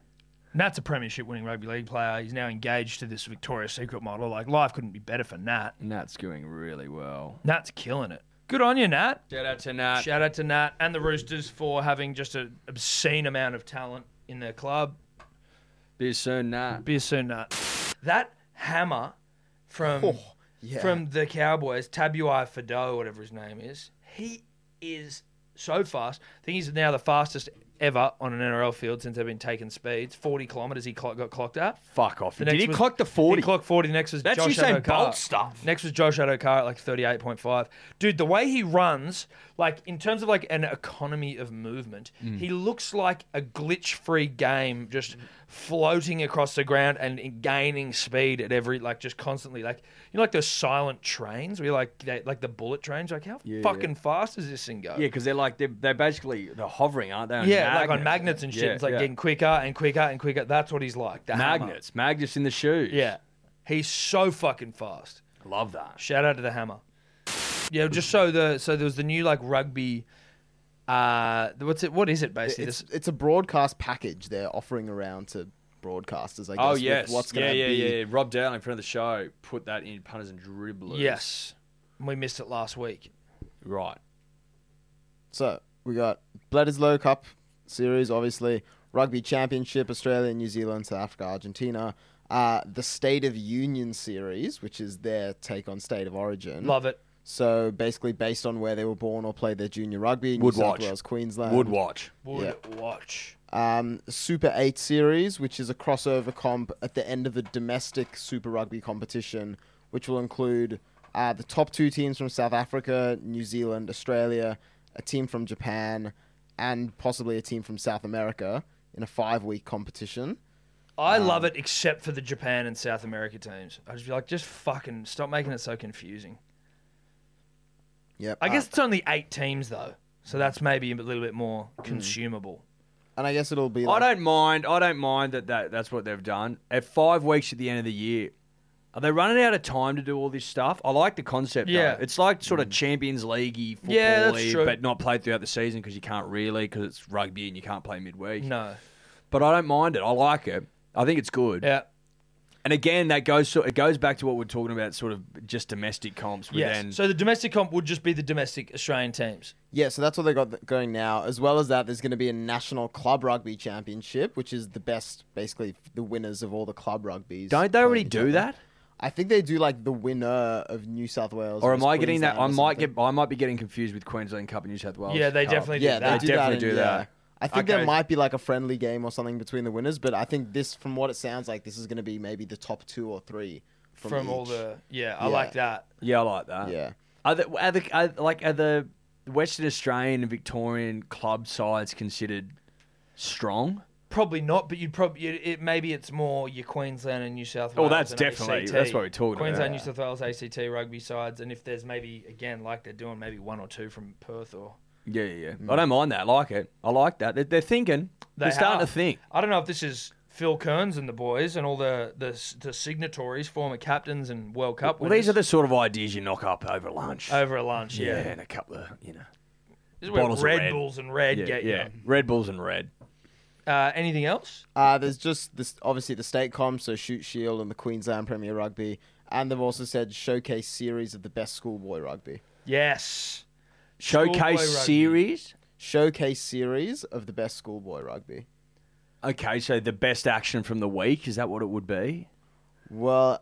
A: Nat's a premiership winning rugby league player. He's now engaged to this Victoria's Secret model. Like life couldn't be better for Nat.
D: Nat's doing really well.
A: Nat's killing it. Good on you, Nat.
D: Shout out to Nat.
A: Shout out to Nat and the Roosters for having just an obscene amount of talent in their club.
D: Be you soon, Nat.
A: Be a soon Nat. That hammer from
D: Oh,
E: yeah.
A: from the Cowboys, Tabuai Fado, whatever his name is, he is so fast. I think he's now the fastest ever on an NRL field since they've been taking speeds. 40 kilometres he clock, got clocked at.
D: Fuck off.
A: The
D: Did
A: next
D: he
A: was-
D: clock the 40?
A: He clocked 40. Next was
D: That's
A: Josh
D: Usain
A: Adokar.
D: Bolt stuff.
A: Next was Josh Adokar at like 38.5. Dude, the way he runs, like in terms of like an economy of movement,
I: Mm.
A: he looks like a glitch-free game just floating across the ground and gaining speed at every like just constantly like you know like those silent trains where you're like they, like the bullet trains like how fucking fast does this thing go?
I: Yeah, because they're like they're, they're basically they're hovering, aren't they? on
A: Yeah, like on magnets and shit.
I: Yeah,
A: it's like
I: yeah.
A: getting quicker and quicker and quicker. That's what he's like. The hammer.
I: magnets, magnets in the shoes.
A: Yeah. He's so fucking fast.
I: love that.
A: Shout out to the hammer. Yeah, just so the so there was the new like rugby. Uh, what's it? What is it basically?
E: It's,
A: This-
E: it's a broadcast package they're offering around to broadcasters, I guess.
I: Oh
E: with
I: yes,
E: What's
I: yeah,
E: gonna
I: yeah,
E: be.
I: yeah, yeah. Rob Dowling in front of the show put that in punters and dribblers.
A: yes, we missed it last week.
I: right.
E: So we got Bledisloe Cup series, obviously Rugby Championship, Australia, New Zealand, South Africa, Argentina. Uh, the State of Union series, which is their take on State of Origin.
A: Love it.
E: So basically, based on where they were born or played their junior rugby, New
I: Would
E: South
I: watch.
E: Wales, Queensland.
I: Would watch.
A: Would watch.
E: um, Super 8 series, which is a crossover comp at the end of a domestic Super Rugby competition, which will include uh, the top two teams from South Africa, New Zealand, Australia, a team from Japan, and possibly a team from South America in a five week competition.
A: I love it, except for the Japan and South America teams. I just be like, just fucking stop making it so confusing.
E: Yep.
A: I
E: uh,
A: guess it's only eight teams though, so that's maybe a little bit more consumable.
E: and I guess it'll be
D: I
E: like,
D: don't mind. I don't mind that, that that's what they've done. At five weeks at the end of the year, are they running out of time to do all this stuff? I like the concept.
A: Yeah.
D: Yeah, it's like sort
E: Mm.
D: of Champions League football,
A: Yeah, that's
D: league,
A: true.
D: but not played throughout the season because you can't really because it's rugby and you can't play midweek.
A: No,
D: But I don't mind it. I like it. I think it's good.
A: yeah,
D: And again, that goes so it goes back to what we're talking about, sort of just domestic comps. With
A: yes.
D: then
A: So the domestic comp would just be the domestic Australian teams.
E: Yeah, so that's what they got th- going now. As well as that, there's going to be a national club rugby championship, which is the best, basically the winners of all the club rugbies.
D: don't they already
E: playing
D: do
E: each other.
D: that?
E: I think they do like the winner of New South Wales.
D: Or am
E: versus
D: I getting that? I
E: Queensland or
D: might get.
E: something.
D: I might be getting confused with Queensland Cup and New South Wales.
A: Yeah, they
D: Cup.
A: definitely
E: Yeah,
A: do
E: they
A: that.
E: do
D: definitely
E: that in-
D: do that.
E: yeah. I think
D: Okay.
E: there might be like a friendly game or something between the winners, but I think this, from what it sounds like, this is going to be maybe the top two or three from,
A: from, all
E: each.
A: the yeah, I
E: Yeah.
A: like that.
D: Yeah, I like that.
E: Yeah,
D: Are the, are the are, like are the Western Australian and Victorian club sides considered strong?
A: Probably not, but you'd probably it, it maybe it's more your Queensland and New South
D: Oh,
A: Wales.
D: that's
A: and
D: definitely-
A: ACT.
D: that's what we're talking about.
A: Queensland, New South Wales, ACT rugby sides, and if there's maybe again like they're doing maybe one or two from Perth or
D: Yeah, yeah, yeah.
E: Mm.
D: I don't mind that. I like it. I like that. They're, they're thinking.
A: they
D: They are starting
A: have.
D: to think.
A: I don't know if this is Phil Kearns and the boys and all the the, the signatories, former captains and World Cup.
D: Well, these are
A: winners
D: the sort of ideas you knock up over lunch.
A: over a lunch.
D: yeah,
A: Yeah,
D: and a couple of you know.
A: this is where
D: bottles of
A: Red,
D: red.
A: Bulls and Red
D: Yeah, yeah.
A: get yeah.
D: Red Bulls and red.
A: Uh, anything else?
E: uh, there's just this obviously the state comp, so Shoot Shield and the Queensland Premier Rugby, and they've also said showcase series of the best schoolboy rugby.
A: Yes. Schoolboy rugby.
D: Showcase series.
E: Showcase series of the best schoolboy rugby.
D: Okay, so the best action from the week is that what it would be?
E: Well,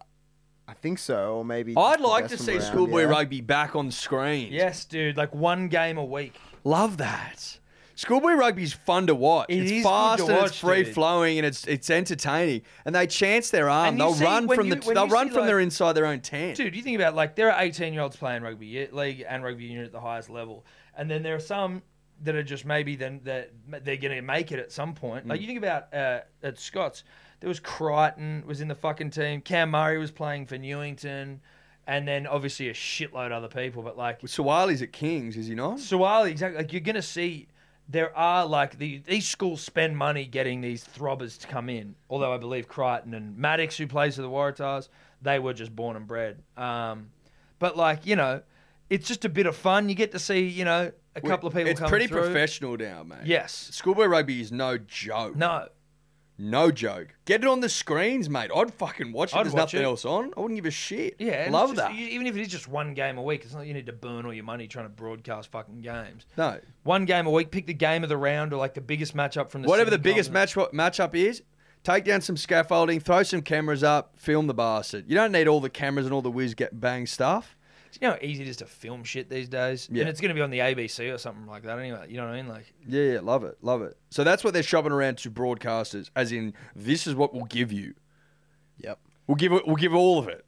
E: I think so, or maybe. just
D: I'd
E: the
D: like
E: best
D: to
E: from
D: see
E: around,
D: schoolboy
E: yeah.
D: rugby back on screen.
A: Yes, dude. Like one game a week.
D: Love that. Schoolboy rugby's fun to watch.
A: It is
D: it's
A: good
D: fast
A: to
D: and
A: watch,
D: it's free
A: dude.
D: flowing and it's it's entertaining. And they chance their arm.
A: And you
D: They'll
A: see
D: run
A: when
D: from
A: you-
D: the
A: when
D: they'll
A: you
D: run
A: see,
D: from
A: like-
D: their inside their own tent.
A: dude, you think about like there are 18 year olds playing rugby ye- league and rugby union at the highest level, and then there are some that are just maybe then that they're going to make it at some point.
D: Mm.
A: Like you think about uh, at Scots, there was Crichton was in the fucking team. Cam Murray was playing for Newington, and then obviously a shitload of other people. But like
D: Sawali's at Kings, is he not?
A: Suwali, exactly. Like you're going to see. There are like the, these schools spend money getting these throbbers to come in. Although I believe Crichton and Maddox, who plays for the Waratahs, they were just born and bred. Um, but like you know, It's just a bit of fun. You get to see, you know, a couple of people
D: It's
A: come
D: pretty
A: through.
D: professional now, mate.
A: Yes.
D: Schoolboy rugby is no joke.
A: No.
D: No joke. Get it on the screens, mate. I'd fucking watch it.
A: I'd
D: There's
A: watch
D: nothing
A: it.
D: else on. I wouldn't give a shit.
A: Yeah. and it's
D: Love
A: just-
D: that.
A: you- even if it is just one game a week, it's not like you need to burn all your money trying to broadcast fucking games.
D: No.
A: One game a week, pick the game of the round or like the biggest matchup from the
D: Whatever the
A: Sydney
D: biggest
A: Continent.
D: match matchup is, take down some scaffolding, throw some cameras up, film the bastard. You don't need all the cameras and all the whiz get bang stuff.
A: You know how easy it is to film shit these days?
D: Yeah.
A: And it's going to be on the ABC or something like that anyway. You know what I mean? Like,
D: Yeah, yeah, love it, love it. So that's what they're shopping around to broadcasters, as in this is what we'll give you.
J: Yep.
D: We'll give it. We'll give all of it.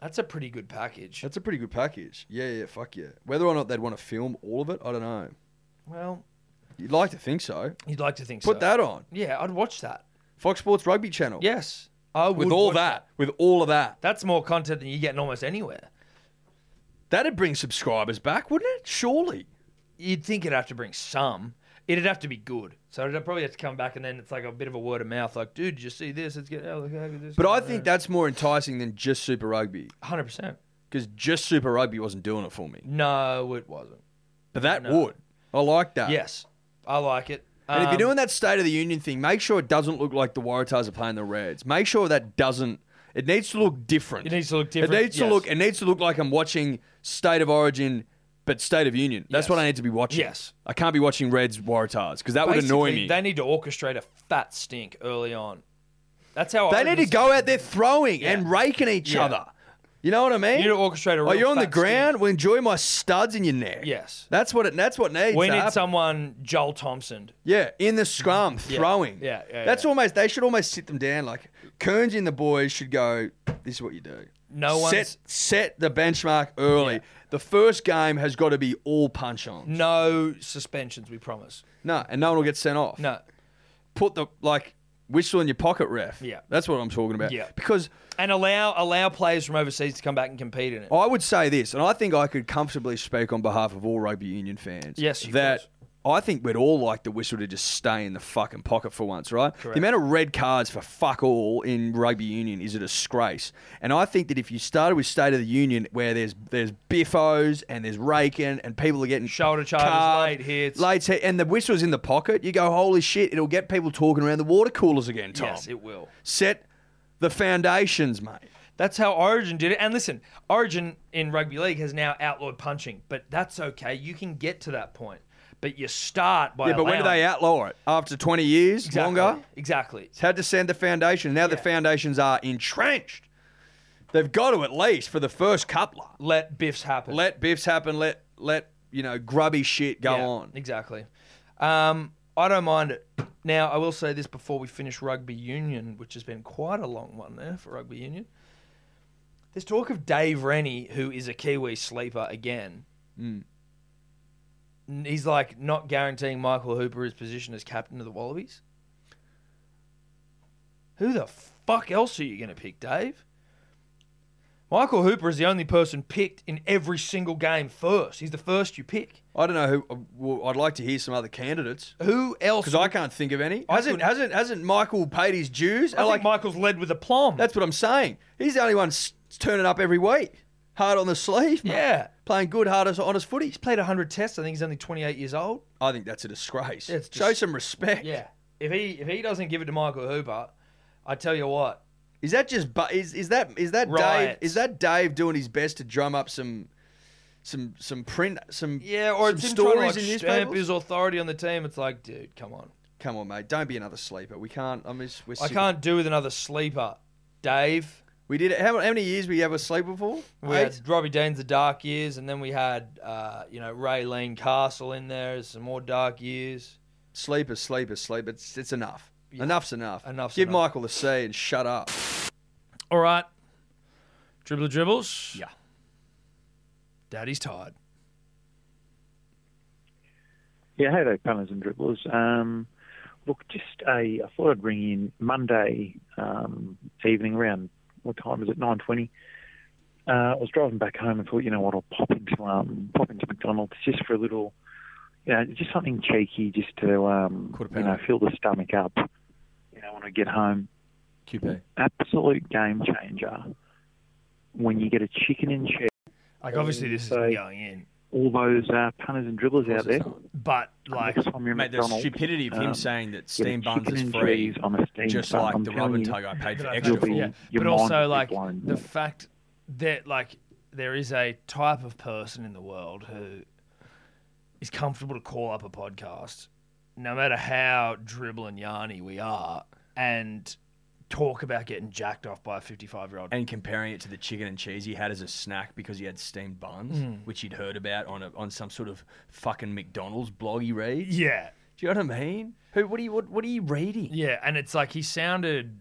A: that's a pretty good package.
D: That's a pretty good package. Yeah, yeah, fuck yeah. Whether or not they'd want to film all of it, I don't know.
A: Well,
D: You'd like to think so.
A: you'd like to think so.
D: Put that on
A: Yeah, I'd watch that.
D: Fox Sports Rugby Channel.
A: Yes. I would
D: with all
A: watch
D: that, with all of that,
A: That's more content than you get in almost anywhere.
D: that'd bring subscribers back, wouldn't it? Surely.
A: You'd think it'd have to bring some. It'd have to be good. So it'd probably have to come back and then it's like a bit of a word of mouth. Like, dude, did you see this? It's getting, oh, look how good this
D: But I think that's more enticing than just Super Rugby,
A: 100%.
D: because just Super Rugby wasn't doing it for me.
A: No, it wasn't.
D: But that
A: No.
D: would. I like that.
A: Yes. I like it.
D: And if
A: Um,
D: you're doing that State of the Union thing, make sure it doesn't look like the Waratahs are playing the Reds. Make sure that doesn't. It needs to look different.
A: It needs to look different,
D: It needs
A: yes.
D: to look. It needs to look like I'm watching State of Origin, but State of Union. That's
A: Yes.
D: what I need to be watching.
A: Yes.
D: I can't be watching Reds Waratahs because that would annoy
A: basically,
D: me.
A: They need to orchestrate a fat stink early on. That's how
D: They
A: I
D: need to go out there throwing and raking each
A: Yeah.
D: other. You know what I mean?
A: You need to orchestrate a
D: Oh,
A: real
D: you're on the
A: fat stink.
D: ground. Well, enjoy my studs in your neck.
A: Yes.
D: That's what it. That's what needs.
A: We
D: to
A: need
D: happen.
A: someone Joel Thompson.
D: Yeah, in the scrum, throwing.
A: Yeah, yeah,
D: That's
A: yeah.
D: almost. They should almost sit them down. Like Kearns and the boys should go. This is what you do.
A: No
D: set
A: one's
D: set the benchmark early. The first game has got to be all punch on.
A: no suspensions, we promise.
D: No, and no one will get sent off.
A: No.
D: put the like whistle in your pocket, ref.
A: Yeah.
D: that's what I'm talking about.
A: Yeah.
D: because
A: And allow allow players from overseas to come back and compete in it.
D: I would say this, and I think I could comfortably speak on behalf of all rugby union fans.
A: Yes, you
D: that I think we'd all like the whistle to just stay in the fucking pocket for once, right? The amount of red cards for fuck all in rugby union is a disgrace, and I think that if you started with State of the Union, where there's there's biffos and there's raking and people are getting
A: Shoulder charges,
D: carved,
A: late hits.
D: late hit, and the whistle's in the pocket, you go holy shit, it'll get people talking around the water coolers again. Tom,
A: Yes, it will.
D: set the foundations, mate.
A: That's how Origin did it. And listen, Origin in rugby league has now outlawed punching, but that's okay. You can get to that point. But you start by
D: Yeah, but when do
A: allowing-
D: they outlaw it? After 20 years,
A: Exactly,
D: longer?
A: Exactly.
D: It's had to send the foundation. Now the
A: Yeah.
D: foundations are entrenched. They've got to at least for the first couple.
A: Let biffs happen.
D: Let biffs happen. Let let you know grubby shit go
A: Yeah,
D: on.
A: Exactly. Um, I don't mind it. Now, I will say this before we finish rugby union, which has been quite a long one there for rugby union. There's talk of Dave Rennie, who is a Kiwi sleeper again.
D: Mm.
A: N- He's like not guaranteeing Michael Hooper his position as captain of the Wallabies. Who the fuck else are you going to pick, Dave? Michael Hooper is the only person picked in every single game first. He's the first you pick.
D: I don't know who. Well, I'd like to hear some other candidates
A: Who else?
D: because I can't think of any.
A: I
D: Hasn't
A: could-
D: hasn't hasn't Michael paid his dues?
A: I
D: like
A: think Michael's led with aplomb.
D: that's what I'm saying. He's the only one s- turning up every week, hard on the sleeve. mate.
A: yeah.
D: playing good, hard as honest footy.
A: He's played 100 tests. I think he's only 28 years old.
D: I think that's a disgrace.
A: It's
D: Show
A: just-
D: some respect.
A: If he if he doesn't give it to Michael Hooper, I tell you what,
D: Is that just bu- is is that is that Dave
A: Riots.
D: is that Dave doing his best to drum up some some some print some
A: yeah, or
D: some
A: it's him trying to
D: stories
A: like
D: in
A: stamp
D: newspapers?
A: his authority on the team. It's like, dude, come on.
D: Come on, mate, don't be another sleeper. We can't. I'm just. We're
A: I
D: sick of-
A: can't do with another sleeper. Dave,
D: We did it. How, how many years we have a sleeper for?
A: we
D: Eight?
A: had Robbie Dean's the dark years, and then we had uh, you know Ray Lane Castle in there. Some more dark years.
D: Sleeper, sleeper, sleeper. It's, it's enough. Enough's enough.
A: Enough's
D: Give
A: enough.
D: Michael the C and shut up.
A: All right. Dribbler dribbles.
D: Yeah.
A: Daddy's tired.
K: Yeah, hey there, punters and dribblers. Um, look, just a, I thought I'd bring in Monday um, evening around, what time is it, 9.20. Uh, I was driving back home and thought, you know what, I'll pop into, um, pop into McDonald's just for a little, you know, just something cheeky just to, um, you know, fill the stomach up, you know, when I get home.
D: QP.
K: Absolute game changer when you get a chicken and cheese
A: Like, obviously, this
K: So-
A: isn't going in,
K: All those uh, punters and dribblers out there.
A: but like,
K: Next time you're in
H: Mate, the
K: McDonald's,
H: stupidity of him
K: um,
H: saying that
K: get a
H: steam buns
K: chicken
H: is
K: and
H: free,
K: cheese on a steam
H: just
K: bun.
H: like
K: I'm
H: the
K: telling
H: rub and
K: you.
H: tug I paid
A: That
H: for
A: I
H: extra
A: paid for,
H: for.
A: yeah.
K: your
A: but
K: mind
A: also
K: will be
A: like
K: blown.
A: the fact that like there is a type of person in the world who is comfortable to call up a podcast, no matter how dribble and yarny we are, and talk about getting jacked off by a fifty-five-year-old.
H: and comparing it to the chicken and cheese he had as a snack because he had steamed buns,
A: Mm.
H: which he'd heard about on a, on some sort of fucking McDonald's blog he reads.
A: Yeah,
H: Do you know what I mean? Who? What are you? What, what are you reading?
A: yeah, and it's like he sounded.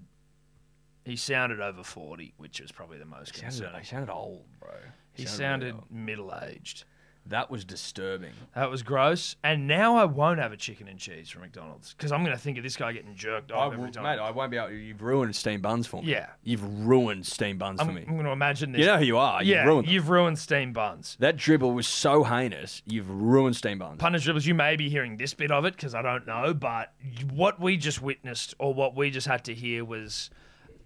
A: He sounded over forty, which is probably the most
H: He sounded,
A: concerning.
H: he sounded old, bro.
A: He
H: really
A: sounded
H: old.
A: middle-aged.
H: That was disturbing.
A: That was gross. And now I won't have a chicken and cheese from McDonald's because I'm going to think of this guy getting jerked
H: I
A: off
H: will,
A: every
H: mate,
A: time.
H: I won't be able. You've ruined steam buns for me.
A: Yeah.
H: You've ruined steam buns
A: I'm,
H: for me.
A: I'm going to imagine this.
H: you know who you are.
A: yeah,
H: you've ruined them.
A: you've ruined steam buns.
H: That dribble was so heinous. You've ruined steam buns.
A: Punish dribbles, you may be hearing this bit of it because I don't know, but what we just witnessed or what we just had to hear was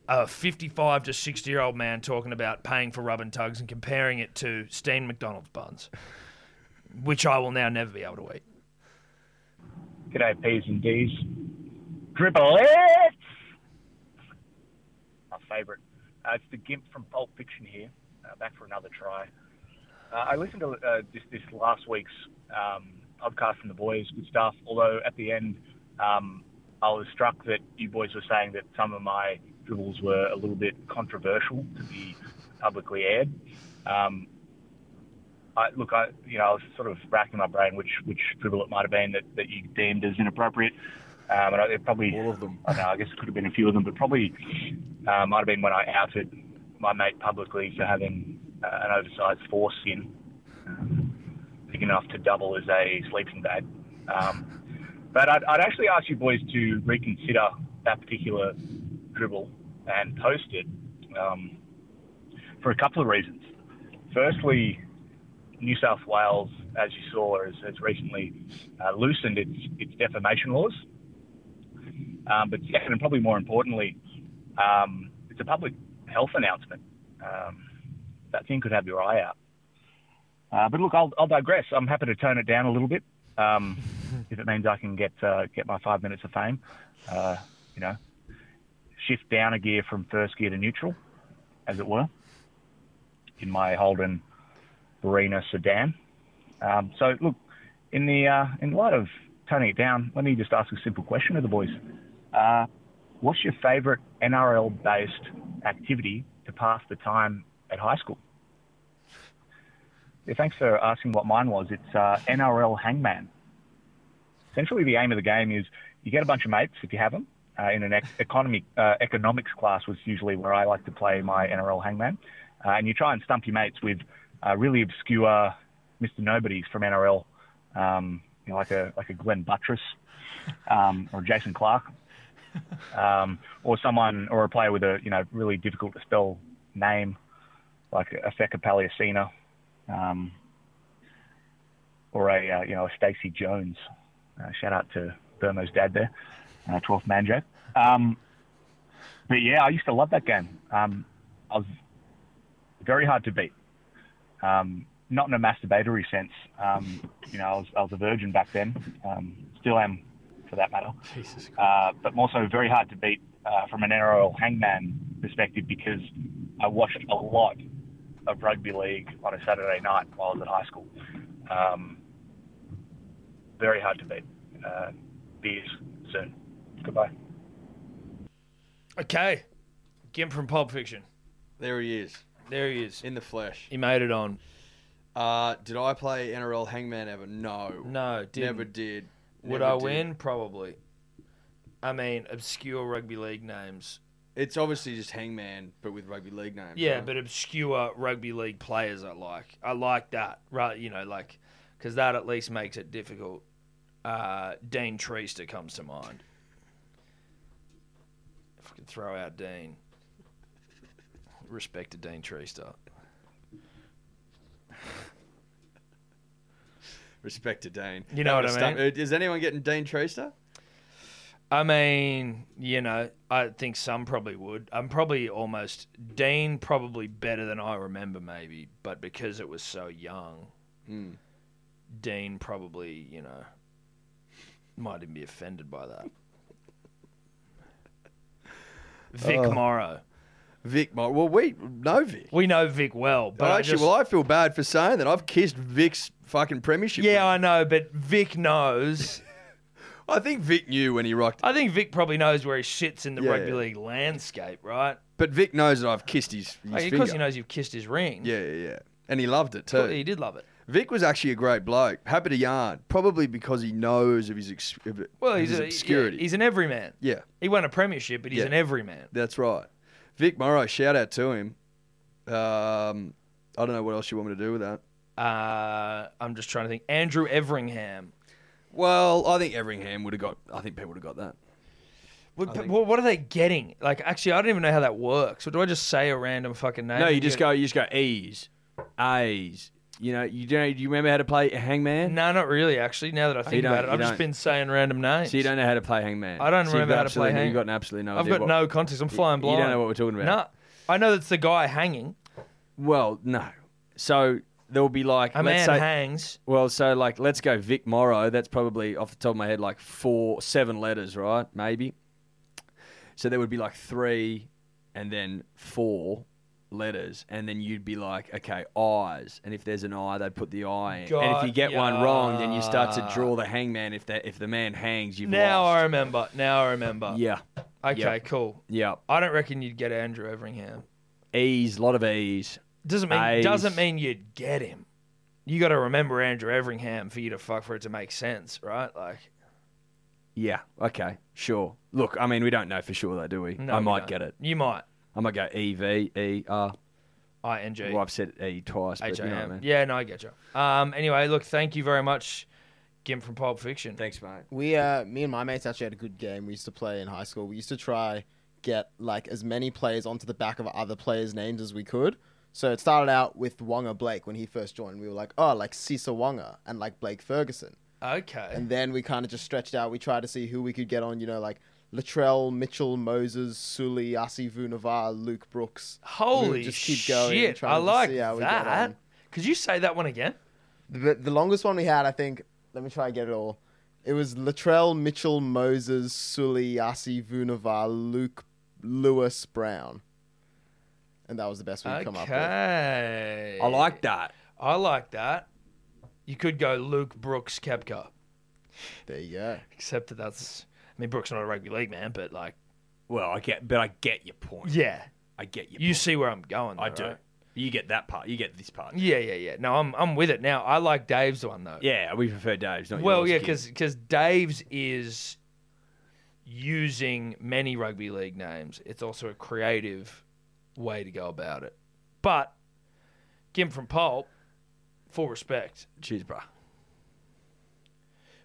A: a 55 to 60 year old man talking about paying for rub and tugs and comparing it to steamed McDonald's buns, which I will now never be able to eat.
L: G'day, P's and D's. Dribble it! My favourite. Uh, it's the Gimp from Pulp Fiction here. Uh, back for another try. Uh, I listened to uh, this, this last week's um, podcast from the boys. Good stuff. Although at the end, um, I was struck that you boys were saying that some of my dribbles were a little bit controversial to be publicly aired. Um, I, look, I you know I was sort of racking my brain which which dribble it might have been that, that you deemed as inappropriate, um, and I, it probably all of them. I don't know. I guess it could have been a few of them, but probably uh, might have been when I outed my mate publicly for having uh, an oversized foreskin, um, big enough to double as a sleeping bag. Um, but I'd, I'd actually ask you boys to reconsider that particular dribble and post it um, for a couple of reasons. Firstly, New South Wales, as you saw, has, has recently uh, loosened its, its defamation laws. Um, but second, and probably more importantly, um, it's a public health announcement. Um, that thing could have your eye out. Uh, but look, I'll, I'll digress. I'm happy to tone it down a little bit um, if it means I can get uh, get my five minutes of fame. Uh, you know, shift down a gear from first gear to neutral, as it were, in my Holden Barina sedan. Um, so look, in the uh, in light of toning it down, let me just ask a simple question of the boys. Uh, what's your favourite NRL-based activity to pass the time at high school? Yeah, thanks for asking what mine was. It's uh, NRL Hangman. Essentially, the aim of the game is you get a bunch of mates if you have them. Uh, in an ec- economy, uh, economics class was usually where I like to play my NRL Hangman, uh, and you try and stump your mates with uh, really obscure Mr. Nobodies from NRL, um, you know, like a like a Glenn Buttress um, or Jason Clark um, or someone or a player with a you know really difficult to spell name like a Fekka Paliacina, um, or a uh, you know a Stacey Jones. Uh, shout out to Burmo's dad there, uh, 12th man Jack. Um, but yeah, I used to love that game. Um, I was very hard to beat. Um, not in a masturbatory sense. Um, you know, I was, I was a virgin back then. Um, still am, for that matter uh, but more so very hard to beat uh, from an NRL hangman perspective because I watched a lot of rugby league on a Saturday night while I was at high school. Um, very hard to beat. Uh, beers soon. Goodbye.
A: Okay. Gimp from Pulp Fiction.
G: There he is
A: There he is.
G: in the flesh.
A: He made it on.
G: Uh, did I play NRL Hangman ever? No,
A: No, didn't.
G: never did.
A: Would
G: Never
A: I
G: did.
A: win? Probably. I mean, obscure rugby league names.
G: It's obviously just Hangman, but with rugby league names.
A: Yeah,
G: right?
A: but obscure rugby league players I like. I like that. Right, you know, like because that at least makes it difficult. Uh, Dean Treester comes to mind. If I could throw out Dean, respect to Dean Treester.
G: respect to Dean.
A: You know
G: That
A: what I
G: Uh, was stum- Is anyone getting Dean Treaster?
A: I mean, you know, I think some probably would. I'm probably almost Dean probably better than I remember maybe, but because it was so young,
G: Hmm.
A: Dean probably, you know, might even be offended by that. Vic
G: Oh.
A: Morrow.
G: Vic, Mor- well, we know Vic.
A: We know Vic well, but
G: But
A: I
G: actually,
A: just-
G: well, I feel bad for saying that. I've kissed Vic's fucking premiership.
A: yeah,
G: ring.
A: I know, but Vic knows.
G: I, think Vic knew when he rocked.
A: I think Vic probably knows where he shits in the
G: Yeah,
A: rugby
G: yeah.
A: league landscape, right?
G: But Vic knows that I've kissed his, his
A: Like, of
G: finger.
A: course, he knows you've kissed his ring.
G: Yeah, yeah, yeah. And he loved it
A: Well,
G: too.
A: he did love it.
G: Vic was actually a great bloke. Happy to yarn, probably because he knows of his ex- of
A: Well,
G: his
A: he's a,
G: obscurity.
A: yeah, he's an everyman.
G: yeah,
A: He won a premiership, but he's
G: Yeah.
A: an everyman.
G: that's right. Vic Morrow, shout out to him. Um, I don't know what else you want me to do with that.
A: Uh, I'm just trying to think. Andrew Everingham.
G: Well, I think Everingham would have got. I think people would have got that.
A: What, what, are they getting? Like, actually, I don't even know how that works. Or do I just say a random fucking name?
D: No, you
A: and
D: just
A: get-
D: go. You just go A's, A's. You know, you don't. Do you remember how to play hangman?
A: No, not really. Actually, now that I think
D: don't-
A: about it,
D: Oh, you
A: I've just
D: don't.
A: been saying random names.
D: So you don't know how to play hangman.
A: I don't
D: So you've
A: remember
D: got
A: how to play
D: absolutely-
A: hang-
D: You've got an absolute no
A: I've
D: idea
A: got
D: what-
A: no context. I'm flying
D: you don't
A: blind.
D: know what we're talking about.
A: No, I know that's the guy hanging.
D: Well, no. So there will be like
A: A man
D: let's say.
A: hangs.
D: well, so like let's go Vic Morrow. That's probably off the top of my head like four, seven letters, right? Maybe. So there would be like three, and then four letters, and then you'd be like, okay, eyes. And if there's an eye, they'd put the eye in. and if you
A: Got
D: get one wrong, then you start to
A: ya.
D: draw the hangman. If that if the man hangs, you've
A: Now I
D: lost.
A: remember. Now I remember.
D: yeah,
A: Okay,
D: yeah.
A: cool.
D: yeah.
A: I don't reckon you'd get Andrew Everingham.
D: E's, lot of e's.
A: Doesn't mean
D: Ace.
A: doesn't mean you'd get him. You got to remember Andrew Everingham for you to fuck for it to make sense, right? Like,
D: Yeah. Okay. Sure. Look, I mean, we don't know for sure though, do we?
A: no,
D: I
A: we
D: might
A: don't.
D: get it.
A: You might.
D: I might go E V E R.
A: I N G
D: Well, I've said E twice, but
A: H
D: you
A: A
D: know what I
A: M.
D: mean.
A: Yeah, no, I get you. Um. Anyway, look, thank you very much, Gim from Pulp Fiction.
D: Thanks, mate.
E: We, uh, me and my mates actually had a good game we used to play in high school. We used to try get like as many players onto the back of other players' names as we could. So it started out with Wonga Blake when he first joined. We were like, oh, like Cesar Wonga and like Blake Ferguson.
A: Okay.
E: And then we kind of just stretched out. We tried to see who we could get on, you know, like Latrell, Mitchell, Moses, Sully, Asi Vunivar, Luke Brooks.
A: Holy
E: We would just keep going,
A: shit!
E: trying
A: I
E: to
A: like
E: see how we get
A: that.
E: on.
A: Could you say that one again?
E: The, the longest one we had, I think, let me try and get it all. It was Latrell, Mitchell, Moses, Sully, Asi Vunivar, Luke, Lewis, Brown. And that was the best we could come up with.
A: Okay.
D: I like that.
A: I like that. You could go Luke Brooks Kepka,
E: There you go.
A: except that that's. I mean, Brooks not a rugby league man, but like,
D: Well, I get, but I get your point.
A: yeah,
D: I get your.
A: you
D: point.
A: see where I'm going.
D: I
A: though,
D: do.
A: right?
D: You get that part. You get this part.
A: Yeah, yeah, yeah. No, I'm I'm with it now. I like Dave's one though.
D: Yeah, we prefer Dave's. Not
A: Well, yeah,
D: yours, kid.
A: because Dave's is using many rugby league names. It's also a creative way to go about it. But Kim from Pulp, full respect,
D: cheers, bro.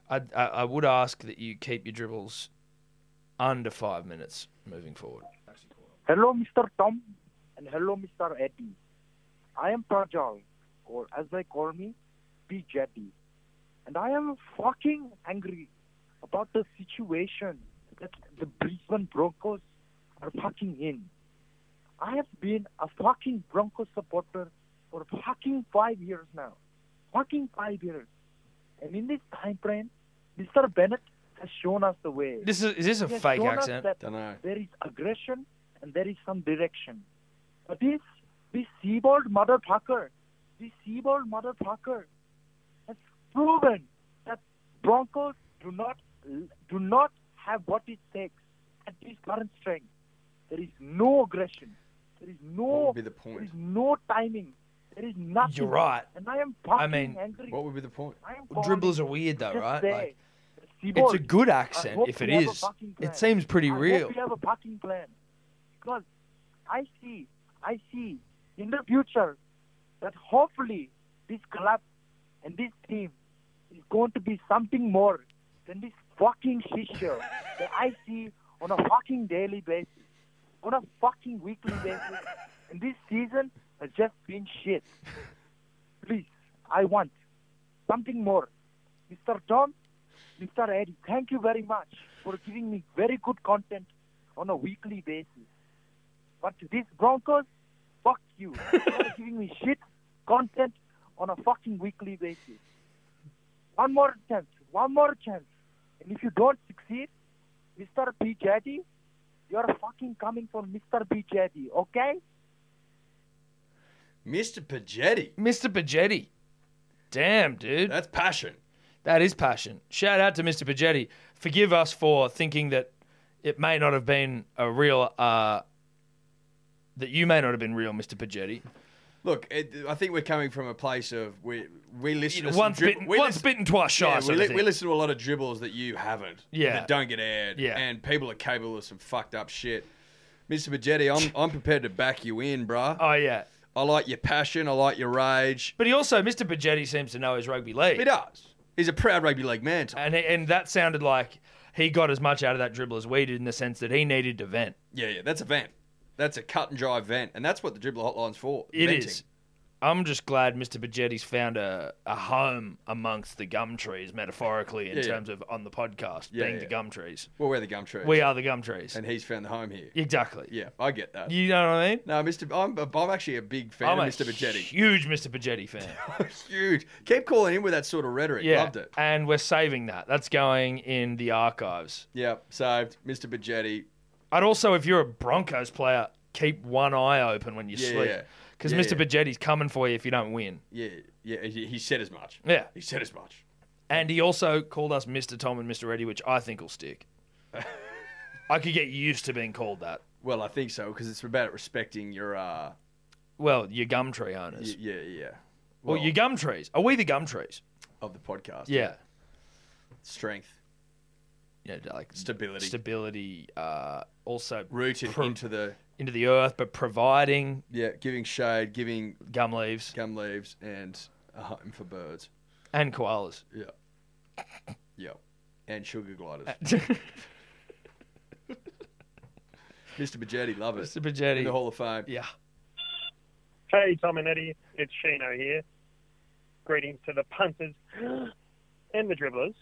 A: I, I I would ask that you keep your dribbles under five minutes moving forward.
M: Hello, Mr. Tom, and hello, Mr. Eddie. I am Prajal, or as they call me, PJP. And I am fucking angry about the situation that the Brisbane Broncos are fucking in. I have been a fucking Broncos supporter for fucking five years now. Fucking five years. And in this time frame, Mr. Bennett has shown us the way.
A: This is is this a
M: He has
A: fake
M: shown us
A: accent?
M: that
G: Dunno.
M: There is aggression and there is some direction. But this, this Seabold motherfucker, this Seabold motherfucker has proven that Broncos do not do not have what it takes at this current strength. There is no aggression. There is no
G: What would be the point?
M: there is no timing. There is nothing.
A: You're right.
M: And I am fucking
A: I mean,
M: angry.
G: What would be the point?
M: I am
A: Dribbles
M: calling
A: are weird though,
M: just
A: right?
M: say
A: Like,
M: that
A: it's a
M: Seabold
A: good accent
M: hope
A: if
M: you
A: it
M: have a
A: is.
M: fucking plan.
A: It seems pretty
M: I
A: real.
M: Hope you have a fucking plan because I see, I see in the future that hopefully this club and this team is going to be something more than this fucking shit show that I see on a fucking daily basis, on a fucking weekly basis, and this season has just been shit. Please, I want something more, Mr. Tom. Mr. Eddie, thank you very much for giving me very good content on a weekly basis. But these Broncos, fuck you. You're giving me shit content on a fucking weekly basis. One more chance, one more chance. And if you don't succeed, Mr. P. Jetty, you're fucking coming for Mr. P. Jetty, okay?
D: Mr. Pagetti.
A: Mr. Pagetti. Damn, dude.
D: That's passion.
A: That is passion. Shout out to Mr. Pagetti. Forgive us for thinking that it may not have been a real, uh, that you may not have been real, Mr. Pagetti.
D: Look, it, I think we're coming from a place of we we listen to some
A: Once,
D: drib-
A: bitten,
D: we
A: once
D: listen-
A: bitten, twice shy.
D: Yeah, we,
A: sort of
D: li-
A: thing.
D: we listen to a lot of dribbles that you haven't.
A: Yeah.
D: That don't get aired.
A: Yeah.
D: And people are capable of some fucked up shit. Mr. Pagetti, I'm I'm prepared to back you in, bruh.
A: oh, yeah.
D: I like your passion. I like your rage.
A: But he also, Mr. Pagetti seems to know his rugby league.
D: He does. He's a proud rugby league man. Tom.
A: And, and that sounded like he got as much out of that dribble as we did in the sense that he needed to vent.
D: Yeah, yeah. That's a vent. That's a cut and dry vent, and that's what the dribbler hotline's for.
A: It
D: venting.
A: is. I'm just glad Mr. Pagetti's found a, a home amongst the gum trees, metaphorically, in
D: Yeah, yeah.
A: terms of on the podcast,
D: Yeah,
A: being the
D: yeah.
A: gum trees.
D: Well, we're the gum tree.
A: We are the gum trees.
D: and he's found the home here.
A: Exactly.
D: Yeah, I get that.
A: You know what I mean?
D: No, Mr. I'm, I'm actually a big fan
A: I'm
D: of
A: a
D: Mr. Pagetti.
A: huge Mr. Pagetti fan.
D: Huge. Keep calling in with that sort of rhetoric.
A: yeah.
D: Loved it.
A: And we're saving that. That's going in the archives.
D: Yeah, saved. Mr. Pagetti.
A: I'd also, if you're a Broncos player, keep one eye open when you
D: Yeah,
A: sleep.
D: yeah.
A: Because
D: Yeah,
A: Mr.
D: yeah.
A: Pagetti's coming for you if you don't win.
D: Yeah, yeah, he he said as much.
A: Yeah.
D: He said as much.
A: And he also called us Mr. Tom and Mr. Eddie, which I think will stick. I could get used to being called that.
D: Well, I think so because it's about respecting your, uh,
A: Well, your gum tree
D: y-
A: owners.
D: yeah, yeah,
A: well, your gum trees. Are we the gum trees?
D: of the podcast.
A: Yeah.
D: Strength,
A: Yeah, like
D: stability,
A: stability, uh, also
D: rooted
A: pro-
D: into the
A: into the earth, but providing
D: yeah, giving shade, giving
A: gum leaves
D: gum leaves and a home for birds.
A: and koalas.
D: Yeah, yeah, and sugar gliders.
A: Mr.
D: Mr. Pagetti, love it. In the
A: Pagetti.
D: Hall of Fame.
A: Yeah.
N: Hey, Tom and Eddie, it's Shino here. Greetings to the punters and the dribblers.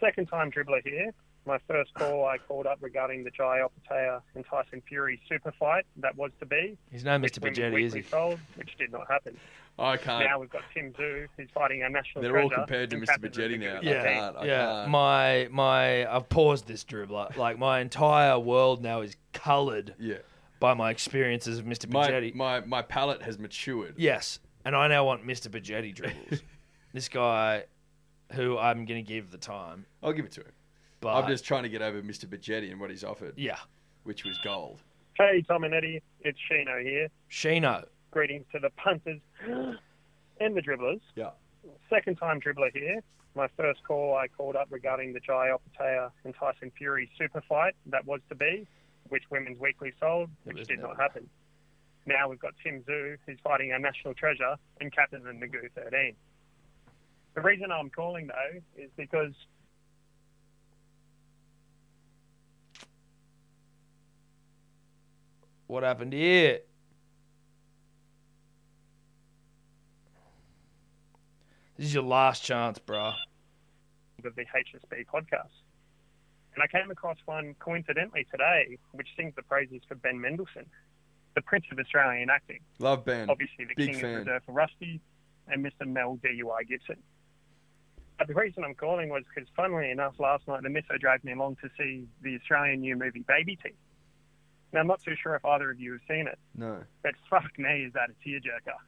N: Second time dribbler here. My first call, I called up regarding the Jai Opatea and Tyson Fury super fight that was to be.
A: He's no
N: which
A: Mr.
N: we
A: Pagetti, is
N: weekly
A: he?
N: Sold, which did not happen.
D: I can't.
N: now we've got Tim Zhu, who's fighting a national
D: They're all
N: treasure.
D: compared to
N: and
D: Mr.
N: captain of the
D: Pagetti now.
N: Cricket
A: Yeah,
D: I
N: team.
D: can't. I
A: yeah.
D: can't.
A: My my, I've paused this dribbler. Like my entire world now is coloured
D: yeah.
A: by my experiences of Mr.
D: My,
A: Pagetti.
D: my my palate has matured.
A: Yes, and I now want Mr. Pagetti dribbles. this guy, who I'm going to give the time,
D: I'll give it to him.
A: but
D: I'm just trying to get over Mr. Bajetti and what he's offered,
A: yeah,
D: which was gold.
N: Hey, Tom and Eddie, it's Shino here.
A: Shino.
N: Greetings to the punters and the dribblers.
D: Yeah.
N: Second time dribbler here. My first call, I called up regarding the Jai Opatea and Tyson Fury super fight that was to be, which Women's Weekly sold,
A: It
N: which
A: was
N: did
A: never.
N: not happen. Now we've got Tim Zhu, who's fighting our national treasure and captain of the Magoo 13. The reason I'm calling, though, is because
A: What happened here? This is your last chance, bruh.
N: of the HSB podcast. And I came across one coincidentally today, which sings the praises for Ben Mendelsohn, the Prince of Australian acting,
D: Love Ben.
N: obviously the
D: Big
N: King
D: fan.
N: of Reserve for Rusty, and Mr. Mel DUI Gibson. But the reason I'm calling was because, funnily enough, last night the misso dragged me along to see the Australian new movie Baby Teeth. Now, I'm not too sure if either of you have seen it,
D: No.
N: but fuck me, is that a tearjerker.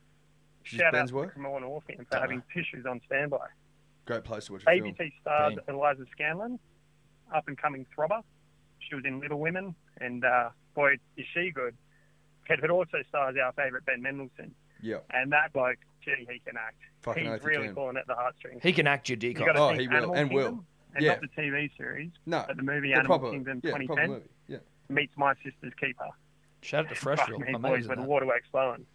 D: this
N: Shout out
D: Ben's
N: to
D: work?
N: Kamal and Orpheum for having tissues on standby.
D: Great place to watch a film.
N: ABT starred Eliza Scanlon, up and coming throbber. She was in Little Women, and uh, boy, is she good. It it also stars our favourite Ben Mendelsohn,
D: Yeah.
N: and that bloke, gee, he can act.
D: Fucking oath
N: He's
D: he
N: really
D: can.
N: pulling at the heartstrings.
A: He can act your dick
N: You
A: off.
N: gotta
D: Oh,
N: think
D: he will,
N: Animal
D: and will.
N: Kingdom, And
D: Yeah.
N: not the TV series,
D: No.
N: but the movie
D: The
N: Animal
D: proper,
N: Kingdom
D: yeah, proper
N: 2010
D: movie. Yeah.
N: meets My Sister's Keeper.
A: Shout out to
N: Fuck
A: Freshville.
N: me, boys,
A: Amazing.
N: with the
A: that.
N: waterworks flowing.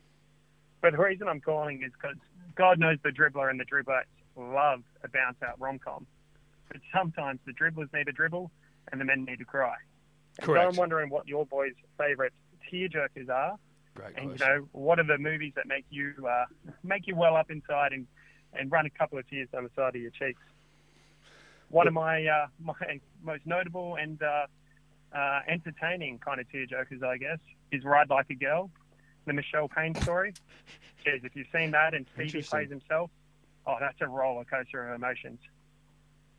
N: But the reason I'm calling is because God knows the dribbler and the dribblettes love a bounce out rom com. But sometimes the dribblers need a dribble and the men need to cry. So
A: Correct.
N: I'm wondering what your boys' favourite tearjerkers are,
A: Great
N: and you
A: question.
N: know what are the movies that make you uh, make you well up inside and and run a couple of tears down the side of your cheeks. one of my uh, my most notable and uh, uh, entertaining kind of tearjerkers, I guess, is Ride Like a Girl, the Michelle Payne story. Jeez, if you've seen that and Stevie plays himself, oh, that's a roller coaster of emotions.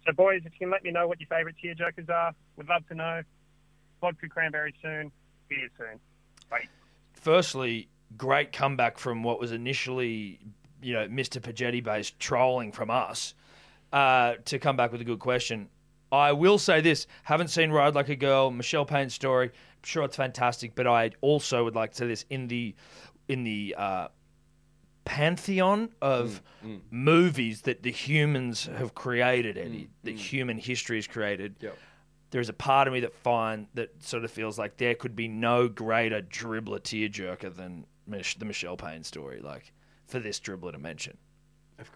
N: So, boys, if you can let me know what your favourite tearjerkers are, we'd love to know. Vodka cranberry soon, beer soon. Bye.
A: Firstly, great comeback from what was initially, you know, Mr. Pagetti based trolling from us uh, to come back with a good question. I will say this haven't seen Ride Like a Girl, Michelle Payne's story. I'm sure it's fantastic, but I also would like to say this in the in the uh, pantheon of
D: Mm,
A: movies that the humans have created,
D: Mm,
A: Eddie, that human history has created. There is a part of me that find that sort of feels like there could be no greater dribbler tearjerker than Mich- the Michelle Payne story, like for this dribbler to mention.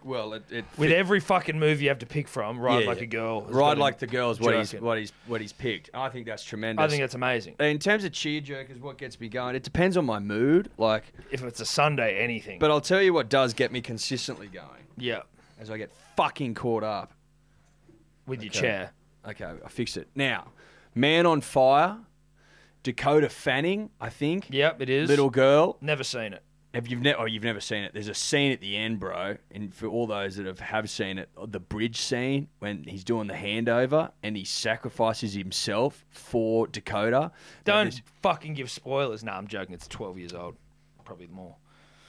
D: Well, it, it
A: With every fucking movie you have to pick from, Ride
D: Yeah,
A: Like
D: yeah.
A: a Girl. has got
D: ride
A: him
D: like the girls. What he's
A: jerking.
D: what he's what he's picked. I think that's tremendous.
A: I think that's amazing.
D: in terms of cheer jerkers, what gets me going? It depends on my mood. Like,
A: If it's a Sunday, anything.
D: but I'll tell you what does get me consistently going
A: yeah,
D: as I get fucking caught up.
A: with your chair.
D: Okay, I fixed it now. Man on Fire, Dakota Fanning. I think
A: Yep, it is.
D: little girl.
A: Never seen it.
D: If you've never, oh, you've never seen it. There's a scene at the end, bro. And for all those that have, have seen it, the bridge scene when he's doing the handover and he sacrifices himself for Dakota. Now,
A: Don't
D: this-
A: fucking give spoilers. Nah, I'm joking. It's 12 years old, probably more.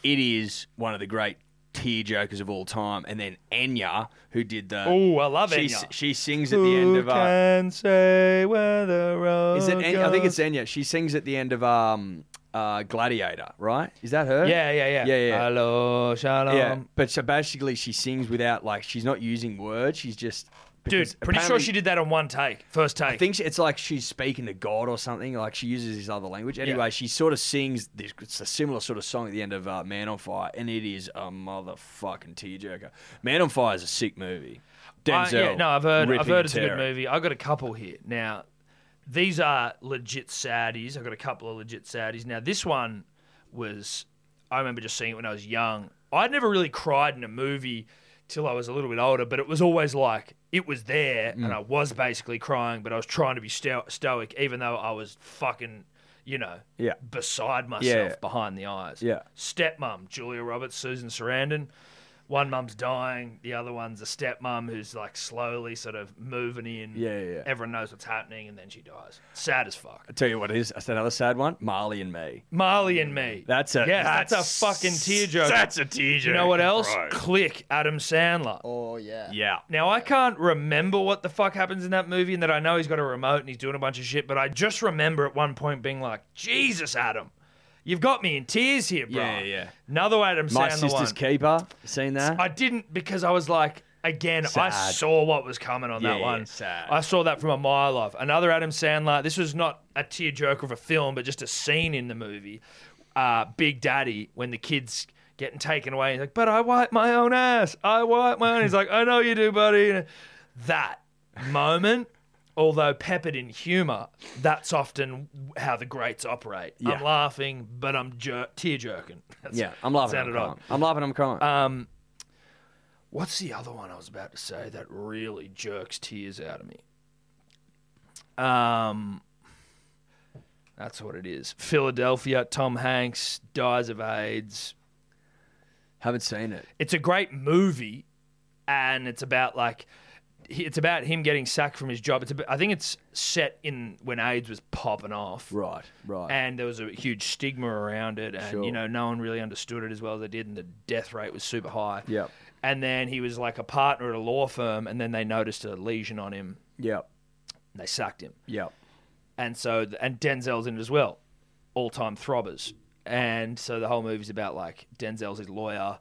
D: It is one of the great tear jokers of all time. And then Enya, who did the.
A: Oh, I love
D: Uh, she,
A: it.
D: s- She sings at the end of. Uh,
A: can say where the road
D: is it? Enya? I think it's
A: goes?
D: Enya. She sings at the end of um, uh, Gladiator, right? Is that her?
A: Yeah, yeah, yeah.
D: Yeah, yeah.
A: Hello, shalom.
D: Yeah, but so basically, she sings without like she's not using words. She's just
A: Dude,
D: because
A: pretty sure
D: apparently-
A: she did that on one take, first take.
D: I think she- it's like she's speaking to God or something. Like she uses this other language. Anyway, she sort of sings this. It's a similar sort of song at the end of uh, Man on Fire, and it is a motherfucking tearjerker. Man on Fire is a sick movie.
A: I-
D: Denzel.
A: Uh, yeah, no, I've heard. I've
D: ripping
A: heard it's a
D: and
A: good
D: tearing.
A: movie. I've got a couple here now. These are legit saddies. I've got a couple of legit saddies. Now this one was. I remember just seeing it when I was young. I'd never really cried in a movie till I was a little bit older, but it was always like it was there,
D: Mm.
A: and I was basically crying, but I was trying to be sto- stoic, even though I was fucking, you know,
D: Yeah.
A: beside myself
D: Yeah.
A: behind the eyes.
D: Yeah.
A: Stepmom, Julia Roberts, Susan Sarandon. One mum's dying, the other one's a stepmom who's like slowly sort of moving in.
D: Yeah, yeah, yeah.
A: Everyone knows what's happening, and then she dies. Sad as fuck.
D: I tell you what it is. That's another sad one. Marley and Me.
A: Marley and me.
D: That's a
A: yeah. That's, a fucking tearjerker.
D: That's a tearjerker.
A: you know what else?
D: bro.
A: Click Adam Sandler.
O: Oh yeah.
D: Yeah.
A: Now I can't remember what the fuck happens in that movie, and that I know he's got a remote and he's doing a bunch of shit. But I just remember at one point being like, "Jesus, Adam, you've got me in tears here, bro."
D: Yeah, yeah, yeah.
A: Another Adam
D: My
A: Sandler
D: sister's
A: one.
D: keeper. Seen that?
A: I didn't because I was like, again, I
D: Sad.
A: saw what was coming on that
D: Yeah,
A: one.
D: sad.
A: I saw that from a mile off. Another Adam Sandler. This was not a tearjerker of a film, but just a scene in the movie. Uh, Big Daddy, when the kids getting taken away, he's like, "But I wipe my own ass. I wipe my own." He's like, "I know you do, buddy." And that moment. Although peppered in humour, that's often how the greats operate. I'm laughing, but I'm jer- tear jerking.
D: yeah. I'm laughing. I'm
A: Sounded
D: crying.
A: odd.
D: I'm laughing. I'm crying.
A: Um, what's the other one I was about to say that really jerks tears out of me? Um, that's what it is. Philadelphia. Tom Hanks dies of AIDS.
D: Haven't seen it.
A: It's a great movie, and it's about like. he- It's about him getting sacked from his job. It's a bit- I think it's set in when AIDS was popping off,
D: Right. Right.
A: and there was a huge stigma around it, and you
D: Sure.
A: know no one really understood it as well as they did, and the death rate was super high.
D: Yep.
A: And then he was like a partner at a law firm, and then they noticed a lesion on him,
D: yep.
A: and they sacked him.
D: Yep.
A: And so and Denzel's in it as well, all time throbbers. And so the whole movie's about like Denzel's his lawyer,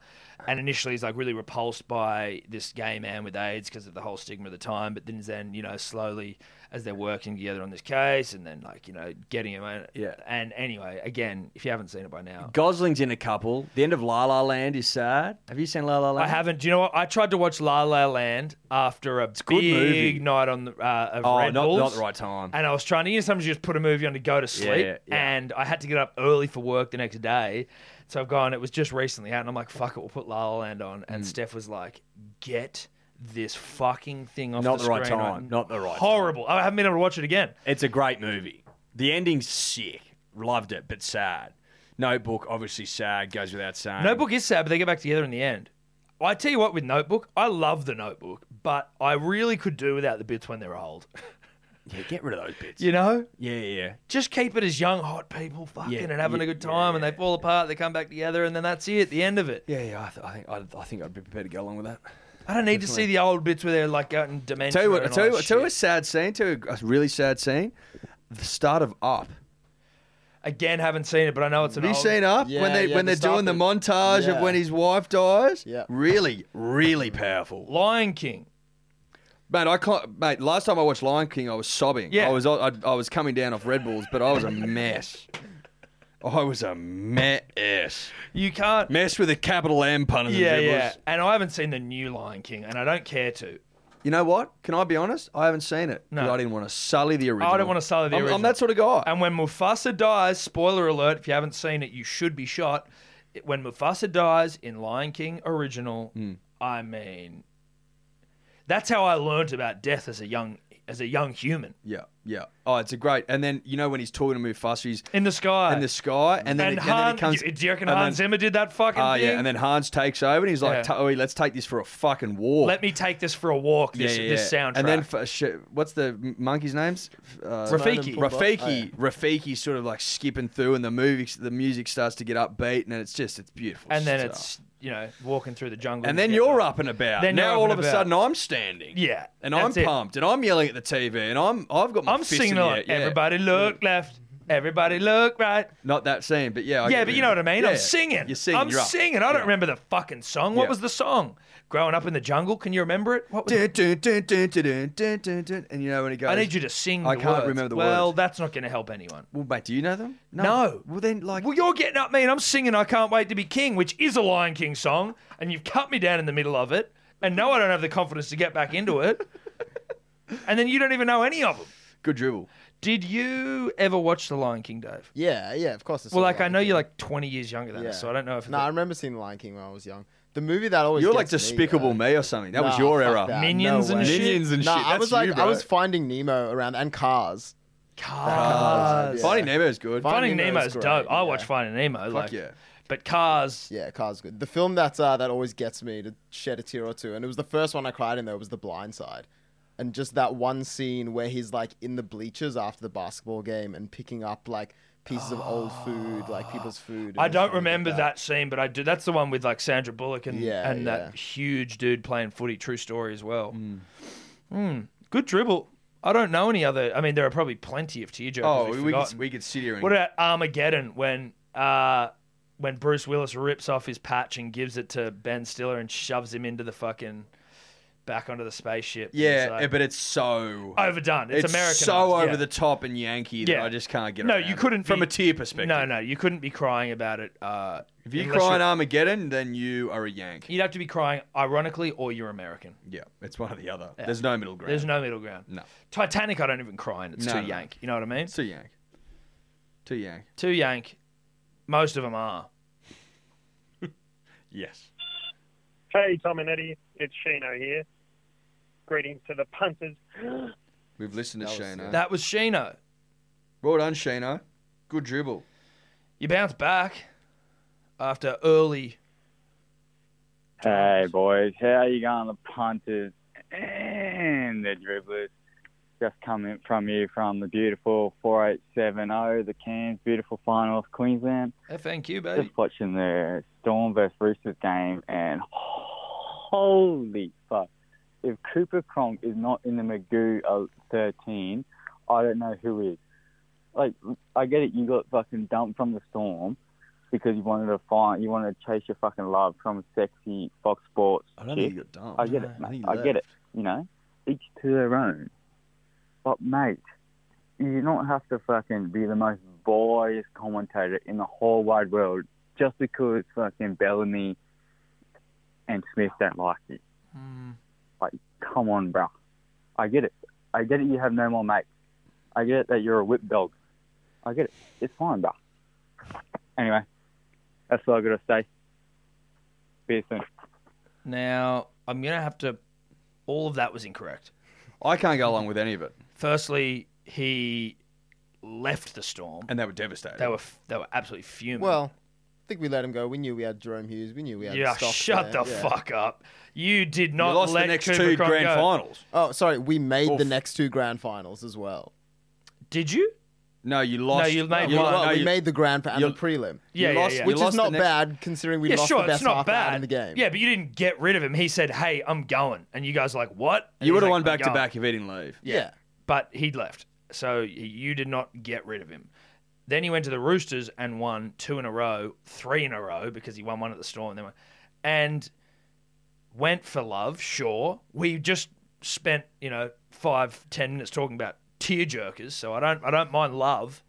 A: and initially he's like really repulsed by this gay man with AIDS because of the whole stigma of the time. But then, then you know slowly as they're working together on this case, and then like you know getting him. out-
D: Yeah.
A: And anyway, again, if you haven't seen it by now,
D: Gosling's in a couple. The end of La La Land is sad. Have you seen La La
A: I
D: Land?
A: haven't. Do you know what? I tried to watch La La Land after a
D: good
A: big
D: movie.
A: night on the uh, of
D: Oh,
A: Red
D: not,
A: Bulls.
D: not the right time.
A: And I was trying to, you know, sometimes you just put a movie on to go to sleep.
D: yeah, yeah.
A: And I had to get up early for work the next day.
D: Mm.
A: So I've gone, it was just recently out. And I'm like, fuck it, we'll put La La Land on. And Steph was like, get this fucking thing off
P: Not
A: the,
P: the right
A: screen
P: time. Not the right. time.
A: Horrible. I haven't been able to watch it again.
P: It's a great movie. The ending's sick. Loved it, but sad. Notebook, obviously sad, goes without saying.
A: Notebook is sad, but they get back together in the end. I tell you what, with Notebook, I love the Notebook, but I really could do without the bits when they're old.
P: Yeah, get rid of those bits.
A: You know,
P: Yeah, yeah.
A: just keep it as young, hot people fucking
P: Yeah,
A: and having a
P: yeah,
A: good time, and they fall apart, they come back together, and then that's it, the end of it.
P: Yeah, yeah. I, th- I think I'd, I think I'd be prepared to go along with that.
A: I don't need to see the old bits where they're like out in dementia.
D: Tell you what,
A: and
D: tell
A: all
D: you
A: that
D: what, tell you
A: shit.
D: a sad scene, tell you a really sad scene. The start of Up.
A: Again, haven't seen it, but I know it's an
D: Have you
A: old.
D: seen Up
E: Yeah,
D: when they
E: yeah,
D: when
E: the
D: they're doing the
E: start
D: montage
E: Yeah.
D: of when his wife dies?
E: Yeah.
D: Really, really powerful.
A: Lion King.
D: Mate, I can't, mate. Last time I watched Lion King, I was sobbing.
A: Yeah.
D: I was I, I was coming down off Red Bulls, but I was a mess. I was a mess.
A: You can't.
D: Mess with a capital M pun.
A: yeah, yeah. And I haven't seen the new Lion King, and I don't care to.
D: You know what? Can I be honest? I haven't seen it.
A: No.
D: 'cause I didn't want to sully the original.
A: I don't want to sully the
D: I'm,
A: original.
D: I'm that sort of guy.
A: And when Mufasa dies, spoiler alert, if you haven't seen it, you should be shot. It- When Mufasa dies in Lion King original,
D: Hmm.
A: I mean, that's how I learnt about death as a young as a young human
D: yeah, yeah. Oh, it's a great. And then you know when he's talking to Mufasa, he's
A: in the sky.
D: in the sky, and then,
A: and
D: it,
A: Han,
D: and then it comes.
A: do you reckon
D: and
A: Hans
D: then-
A: Zimmer did that fucking
D: Oh,
A: thing?
D: yeah, and then Hans takes over, and he's like,
A: Yeah.
D: "Oh, let's take this for a fucking walk."
A: let me take this for a walk. This this soundtrack.
D: And then f- sh- what's the Uh, m- monkey's names? F- Uh,
A: Rafiki.
D: Rafiki. Rafiki's sort of like skipping through, and the movie, the music starts to get upbeat, and then it's just it's beautiful.
A: and then
D: stuff.
A: it's you know walking through the jungle.
D: and then
A: together.
D: you're up and about.
A: Then you're
D: now
A: up
D: all
A: and
D: of a
A: about.
D: sudden I'm standing.
A: Yeah,
D: And I'm
A: that's it.
D: pumped, and I'm yelling at the TV, and I'm I've got my
A: I'm
D: fist in
A: singing
D: the
A: like
D: air, yeah.
A: everybody look left, everybody look right.
D: Not that scene, but yeah. I
A: yeah,
D: get
A: but you know what I mean.
D: Yeah.
A: I'm singing.
D: You're singing.
A: I'm
D: you're up.
A: singing. I don't remember the fucking song. What
D: Yeah.
A: was the song? Growing up in the jungle. Can you remember it? What was
D: Dun, dun, dun, dun, dun, dun, dun, dun, dun. And you know when he goes,
A: I need you to sing.
D: I
A: the
D: can't
A: words.
D: remember the
A: Well,
D: words.
A: that's not going to help anyone.
D: Well, mate, do you know them?
A: No.
D: Well, then, like,
A: Well, you're getting up me, and I'm singing "I Can't Wait to Be King," which is a Lion King song, and you've cut me down in the middle of it, and no, I don't have the confidence to get back into it, and then you don't even know any of them.
D: good dribble.
A: Did you ever watch The Lion King, Dave?
E: Yeah, yeah, of course.
A: Well, like I know you're like 20 years younger than us, so I don't know if
E: No, I remember seeing The Lion King when I was young. The movie that always
D: You're like
E: gets me,
D: Despicable
E: uh,
D: Me or something. That was
E: nah,
D: your
E: fuck
D: era.
E: that,
A: Minions
E: no
A: and
E: way.
A: shit.
D: Minions and
E: Nah,
D: shit.
E: I
D: That's
E: was like,
D: you,
E: I
D: bro.
E: was finding Nemo around and Cars.
A: Cars.
E: Yeah.
D: Finding Nemo's good.
A: Finding
E: Finding
A: Nemo's
E: Nemo's
A: dope.
E: great,
A: I
E: yeah.
A: watch Finding Nemo. like,
D: yeah.
A: But Cars.
E: Yeah, Cars good. The film that uh, that always gets me to shed a tear or two, and it was the first one I cried in. There was The Blind Side, and just that one scene where he's like in the bleachers after the basketball game and picking up like pieces of old food, like people's food. and
A: I don't
E: shit like
A: remember that scene, but I do. That's the one with like Sandra Bullock and
E: Yeah,
A: and
E: yeah.
A: that huge dude playing footy. True story as well. Mm. Good dribble. I don't know any other. I mean, there are probably plenty of tearjerkers.
D: Oh,
A: we've
D: we could,
A: forgotten.
D: we could sit here and
A: What about um, Armageddon when uh, when Bruce Willis rips off his patch and gives it to Ben Stiller and shoves him into the fucking back onto the spaceship? and
D: yeah,
A: it's like-
D: but it's so
A: overdone. It's, American.
D: so over the top and Yankee that
A: Yeah.
D: I just can't get.
A: No,
D: around
A: you
D: it.
A: couldn't
D: from
A: be-
D: a tear perspective.
A: No, no, you couldn't be crying about it. Uh,
D: If you
A: unless
D: cry in Armageddon, then you are a Yank.
A: you'd have to be crying ironically, or you're American.
D: Yeah, it's one or the other. There's no middle ground.
A: There's no middle ground.
D: No.
A: Titanic, I don't even cry in. It's
D: No,
A: too
D: no.
A: yank. You know what I mean?
D: It's a Yank. Two Yank.
A: Too yank. Most of them are.
D: Yes.
N: Hey, Tom and Eddie, it's Shino here. Greetings to the punters.
D: We've listened to
E: That was-
D: Shano.
A: That was Sheena.
D: well done, Shano. Good dribble.
A: You bounce back after early.
Q: Hey boys, how you going? The punters and the dribblers just coming from you from the beautiful 4870, oh, the Cairns, beautiful final of Queensland.
A: FNQ, baby.
Q: Just watching the Storm versus Roosters game, and holy fuck! If Cooper Cronk is not in the Magoo uh, 13, I don't know who is. Like, I get it. You got fucking dumped from the Storm because you wanted to find, you wanted to chase your fucking love from a sexy Fox Sports
D: I don't
Q: chick.
D: think you got dumped.
Q: I get it,
D: I, think
Q: mate.
D: you
Q: I get
D: left.
Q: it. You know, each to their own. But mate, you don't have to fucking be the most boyish commentator in the whole wide world just because fucking Bellamy and Smith don't like you. Like, come on, bro. I get it. I get it. You have no more mates. I get it that you're a whip dog. I get it. It's fine, bro. Anyway, that's all I gotta say. Be soon.
A: Now I'm gonna have to All of that was incorrect.
D: I can't go along with any of it.
A: Firstly, he left the Storm.
D: And they were devastated.
A: They were they were absolutely fuming.
E: Well, I think we let him go. We knew we had Jerome Hughes. We knew we had.
A: yeah,
E: Stock
A: shut
E: there.
A: the
E: Yeah.
A: fuck up. You did not
D: lost the
A: let
D: next
A: Cooper
D: two
A: Cronk
D: grand
A: go.
D: finals.
E: Oh, sorry. We made the next two grand finals as well.
A: Did you?
D: No, you lost.
A: No, you made one.
E: well,
D: no,
E: we
D: you-
E: made the grand fi- and the
D: you-
E: prelim.
A: Yeah,
D: you
A: yeah,
D: lost-
A: yeah.
D: we
E: Which is
D: lost the
E: not
D: next-
E: bad considering we
A: yeah,
E: lost
A: sure,
E: the best
A: it's not
E: half
A: bad.
E: out in the game.
A: Yeah, but you didn't get rid of him. He said, "Hey, I'm going," and you guys are like, "What?" And he's
D: You would have
A: like,
D: won
A: "I'm
D: back to
A: going."
D: back if he didn't leave.
E: yeah.
A: but he left. So you did not get rid of him. Then he went to the Roosters and won two in a row, three in a row because he won one at the Storm and then won, and went for love. Sure, we just spent you know five ten minutes talking about tearjerkers, so I don't I don't mind love.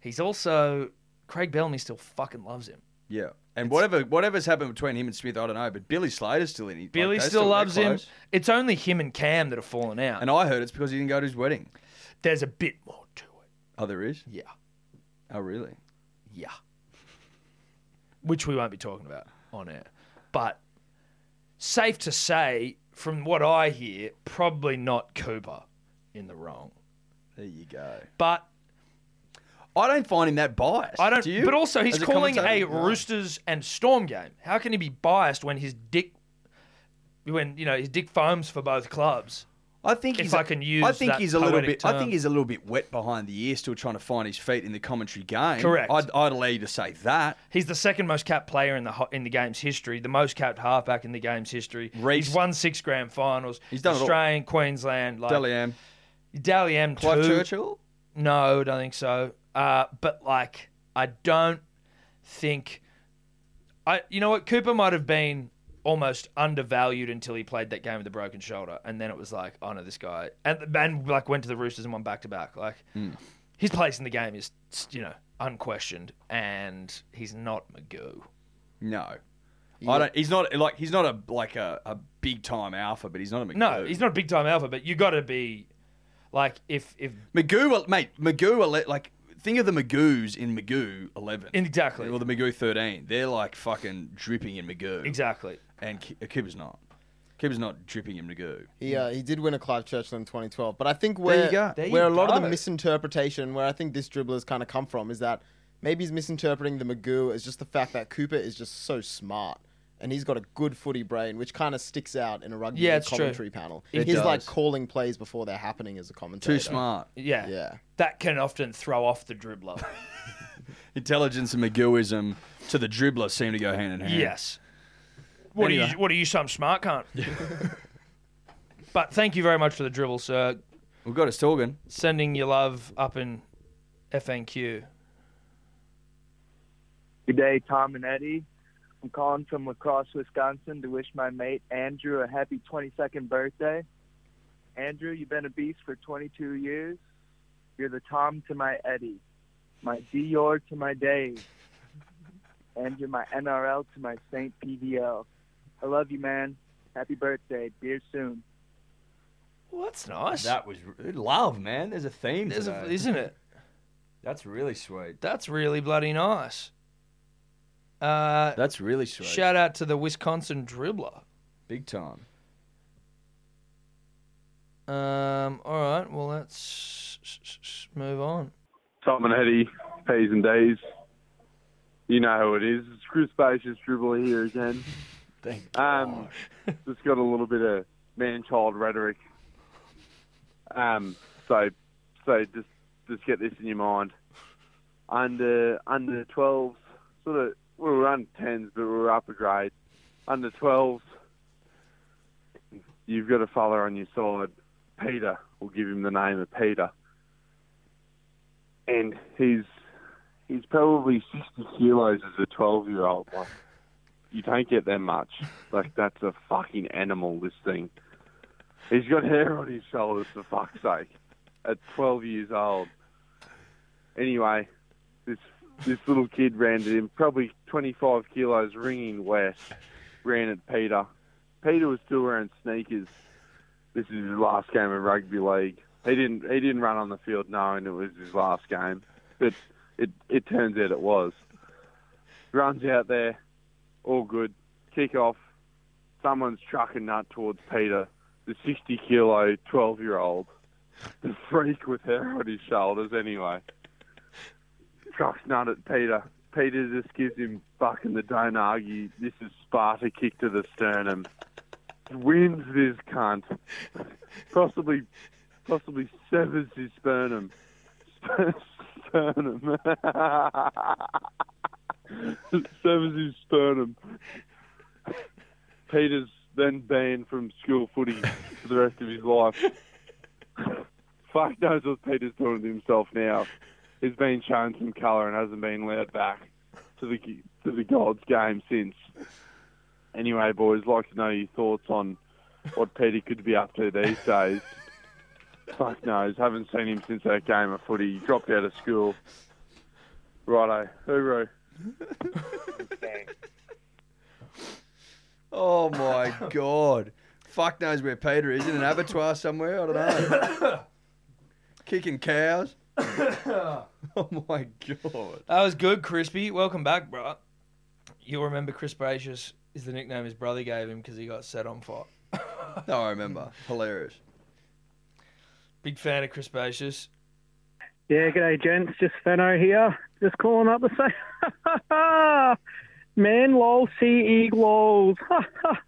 A: He's also Craig Bellamy still fucking loves him.
D: Yeah. And whatever whatever's happened between him and Smith, I don't know. But Billy Slater's still in. He, like,
A: Billy
D: they're
A: still
D: they're
A: loves him.
D: close.
A: It's only him and Cam that have fallen out.
D: And I heard it's because he didn't go to his wedding.
A: There's a bit more to it.
D: Oh, there is.
A: Yeah.
D: Oh, really?
A: Yeah. Which we won't be talking about on air. But safe to say, from what I hear, probably not Cooper in the wrong.
D: There you go.
A: But
D: I don't find him that biased.
A: I don't.
D: Do you?
A: But also, he's
D: As
A: calling a
D: commentator? No.
A: Roosters and Storm game. How can he be biased when his dick, when you know his dick foams for both clubs?
D: I think
A: if
D: he's
A: I can use
D: I think
A: that
D: he's a little
A: poetic
D: bit. I
A: term.
D: think he's a little bit wet behind the ear, still trying to find his feet in the commentary game.
A: Correct.
D: I'd, I'd allow you to say that.
A: He's the second most capped player in the ho- in the game's history, the most capped halfback in the game's history.
D: Reece.
A: He's won six grand finals.
D: He's done it all.
A: Australian, Queensland, like
D: Dally M.
A: Dally M
D: Clive
A: too.
D: Churchill.
A: No, I don't think so. Uh, but like, I don't think. I you know what Cooper might have been almost undervalued until he played that game with the broken shoulder, and then it was like, oh no, this guy and and like went to the Roosters and won back to back. Like his place in the game is you know unquestioned, and he's not Magoo.
D: No. I don't. He's not like he's not a like a, a big time alpha, but he's not a McGoo.
A: No, he's not a big time alpha, but you got to be like if if
D: Magoo, mate. Magoo, ele- like think of the Magoos in Magoo eleven,
A: exactly
D: or the Magoo thirteen. They're like fucking dripping in Magoo.
A: exactly.
D: And Ki- uh, Cooper's not. Cooper's not dripping in Magoo.
E: He, uh, he did win a Clive Churchill in 2012, but I think where
D: you go.
A: There
E: where
A: you
E: a lot of
A: go.
E: the misinterpretation, where I think this dribbler's kind of come from, is that maybe he's misinterpreting the Magoo as just the fact that Cooper is just so smart and he's got a good footy brain, which kind of sticks out in a rugby
A: Yeah,
E: league
A: it's true.
E: commentary panel.
A: It
E: he's
D: does.
E: like calling plays before they're happening as a commentator.
D: Too smart.
A: Yeah.
E: Yeah.
A: That can often throw off the dribbler.
D: Intelligence and Magooism to the dribbler seem to go hand in hand.
A: Yes. What are you?
D: Anyway.
A: What are you? Some smart cunt. but thank you very much for the dribble,
E: Uh,
A: sir.
D: we've got us talking.
A: Sending your love up in FNQ.
N: Good day, Tom and Eddie. I'm calling from La Crosse, Wisconsin to wish my mate Andrew a happy 22nd birthday. Andrew, you've been a beast for 22 years. You're the Tom to my Eddie, my Dior to my Dave, and you're my NRL to my Saint PVL. I love you, man. Happy birthday. Beer soon.
A: Well, that's nice.
D: That was love, man. There's a theme.
A: There's a- isn't it?
D: That's really sweet.
A: That's really bloody nice. Uh,
D: That's really sweet.
A: shout out to the Wisconsin dribbler.
D: Big time.
A: Um, all right. Well, let's move on.
R: Tom and Eddie, P's and D's. You know who it is. It's Chris Bacious dribbler here again. Thank um, Just got a little bit of man-child rhetoric. Um, so, so just just get this in your mind. Under under 12s, sort of we were under 10s, but we were upper grade. Under 12s, you've got a fella on your side, Peter. We'll give him the name of Peter and he's he's probably sixty kilos as a twelve year old. Like you don't get that much. Like that's a fucking animal. This thing. He's got hair on his shoulders for fuck's sake. At twelve years old. Anyway, this this little kid ran at him, probably twenty five kilos, ringing west. Ran at Peter. Peter was still wearing sneakers. This is his last game of rugby league. He didn't he didn't run on the field knowing it was his last game, but it it turns out it was. Runs out there, all good. Kick off. Someone's trucking nut towards Peter. the 60 kilo 12 year old, the freak with hair on his shoulders anyway. Trucks nut at Peter. Peter just gives him fucking the don't argue. This is Sparta kick to the sternum. Wins this cunt. Possibly, possibly severs his sternum. sternum. severs his sternum. Peter's then banned from school footy for the rest of his life. Fuck knows what Peter's doing to himself now. He's been shown some colour and hasn't been allowed back to the to the Gold's game since. Anyway, boys, like to know your thoughts on what Peter could be up to these days. Fuck knows. Haven't seen him since that game of footy. He dropped out of school. Righto, hooroo.
G: Oh my god. Fuck knows where Peter is in an abattoir somewhere. I don't know. Kicking cows. oh my god.
A: That was good, Crispy. Welcome back, bro. You'll remember Chris Bracious is the nickname his brother gave him because he got set on fire.
G: No, I remember. Hilarious.
A: Big fan of Chris Bracious.
S: Yeah, g'day, gents. Just Fenno here. Just calling up to say, man, lol, sea eagles.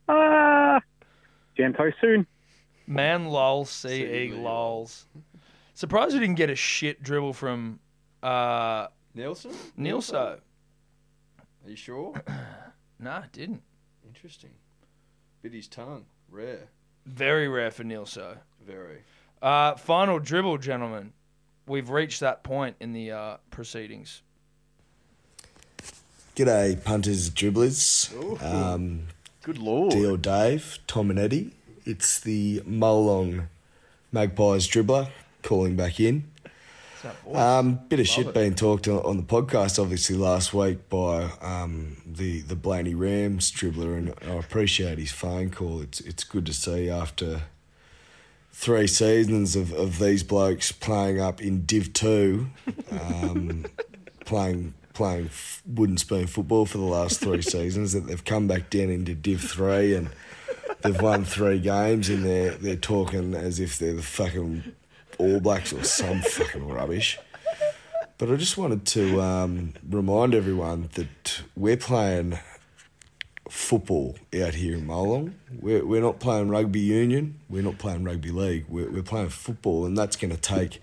S: Jam post soon.
A: Man, lol, CE, lols. Surprised we didn't get a shit dribble from uh,
G: Nielsen? Are
A: Nilso.
G: you sure?
A: Nah, didn't.
G: Interesting. Bit his tongue. Rare.
A: Very rare for Nilso.
G: Very.
A: Uh, final dribble, gentlemen. We've reached that point in the uh, proceedings.
T: G'day, punters, dribblers. Um,
G: Good lord.
T: Deal Dave, Tom and Eddie. It's the Molong Magpies dribbler calling back in. Um, bit of shit being talked on, on the podcast, obviously, last week by um, the, the Blaney Rams dribbler, and I appreciate his phone call. It's, it's good to see after three seasons of, of these blokes playing up in Div 2, um, playing playing f- wooden spoon football for the last three seasons, that they've come back down into Div 3 and they've won three games and they're, they're talking as if they're the fucking All Blacks or some fucking rubbish. But I just wanted to um, remind everyone that we're playing football out here in Molong. We're, we're not playing rugby union. We're not playing rugby league. We're, we're playing football, and that's going to take,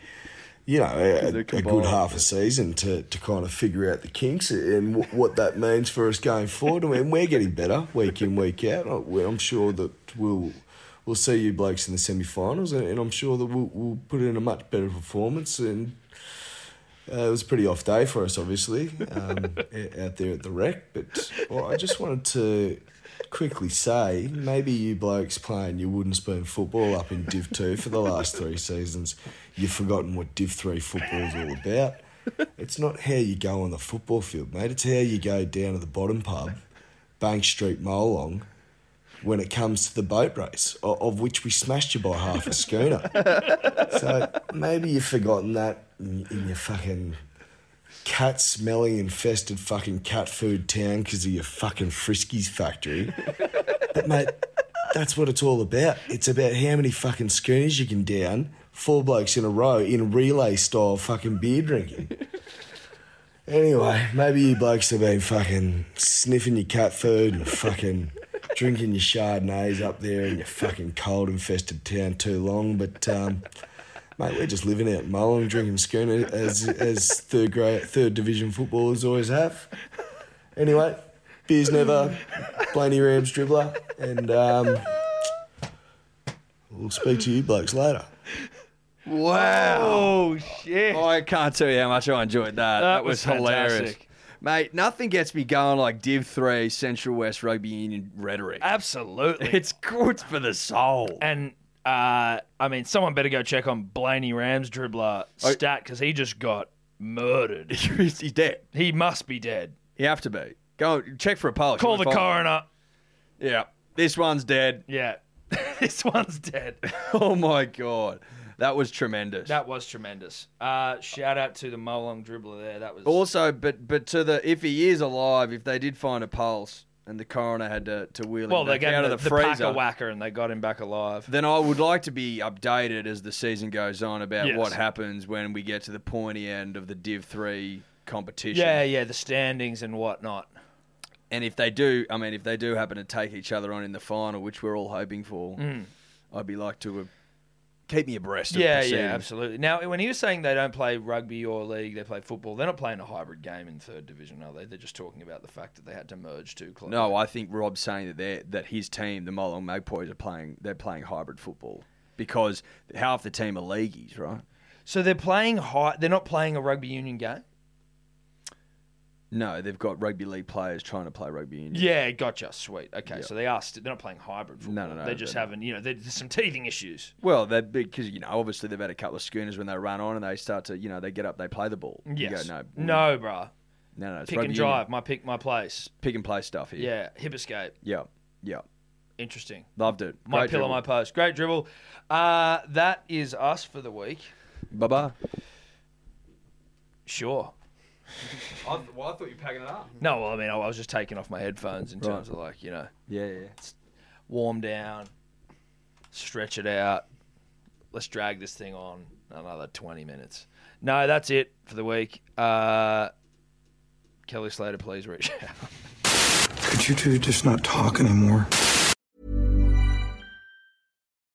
T: you know, a, a- a good half a season to, to kind of figure out the kinks and w- what that means for us going forward. I mean, we're getting better week in, week out. I- we- I'm sure that we'll we'll see you blokes in the semi-finals, and, and I'm sure that we'll, we'll put in a much better performance and uh, it was a pretty off day for us, obviously, um, o- out there at the wreck. But well, I just wanted to quickly say maybe you blokes playing your wooden spoon football up in Div 2 for the last three seasons, you've forgotten what Div 3 football's all about. It's not how you go on the football field, mate. It's how you go down to the bottom pub, Bank Street Molong, when it comes to the boat race, o- of which we smashed you by half a schooner. So maybe you've forgotten that in, in your fucking cat smelling infested fucking cat food town because of your fucking Friskies factory. But mate, that's what it's all about. It's about how many fucking schooners you can down, four blokes in a row in relay style fucking beer drinking. Anyway, maybe you blokes have been fucking sniffing your cat food and fucking drinking your Chardonnays up there in your fucking cold infested town too long, but um, Mate, we're just living out Mullen, drinking schooner as as third grade, third division footballers always have. Anyway, beers never, Blaney Rams dribbler, and um, we'll speak to you blokes later.
G: Wow.
A: Oh, shit.
G: I can't tell you how much I enjoyed that. That, was,
A: was
G: hilarious.
A: fantastic.
G: Mate, nothing gets me going like Div 3 Central West Rugby Union rhetoric.
A: Absolutely.
G: It's good for the soul.
A: And uh, I mean, someone better go check on Blaney Rams dribbler stat because he just got murdered.
G: He's he's dead.
A: he must be dead.
G: You have to be. Go check for a pulse.
A: Call
G: You'll
A: the
G: find-
A: coroner.
G: Yeah. This one's dead.
A: Yeah, this one's dead.
G: Oh my god. That was tremendous.
A: That was tremendous. Uh, shout out to the Molong dribbler there. That was
G: also, but but to the if he is alive, if they did find a pulse,
D: and the coroner had to, to wheel
A: Well,
D: him
A: they
D: back
A: gave
D: out
A: him the,
D: of the,
A: the
D: freezer.
A: packer whacker and they got him back alive.
D: Then I would like to be updated as the season goes on about
A: Yes.
D: what happens when we get to the pointy end of the Div Three competition.
A: Yeah, yeah, the standings and whatnot.
D: And if they do, I mean, if they do happen to take each other on in the final, which we're all hoping for,
A: Mm.
D: I'd be like to uh, keep me abreast. of
A: Yeah, yeah,
D: proceedings.
A: absolutely. Now, when he was saying they don't play rugby or league, they play football. They're not playing a hybrid game in third division, are they? They're just talking about the fact that they had to merge two clubs.
D: No, I think Rob's saying that they that his team, the Molong Magpies, are playing they're playing hybrid football because half the team are leagueies, right?
A: So they're playing high. They're not playing a rugby union game.
D: No, they've got rugby league players trying to play rugby union.
A: Yeah, gotcha. Sweet. Okay,
D: Yeah.
A: so they are. St- they're not playing hybrid football.
D: No, no, no.
A: They just
D: they're not.
A: haven't. You know, there- there's some teething issues.
D: Well, they because you know obviously they've had a couple of schooners when they run on and they start to you know they get up they play the ball. You
A: Yes.
D: go,
A: no, bruh.
D: no, no. It's
A: pick
D: rugby
A: and
D: union.
A: drive. My pick, my place.
D: pick and play stuff here.
A: Yeah, hip escape.
D: yeah, yeah.
A: Interesting.
D: Loved it.
A: My
D: Great
A: pillow, my
D: dribble.
A: post. Great dribble. Uh, that is us for the week.
D: Bye bye.
A: Sure.
U: I, well, I thought you were packing it up.
A: No, well, I mean, I was just taking off my headphones in
U: Right.
A: terms of like, you know,
D: yeah, yeah.
A: warm down, stretch it out. Let's drag this thing on another 20 minutes. No, that's it for the week. Uh, Kelly Slater, please reach out.
K: Could you two just not talk anymore?